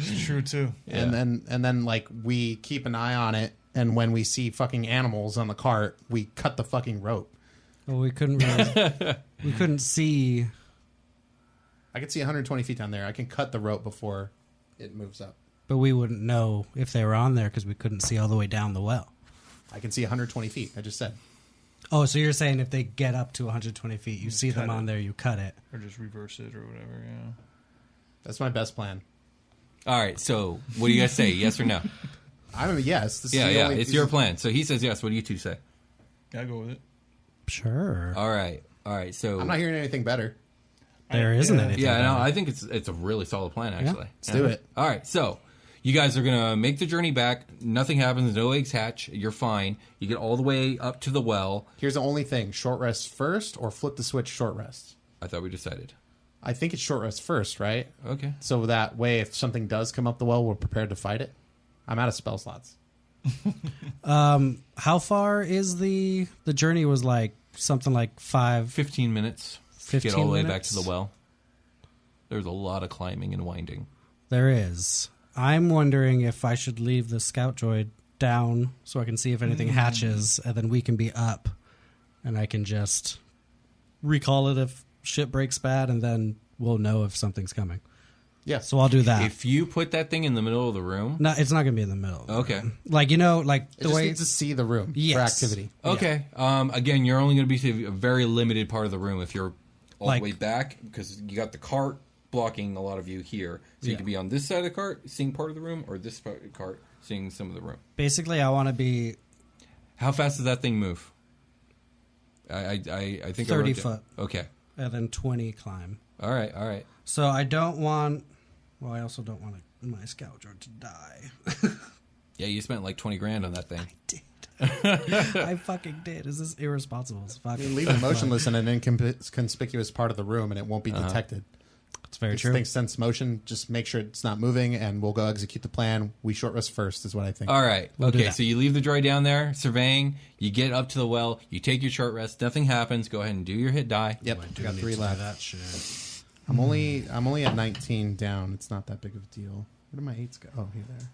H: It's true too.
G: And then and then like we keep an eye on it, and when we see fucking animals on the cart, we cut the fucking rope.
F: Well, we couldn't really, we couldn't see.
G: I can see 120 feet down there. I can cut the rope before it moves up.
F: But we wouldn't know if they were on there because we couldn't see all the way down the well.
G: I can see 120 feet. I just said.
F: Oh, so you're saying if they get up to 120 feet, you see them
H: cut it.
F: on there, you cut it.
H: or just reverse it or whatever. Yeah.
G: That's my best plan.
D: All right, so what do you guys say? Yes or no?
G: I'm a yes. This is
D: Yeah,
G: the
D: yeah,
G: Only,
D: it's your plan. So he says yes. What do you two say?
H: Yeah, I go with it.
F: Sure.
D: All right, all right. So
G: I'm not hearing anything better.
F: there
H: I-
F: isn't
H: yeah.
F: anything.
D: yeah, no, I think it's it's a really solid plan actually.
G: Let's do it.
D: All right, so you guys are gonna make the journey back. Nothing happens. No eggs hatch. You're fine. You get all the way up to the well.
G: Here's the only thing: short rest first, or flip the switch. Short rest.
D: I thought we decided.
G: I think it's short rest first, right?
D: Okay.
G: So that way, if something does come up the well, we're prepared to fight it. I'm out of spell slots.
F: How far is the the journey? Was like something like five.
D: Fifteen minutes. to get
F: 15
D: all the way back
F: minutes?
D: to the well. There's a lot of climbing and winding.
F: There is. I'm wondering if I should leave the scout droid down so I can see if anything hatches, and then we can be up, and I can just recall it if shit breaks bad, and then we'll know if something's coming.
G: Yeah.
F: So I'll do that.
D: If you put that thing in the middle of the room,
F: no, it's not gonna be in the middle.
D: okay.
F: Like you know, like
G: it
F: the
G: just
F: way
G: needs to see the room for
F: Yes.
G: activity.
D: Okay. Um, again, you're only going to be to a very limited part of the room if you're all
F: Like-
D: the way back because you got the cart blocking a lot of you here. So you
F: Yeah.
D: can be on this side of the cart seeing part of the room or this part of the cart seeing some of the room.
F: basically I want to be
D: How fast does that thing move? I I, I, I think I
F: 30
D: wrote down-
F: foot.
D: Okay.
F: and then twenty climb.
D: All right. All right.
F: So I don't want. Well, I also don't want my scout droid to die.
D: Yeah, you spent like 20 grand on that thing.
F: did. I fucking did. This is irresponsible as fuck.
G: You leave it motionless in an inconspicuous part of the room, and it won't be detected.
F: It's Uh-huh. very
G: This thing sense motion. Just make sure it's not moving, and we'll go execute the plan. We short rest first, is what I think.
D: All right.
F: do
D: okay.
F: that.
D: So you leave the droid down there surveying. You get up to the well. You take your short rest. Nothing happens. Go ahead and do your hit die.
G: Yep, I got three left.
F: That shit.
G: I'm only I'm only at 19 down. It's not that big of a deal. Where do my eights go? Oh, here they are.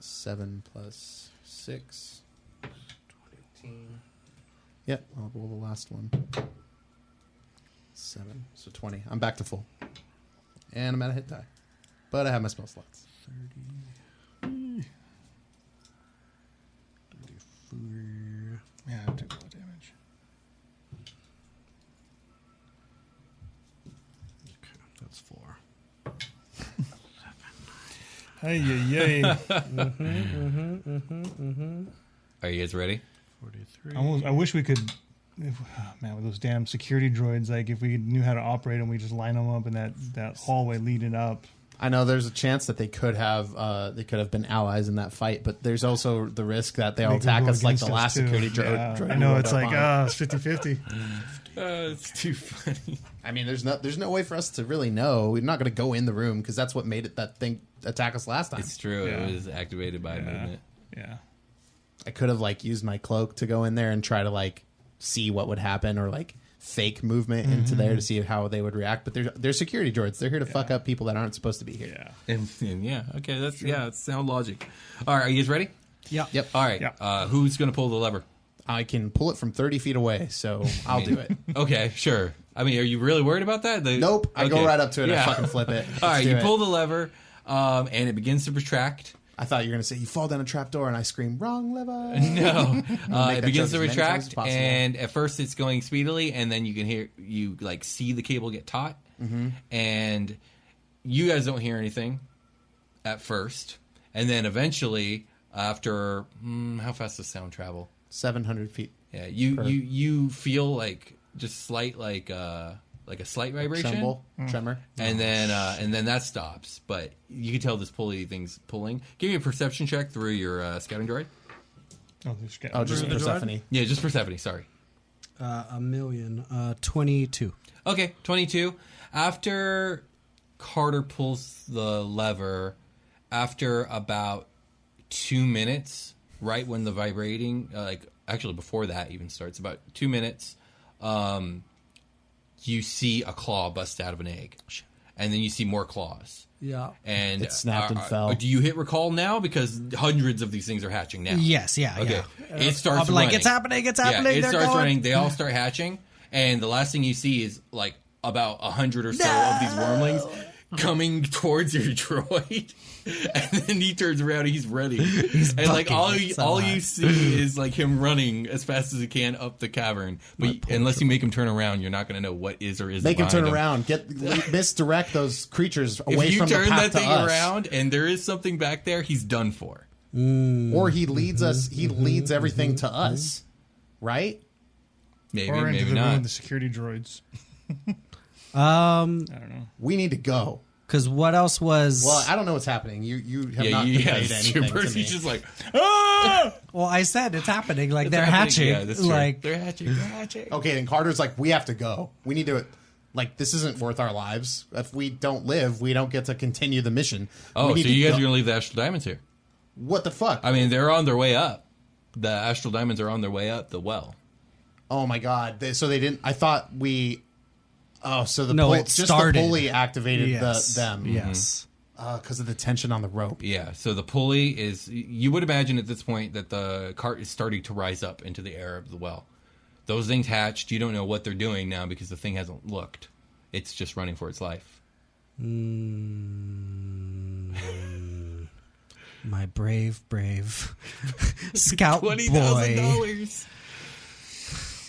G: Seven plus six. 18. Yep, I'll roll the last one. Seven, so 20. I'm back to full. And I'm at a hit die. But I have my spell slots.
F: 30.
H: Yeah, I took a lot of damage.
F: Okay, that's four.
H: Hey, yeah, yeah.
D: Are you guys ready?
F: 43.
H: I, almost, I wish we could. If, ah, man, with those damn security droids, like if we knew how to operate them, we just line them up in that, that hallway leading up.
G: I know there's a chance that they could have uh, they could have been allies in that fight, but there's also the risk that they'll
H: They could
G: attack
H: go
G: us like
H: against
G: the last
H: too.
G: security dro-
H: Yeah.
G: droid.
H: I
G: we
H: know
G: rolled
H: it's
G: up
H: like
G: on.
H: ah, it's 50-50.
D: Uh, it's too funny.
G: I mean, there's no there's no way for us to really know. We're not going to go in the room because that's what made it that thing attack us last time.
D: It's true.
H: Yeah.
D: It was activated by movement.
H: Yeah.
G: I could have like used my cloak to go in there and try to like see what would happen or like fake movement into
H: Mm-hmm.
G: there to see how they would react. But they're they're security droids. They're here to fuck up people that aren't supposed to be here.
H: Yeah.
D: And, and yeah, okay, that's yeah, that's sound logic. All right, are you guys ready?
F: Yeah.
G: Yep.
D: All right,
H: Yeah.
D: uh, who's gonna pull the lever?
G: I can pull it from thirty feet away, so I'll do it.
D: Okay, sure. I mean, are you really worried about that? The-
G: Nope. I go
D: okay.
G: right up to it and
D: Yeah.
G: I fucking flip it.
D: All
G: Let's
D: right,
G: do
D: you
G: it.
D: pull the lever, um, and it begins to retract.
G: I thought you were gonna say you fall down a trap door and I scream wrong lever.
D: No, uh,
G: that
D: it begins
G: joke
D: to
G: as many times
D: retract,
G: as possible.
D: and at first it's going speedily, and then you can hear you like see the cable get taut,
G: Mm-hmm.
D: and you guys don't hear anything at first, and then eventually after hmm, how fast does sound travel?
G: Seven hundred feet.
D: Yeah, you you you feel like just slight like uh like a slight vibration.
G: Tremble.
D: Mm.
G: Oh, Tremor.
D: And then, uh, and then that stops. But you can tell this pulley thing's pulling. Give me a perception check through your uh, scouting droid.
H: Oh, there's got-
G: Oh, just
F: Through the droid?
G: Persephone.
D: Yeah, just Persephone. Sorry.
F: Uh, a million. Uh, 22.
D: Okay, 22. After Carter pulls the lever, after about two minutes, right when the vibrating, uh, like actually before that even starts, about two minutes, um, you see a claw bust out of an egg. And then you see more claws.
F: Yeah.
D: and uh,
I: It snapped and fell.
D: Do you hit recall now? Because hundreds of these things are hatching now.
F: Yes, yeah,
D: Okay.
F: yeah.
D: It starts
F: I'll be like,
D: running.
F: it's happening, it's happening.
D: Yeah, it
F: they're
D: starts
F: going.
D: running. They all start hatching, and the last thing you see is like about a hundred or so of these wormlings coming towards your droid, and then he turns around. He's ready, and like
F: bucking
D: all
F: it
D: you,
F: so
D: all
F: hard.
D: you see is like him running as fast as he can up the cavern. But unless you make him turn around, you're not going to know what is or isn't.
G: Make him turn
D: behind
G: around. Get misdirect those creatures away
D: If you
G: from
D: turn
G: the path
D: that thing
G: to us.
D: around and there is something back there, he's done for.
G: or he leads us. He leads everything to us, right?
D: Maybe,
H: or into
D: maybe
H: the room
D: not.
H: with the security droids.
F: Um,
G: We need to go.
F: because what else was?
G: Well, I don't know what's happening. You you have
D: Yeah,
G: not
D: you, yeah,
G: conveyed
D: it's
G: anything
D: true.
G: to
D: Percy's
G: me.
D: just like, ah!
F: Well, I said it's happening. Like they're
D: happening.
F: hatching.
D: Yeah, that's true.
F: Like
D: they're hatching. They're hatching.
G: okay, then Carter's like, we have to go. We need to. Like this isn't worth our lives. If we don't live, we don't get to continue the mission.
D: Oh,
G: we
D: so
G: need to
D: you guys
G: go-
D: are gonna leave the astral diamonds here?
G: what the fuck?
D: I mean, they're on their way up. The astral diamonds are on their way up the well.
G: oh my god! They, so they didn't. I thought we. Oh, so the
F: No,
G: pull,
F: it
G: just the
F: started.
G: pulley activated
F: yes,
G: the, them.
F: Yes.
G: because of the tension on the rope.
D: Yeah. So the pulley is. You would imagine at this point that the cart is starting to rise up into the air of the well. Those things hatched. You don't know what they're doing now because the thing hasn't looked. It's just running for its life.
F: My brave, brave scout
D: Twenty thousand
F: boy.
D: dollars.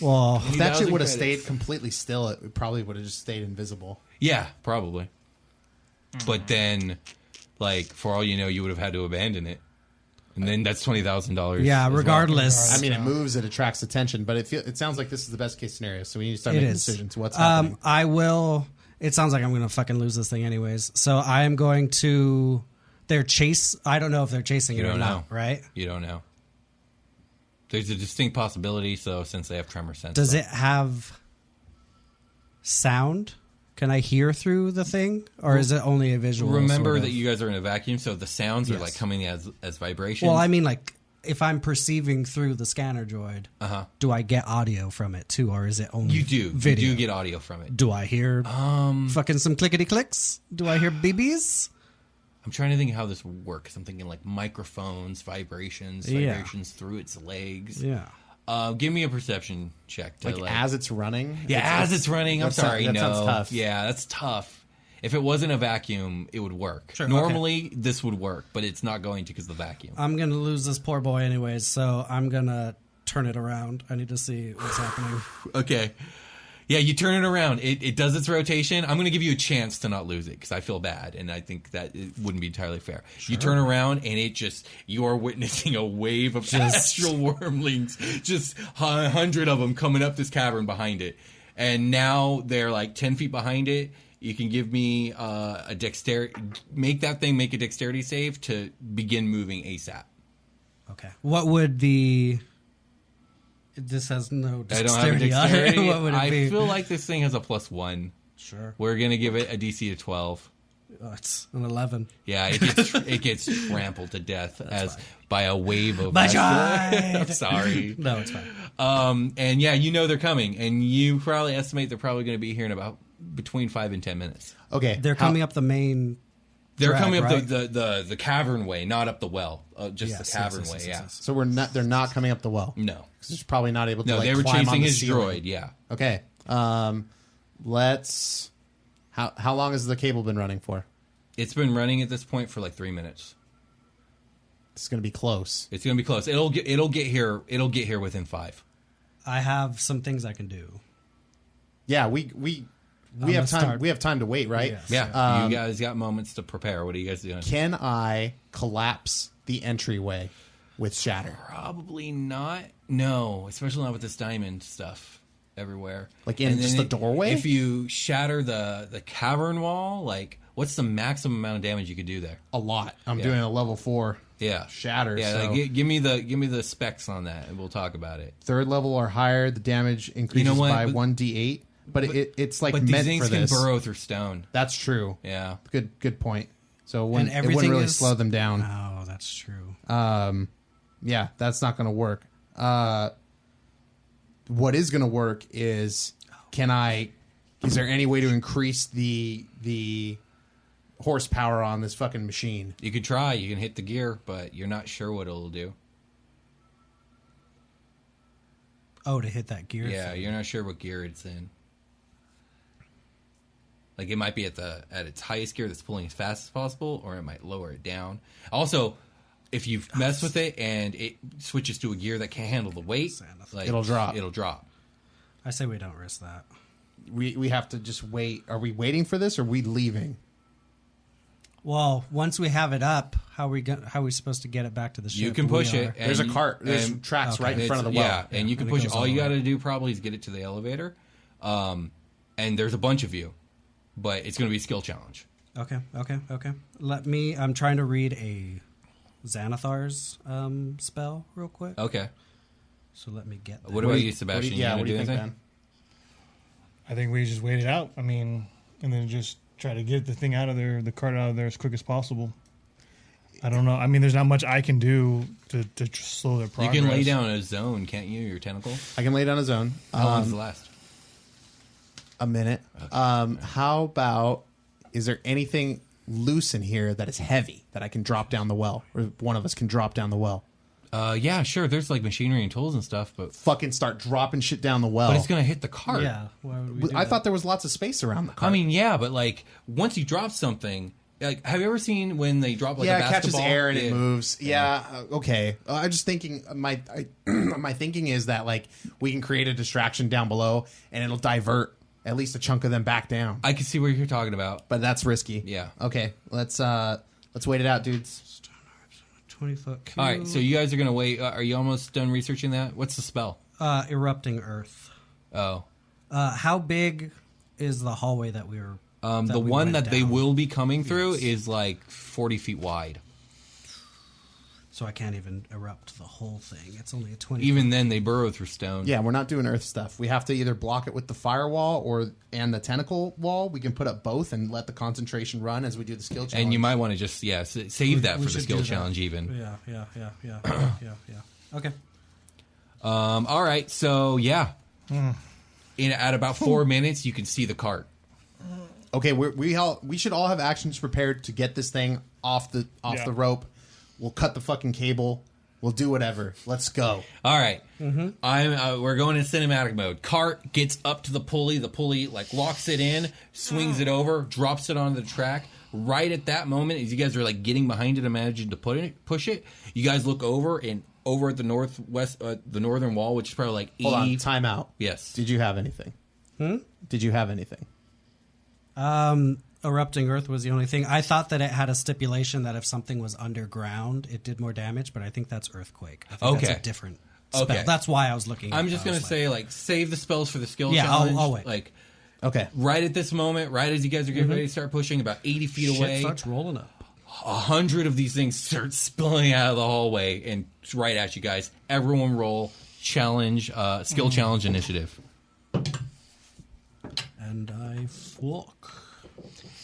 F: Well,
G: If that shit
D: 20,000
G: would have
D: credits.
G: stayed completely still, it probably would have just stayed invisible.
D: Yeah, probably. But then, like for all you know, you would have had to abandon it, and then that's twenty thousand dollars.
F: yeah. Regardless,
G: I mean, it moves, it attracts attention, but it feel, it sounds like this is the best case scenario. So we need to start
F: It
G: making
F: is.
G: decisions. What's
F: Um,
G: happening?
F: I will. It sounds like I'm going to fucking lose this thing, anyways. So I am going to. Their chase. I don't know if they're chasing it
D: You
F: or
D: don't
F: not.
D: know.
F: Right?
D: You don't know. There's a distinct possibility. So since they have tremor sense,
F: Does
D: like-
F: it have sound? Can I hear through the thing, or is it only a visual?
D: Remember
F: sort of?
D: that you guys are in a vacuum, so the sounds are
F: Yes.
D: like coming as as vibrations.
F: Well, I mean, like if I'm perceiving through the scanner droid, uh-huh. do I get audio from it too, or is it only
D: you do.
F: video?
D: You do get audio from it.
F: Do I hear
D: Um,
F: fucking some clickety clicks? Do I hear BBs?
D: I'm trying to think how this works. I'm thinking like microphones, vibrations,
F: Yeah.
D: vibrations through its legs.
F: Yeah.
D: Uh, give me a perception check. To,
G: Like,
D: like
G: as it's running,
D: Yeah, as it's running. I'm
G: that sound-
D: sorry.
G: that
D: no.
G: sounds tough.
D: Yeah, that's tough. If it wasn't a vacuum, it would work.
F: Sure,
D: Normally, this would work, but it's not going to because of the vacuum.
F: I'm gonna lose this poor boy anyways, so I'm gonna turn it around. I need to see what's happening.
D: Okay. Yeah, you turn it around. It, it does its rotation. I'm going to give you a chance to not lose it because I feel bad, and I think that it wouldn't be entirely fair. You turn around, and it just you are witnessing a wave of astral wormlings, just a hundred of them coming up this cavern behind it, and now they're like ten feet behind it. You can give me uh, a dexterity, make that thing make a dexterity save to begin moving ASAP.
F: Okay. What would the this has no
D: I don't have a
F: dexterity. on it.
D: dexterity.
F: what would it
D: I
F: be?
D: feel like this thing has a plus one.
F: sure.
D: We're gonna give it a DC of twelve.
F: Oh, it's an eleven.
D: Yeah, it gets it gets trampled to death as by a wave of.
F: My
D: I'm sorry.
F: No, it's fine.
D: Um, and yeah, you know they're coming, and you probably estimate they're probably going to be here in about between five and ten minutes.
G: okay,
F: They're coming up the main
D: They're
F: Drag,
D: coming up
F: right?
D: the, the the the cavern way, not up the well, uh, just
F: Yes, yes,
D: the cavern
F: yes,
D: way.
F: yes,
D: yeah.
F: yes,
G: So we're not. They're not coming up the well.
D: No,
G: 'Cause He's probably not able to.
D: no,
G: like,
D: they were
G: climb on
D: chasing
G: the
D: his
G: ceiling.
D: droid. Yeah,
G: Okay. Um, let's. How how long has the cable been running for?
D: it's been running at this point for like three minutes.
G: It's going to be close.
D: It's going to be close. It'll get it'll get here. It'll get here within five.
F: I have some things I can do.
G: Yeah, we we we
F: I'm
G: have
F: gonna
G: time.
F: start-
G: We have time to wait, right?
F: Yes.
D: Yeah,
G: Um,
D: you guys got moments to prepare. What are you guys doing?
G: Can I collapse the entryway with shatter?
D: Probably not. No, especially not with this diamond stuff everywhere.
G: Like in
D: And then
G: just the
D: it-
G: doorway?
D: If you shatter the the cavern wall, like what's the maximum amount of damage you could do there?
G: A lot. I'm doing a level four.
D: Yeah,
G: Shatter,
D: Yeah, like,
G: so-
D: gi- give me the give me the specs on that, and we'll talk about it.
G: Third level or higher, the damage increases
D: what?
G: by
D: But-
G: one d8. But, it, it's like
D: But these
G: meant
D: things
G: for
D: can
G: this.
D: burrow through stone.
G: That's true.
D: Yeah,
G: Good good point. So when
F: And
G: it wouldn't
F: everything
G: really
F: is-
G: slow them down.
F: Oh, that's true.
G: yeah, that's not going to work. Uh, what is going to work is can I? Is there any way to increase the the horsepower on this fucking machine.
D: You could try. You can hit the gear, but you're not sure what it'll do.
F: Oh, to hit that gear.
G: uh,
D: Yeah, you're not sure what gear it's in. Like it might be at the at its highest gear that's pulling as fast as possible, or it might lower it down. Also, if you mess with it and it switches to a gear that can't handle the weight, like,
G: It'll drop.
D: It'll drop.
F: I say we don't risk that.
G: We we have to just wait. Are we waiting for this? Or are we leaving?
F: Well, once we have it up, how we go, how we supposed to get it back to the ship?
D: You can push
F: We
D: it.
F: are-
D: and
G: There's a
D: you-
G: cart. There's
D: and-
G: tracks right in
D: It's-
G: front of the well.
D: Yeah, and you can
F: and it
D: push.
F: goes
D: All
F: all
D: you
F: the
D: got
F: way.
D: to do probably is get it to the elevator, um, and there's a bunch of you, but it's going to be a skill challenge.
F: Okay, okay, okay. Let me. I'm trying to read a Xanathar's um, spell real quick.
D: Okay.
F: So let me get. That.
D: Uh, What, about you, Sebastian?
G: What do you- yeah,
D: you
G: what do you
D: gonna
G: think,
D: anything?
G: Ben?
H: I think we just wait it out. I mean, and then just try to get the thing out of there, the cart out of there as quick as possible. I don't know. I mean, there's not much I can do to, to tr- slow their
D: You
H: progress.
D: can lay down a zone, can't you? Your tentacle.
G: I can lay down his own.
D: How long's the last?
G: a minute. Um, How about is there anything loose in here that is heavy that I can drop down the well, or one of us can drop down the well?
D: Uh, yeah, sure. There's like machinery and tools and stuff, but
G: Fucking start dropping shit down the well.
D: but it's gonna hit the cart.
F: Yeah. Why would we do
G: I
F: that?
G: thought there was lots of space around the car.
D: I mean, yeah, but like once you drop something, like have you ever seen when they drop like
G: yeah,
D: a
G: it
D: basketball?
G: catches air and
D: Yeah.
G: it moves. Yeah, uh, okay. Uh, I'm just thinking. uh, My I, my thinking is that like we can create a distraction down below, and it'll divert at least a chunk of them back down.
D: I can see what you're talking about.
G: but that's risky.
D: Yeah.
G: Okay. Let's uh let's wait it out, dudes.
F: twenty foot.
D: All right, so you guys are gonna wait. Uh, are you almost done researching that? What's the spell?
F: uh, erupting earth.
D: Oh,
F: Uh, how big is the hallway that we were?
D: um, the
F: we
D: one
F: went
D: that they
F: down?
D: will be coming through is like 40 feet wide.
F: So I can't even erupt the whole thing. It's only a twenty.
D: Even then, they burrow through stone.
G: Yeah, we're not doing Earth stuff. We have to either block it with the firewall or and the tentacle wall. We can put up both and let the concentration run as we do the skill challenge.
D: and you might want to just yeah s- save that
F: we
D: for the
F: should
D: skill
F: do that.
D: challenge. Even
F: Yeah, yeah, yeah, yeah, yeah, yeah, yeah. Okay.
D: um, all right, so yeah,
F: Hmm.
D: in at about four minutes, you can see the cart.
G: okay, we're, we all we should all have actions prepared to get this thing off the off
H: Yeah.
G: the rope. We'll cut the fucking cable. We'll do whatever. Let's go.
D: All right.
F: Mm-hmm.
D: I'm. Uh, we're going in cinematic mode. Cart gets up to the pulley. The pulley like locks it in, swings
F: Oh.
D: it over, drops it onto the track. Right at that moment, as you guys are like getting behind it, imagine to put it, push it. You guys look over and over at the northwest, uh, the northern wall, which is probably like
G: Hold on,
D: E-
G: time out.
D: Yes.
G: Did you have anything? Hmm? Did you have anything?
F: Um, erupting earth was the only thing. I thought that it had a stipulation that if something was underground, it did more damage, but I think that's earthquake. I think
D: Okay.
F: that's a different. Spell.
D: Okay.
F: that's why I was looking.
D: I'm
F: at
D: just
F: it. I
D: gonna
F: was like,
D: say like save the spells for the skill
F: Yeah, I'll-
D: challenge.
F: I'll wait. Mm-hmm.
D: Like
G: Okay.
D: right at this moment, right as you guys are getting ready to start pushing, about 80 feet
F: shit
D: away,
F: starts rolling up.
D: a hundred of these things start spilling out of the hallway and it's right at you guys. Everyone roll challenge, uh, skill challenge initiative.
F: And I fuck.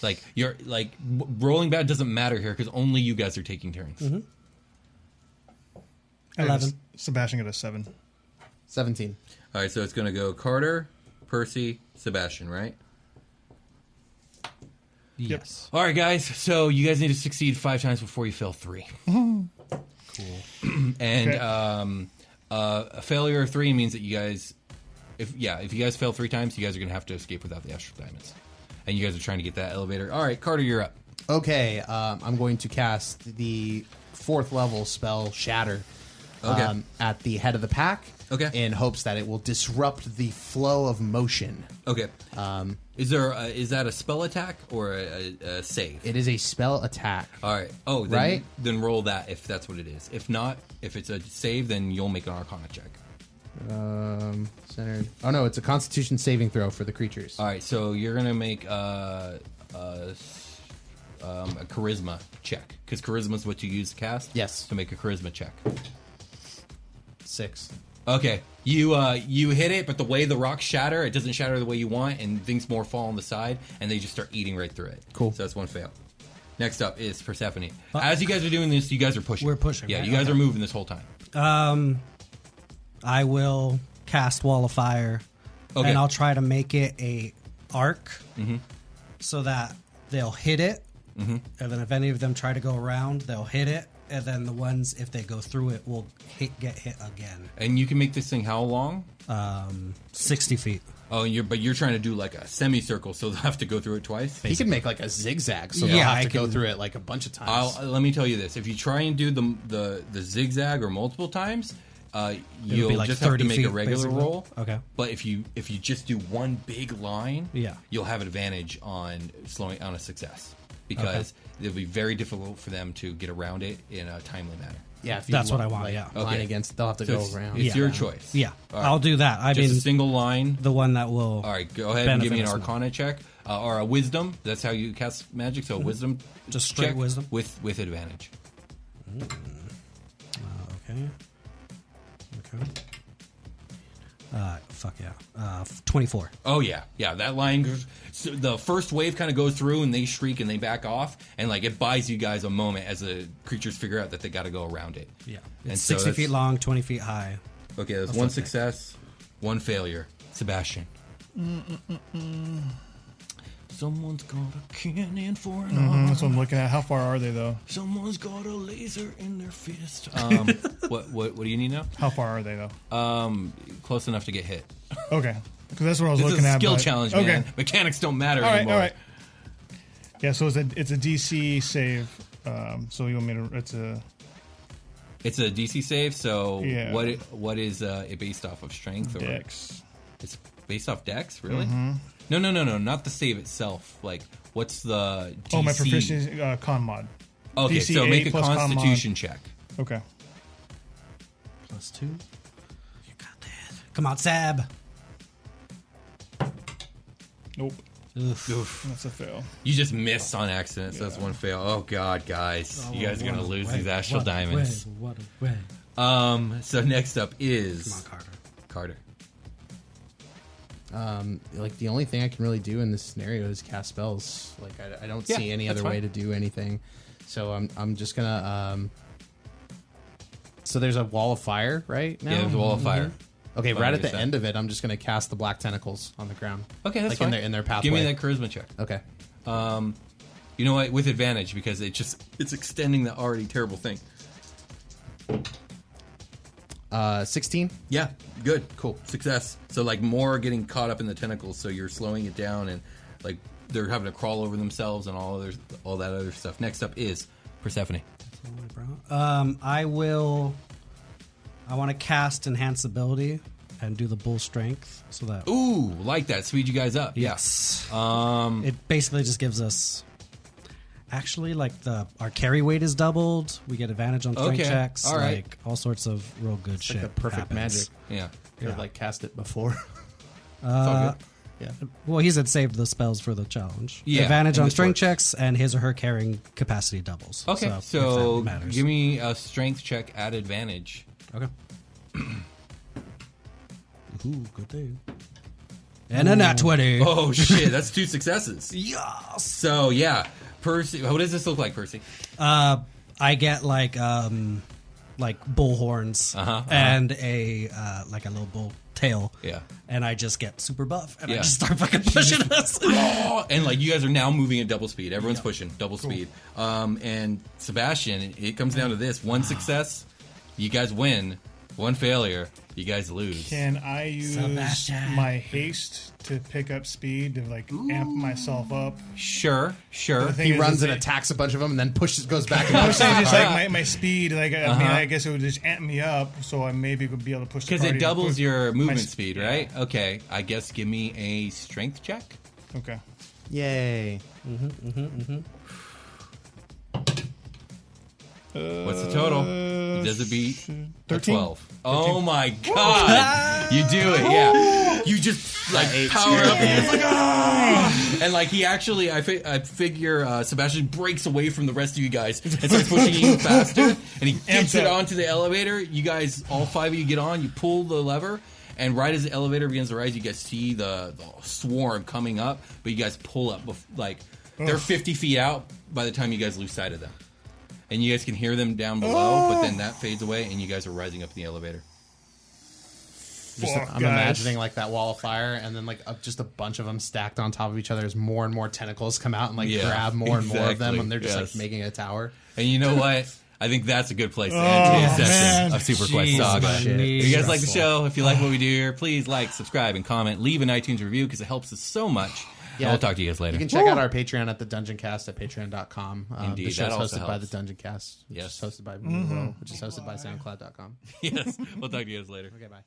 D: Like you're like w- rolling bad doesn't matter here because only you guys are taking turns.
H: I got a-
F: 11.
H: Sebastian got a seven.
G: Seventeen.
D: All right, so it's gonna go Carter, Percy, Sebastian, right?
F: Yes.
D: All right, guys. So you guys need to succeed five times before you fail three. cool. and
H: Okay.
D: um, uh, a failure of three means that you guys, if yeah, if you guys fail three times, you guys are gonna have to escape without the astral diamonds. And you guys are trying to get that elevator. All right, Carter, you're up.
G: Okay, um, I'm going to cast the fourth level spell Shatter
D: Okay.
G: um, at the head of the pack.
D: Okay.
G: In hopes that it will disrupt the flow of motion.
D: Okay. Um, is there a, is that a spell attack or a, a, a save?
G: It is a spell attack.
D: All right. Oh, then,
G: Right?
D: Then roll that if that's what it is. If not, if it's a save, then you'll make an Arcana check.
G: Um, centered. Oh no, it's a Constitution saving throw for the creatures.
D: All right, so you're gonna make uh, uh, s- um, a charisma check because charisma is what you use to cast.
G: Yes.
D: to make a charisma check.
G: Six.
D: Okay, you uh, you hit it, but the way the rocks shatter, it doesn't shatter the way you want, and things more fall on the side, and they just start eating right through it.
G: Cool.
D: So that's one fail. Next up is Persephone. As you guys are doing this, you guys are pushing.
F: We're pushing,
D: Yeah,
F: right?
D: you guys
F: Okay.
D: are moving this whole time.
F: I will cast Wall of Fire,
D: Okay. Mm-hmm.
F: and I'll try to make it a arc, so that they'll hit it, and then if any of them try to go around, they'll hit it, and then the ones if they go through it will hit get hit again.
D: And you can make this thing how long?
F: Um, sixty feet.
D: Oh, you're but you're trying to do like a semicircle, so they'll have to go through it twice.
G: He can make like a zigzag, so they'll
F: Yeah,
G: have
F: I
G: to go
F: can-
G: through it like a bunch of times.
D: I'll, uh, let me tell you this: if you try and do the the, the zigzag or multiple times, uh, you'll
F: be like
D: just have to
F: 30
D: make a
F: feet,
D: regular
F: basically.
D: roll.
F: Okay.
D: But if you if you just do one big line,
F: Yeah.
D: you'll have advantage on slowing on a success because it'll be very difficult for them to get around it in a timely manner.
G: yeah, if
F: That's
G: lo-
F: what I want,
G: like,
F: yeah.
G: Line
D: Okay.
G: against, they'll have to
D: So
G: go
D: it's,
G: around.
D: it's
F: Yeah.
D: your choice.
F: Yeah,
D: All right.
F: I'll do that. I
D: Just a
F: mean,
D: single line.
F: the one that will.
D: All right, go ahead and give me an
F: Benefit us more.
D: Arcana check uh, or a Wisdom. That's how you cast magic. So a Wisdom,
F: Mm-hmm. Just straight
D: check
F: wisdom?
D: with with advantage.
F: Okay. Okay. Uh, fuck yeah. Uh, f- twenty-four.
D: Oh yeah, yeah. That line, goes- so the first wave kind of goes through, and they shriek and they back off, and like it buys you guys a moment as the creatures figure out that they got to go around it.
F: Yeah,
D: And
F: it's
D: so
F: sixty
D: that's-
F: feet long, twenty feet high.
D: Okay, that's one success, one failure. Sebastian. Someone's got a cannon for an arm.
H: That's what I'm looking at. How far are they though?
D: Someone's got a laser in their fist. Um, what, what what do you need now?
H: How far are they though?
D: Um, close enough to get hit.
H: Okay, because that's what I was
D: This is
H: looking
D: a
H: at.
D: skill
H: but-
D: challenge,
H: okay.
D: man. Mechanics don't matter
H: All right,
D: anymore.
H: all right. Yeah, so it's a it's a DC save. Um, so you want me to? It's a
D: It's a DC save, so
H: Yeah.
D: what it, what is uh, it based off of strength or
H: dex. Mm-hmm.
D: it's based off Dex, really? No, no, no, no, not the save itself. Like, what's the DC?
H: Oh, my proficiency uh, con mod.
D: Okay,
H: DC
D: so make a
H: 8 plus con mod.
D: Constitution check.
H: Okay.
F: Plus two. You got that. Come on, Sab.
H: Nope.
F: Oof.
H: That's a fail.
D: You just missed on accident, so that's one fail. Oh God, guys, you guys are gonna lose these astral
F: Oh, What a
D: diamonds.
F: way, What a way.
D: Um, so next up
F: Come on,
D: is
F: Carter.
D: Carter.
G: Um, like the only thing I can really do in this scenario is cast spells. Like I, I don't
D: Yeah,
G: see any
D: that's
G: other way
D: fine.
G: to do anything. So I'm I'm just gonna. Um, so there's a wall of fire right now. Mm-hmm.
D: Yeah, there's a wall of fire.
G: Okay,
D: Fire
G: right at
D: is
G: the
D: that.
G: end of it, I'm just gonna cast the black tentacles on the ground.
D: Okay, that's
G: like
D: fine.
G: in their in their pathway.
D: Give me that charisma check.
G: Okay.
D: You know what? With advantage because it just it's extending the already terrible thing.
G: Uh, sixteen.
D: Yeah, good, cool, success. So like more getting caught up in the tentacles, so you're slowing it down, and like they're having to crawl over themselves and all other all that other stuff. Next up is Persephone.
F: That's all I brought. Um, I will. I want to cast enhance ability and do the bull strength so that.
D: Ooh, like that, speed you guys up. Yeah.
F: Yes. Um, it basically just gives us. Actually, like the our carry weight is doubled. We get advantage on strength
D: Okay,
F: checks.
D: all right.
F: Like all sorts of real good shit.
G: Like the perfect
F: happens.
G: magic.
D: yeah,
G: Could have like cast it before.
D: It's all good.
G: yeah.
F: Well, he said save the spells for the challenge.
D: Yeah,
F: Advantage
D: and
F: on
D: this
F: strength
D: works.
F: checks, and his or her carrying capacity doubles.
D: Okay,
F: if
D: so,
F: that matters.
D: give me a strength check at advantage.
F: Okay. Ooh, good thing. And a nat 20.
D: Oh shit, that's two successes.
F: Yes!
D: So yeah, Percy, what does this look like, Percy?
F: Uh, I get like, um, like bull horns
D: Uh-huh,
F: and a, uh, like a little bull tail.
D: Yeah.
F: And I just get super buff and I
D: Yeah.
F: just start fucking pushing us.
D: Oh, and like you guys are now moving at double speed. Everyone's pushing double speed. Um, and Sebastian, it comes down to this: one success, you guys win. One failure, you guys lose.
H: Can I use
F: Sebastian.
H: my haste to pick up speed to like amp myself up?
D: Sure, sure.
H: The thing
G: He
H: is,
G: runs
H: is
G: and
H: it-
G: attacks a bunch of them, and then pushes goes back and pushes.
H: So just like my,
G: Uh-huh.
H: my speed, like I mean, I guess it would just amp me up, so I maybe would be able to push. the
D: Because it
H: party-
D: doubles your movement
H: sp-
D: speed, right? Okay, I guess give me a strength check.
H: Okay,
G: Yay!
D: What's the total? Does it beat a
H: 13?
D: twelve? Oh my god! you do it, yeah. You just like power up, and it's like ah! And like he actually, I, fi- I figure uh, Sebastian breaks away from the rest of you guys and starts pushing even faster, and he gets
H: Amps
D: it
H: up.
D: onto the elevator. You guys, all five of you, get on. You pull the lever. And right as the elevator begins to rise, you guys see the, the swarm coming up, but you guys pull up. Bef- like, they're 50 feet out by the time you guys lose sight of them and you guys can hear them down below, but then that fades away, and you guys are rising up in the elevator.
G: just
H: Fuck,
G: I'm
H: guys.
G: imagining like that wall of fire, and then like a, just a bunch of them stacked on top of each other as more and more tentacles come out and like
D: Yeah,
G: grab more and more of them,
D: exactly,
G: and they're just
D: yes.
G: like making a tower.
D: And you know what? I think that's a good place to end today's session
H: man.
D: of Super Quest Saga.
F: Shit.
D: If you guys like the
G: Stressful.
D: show, if you like what we do here, please like, subscribe, and comment. Leave an iTunes review because it helps us so much. Yeah.
G: Yeah.
D: And we'll talk to you guys later.
G: You can check out our Patreon at the Dungeon Cast at patreon.com. Um,
D: Indeed,
G: the show's
D: that
G: hosted
D: also
G: by the
D: helps.
G: Dungeon Cast, which
D: Yes.
G: is hosted by which is hosted by SoundCloud.com.
D: yes, we'll talk to you guys later.
G: Okay, bye.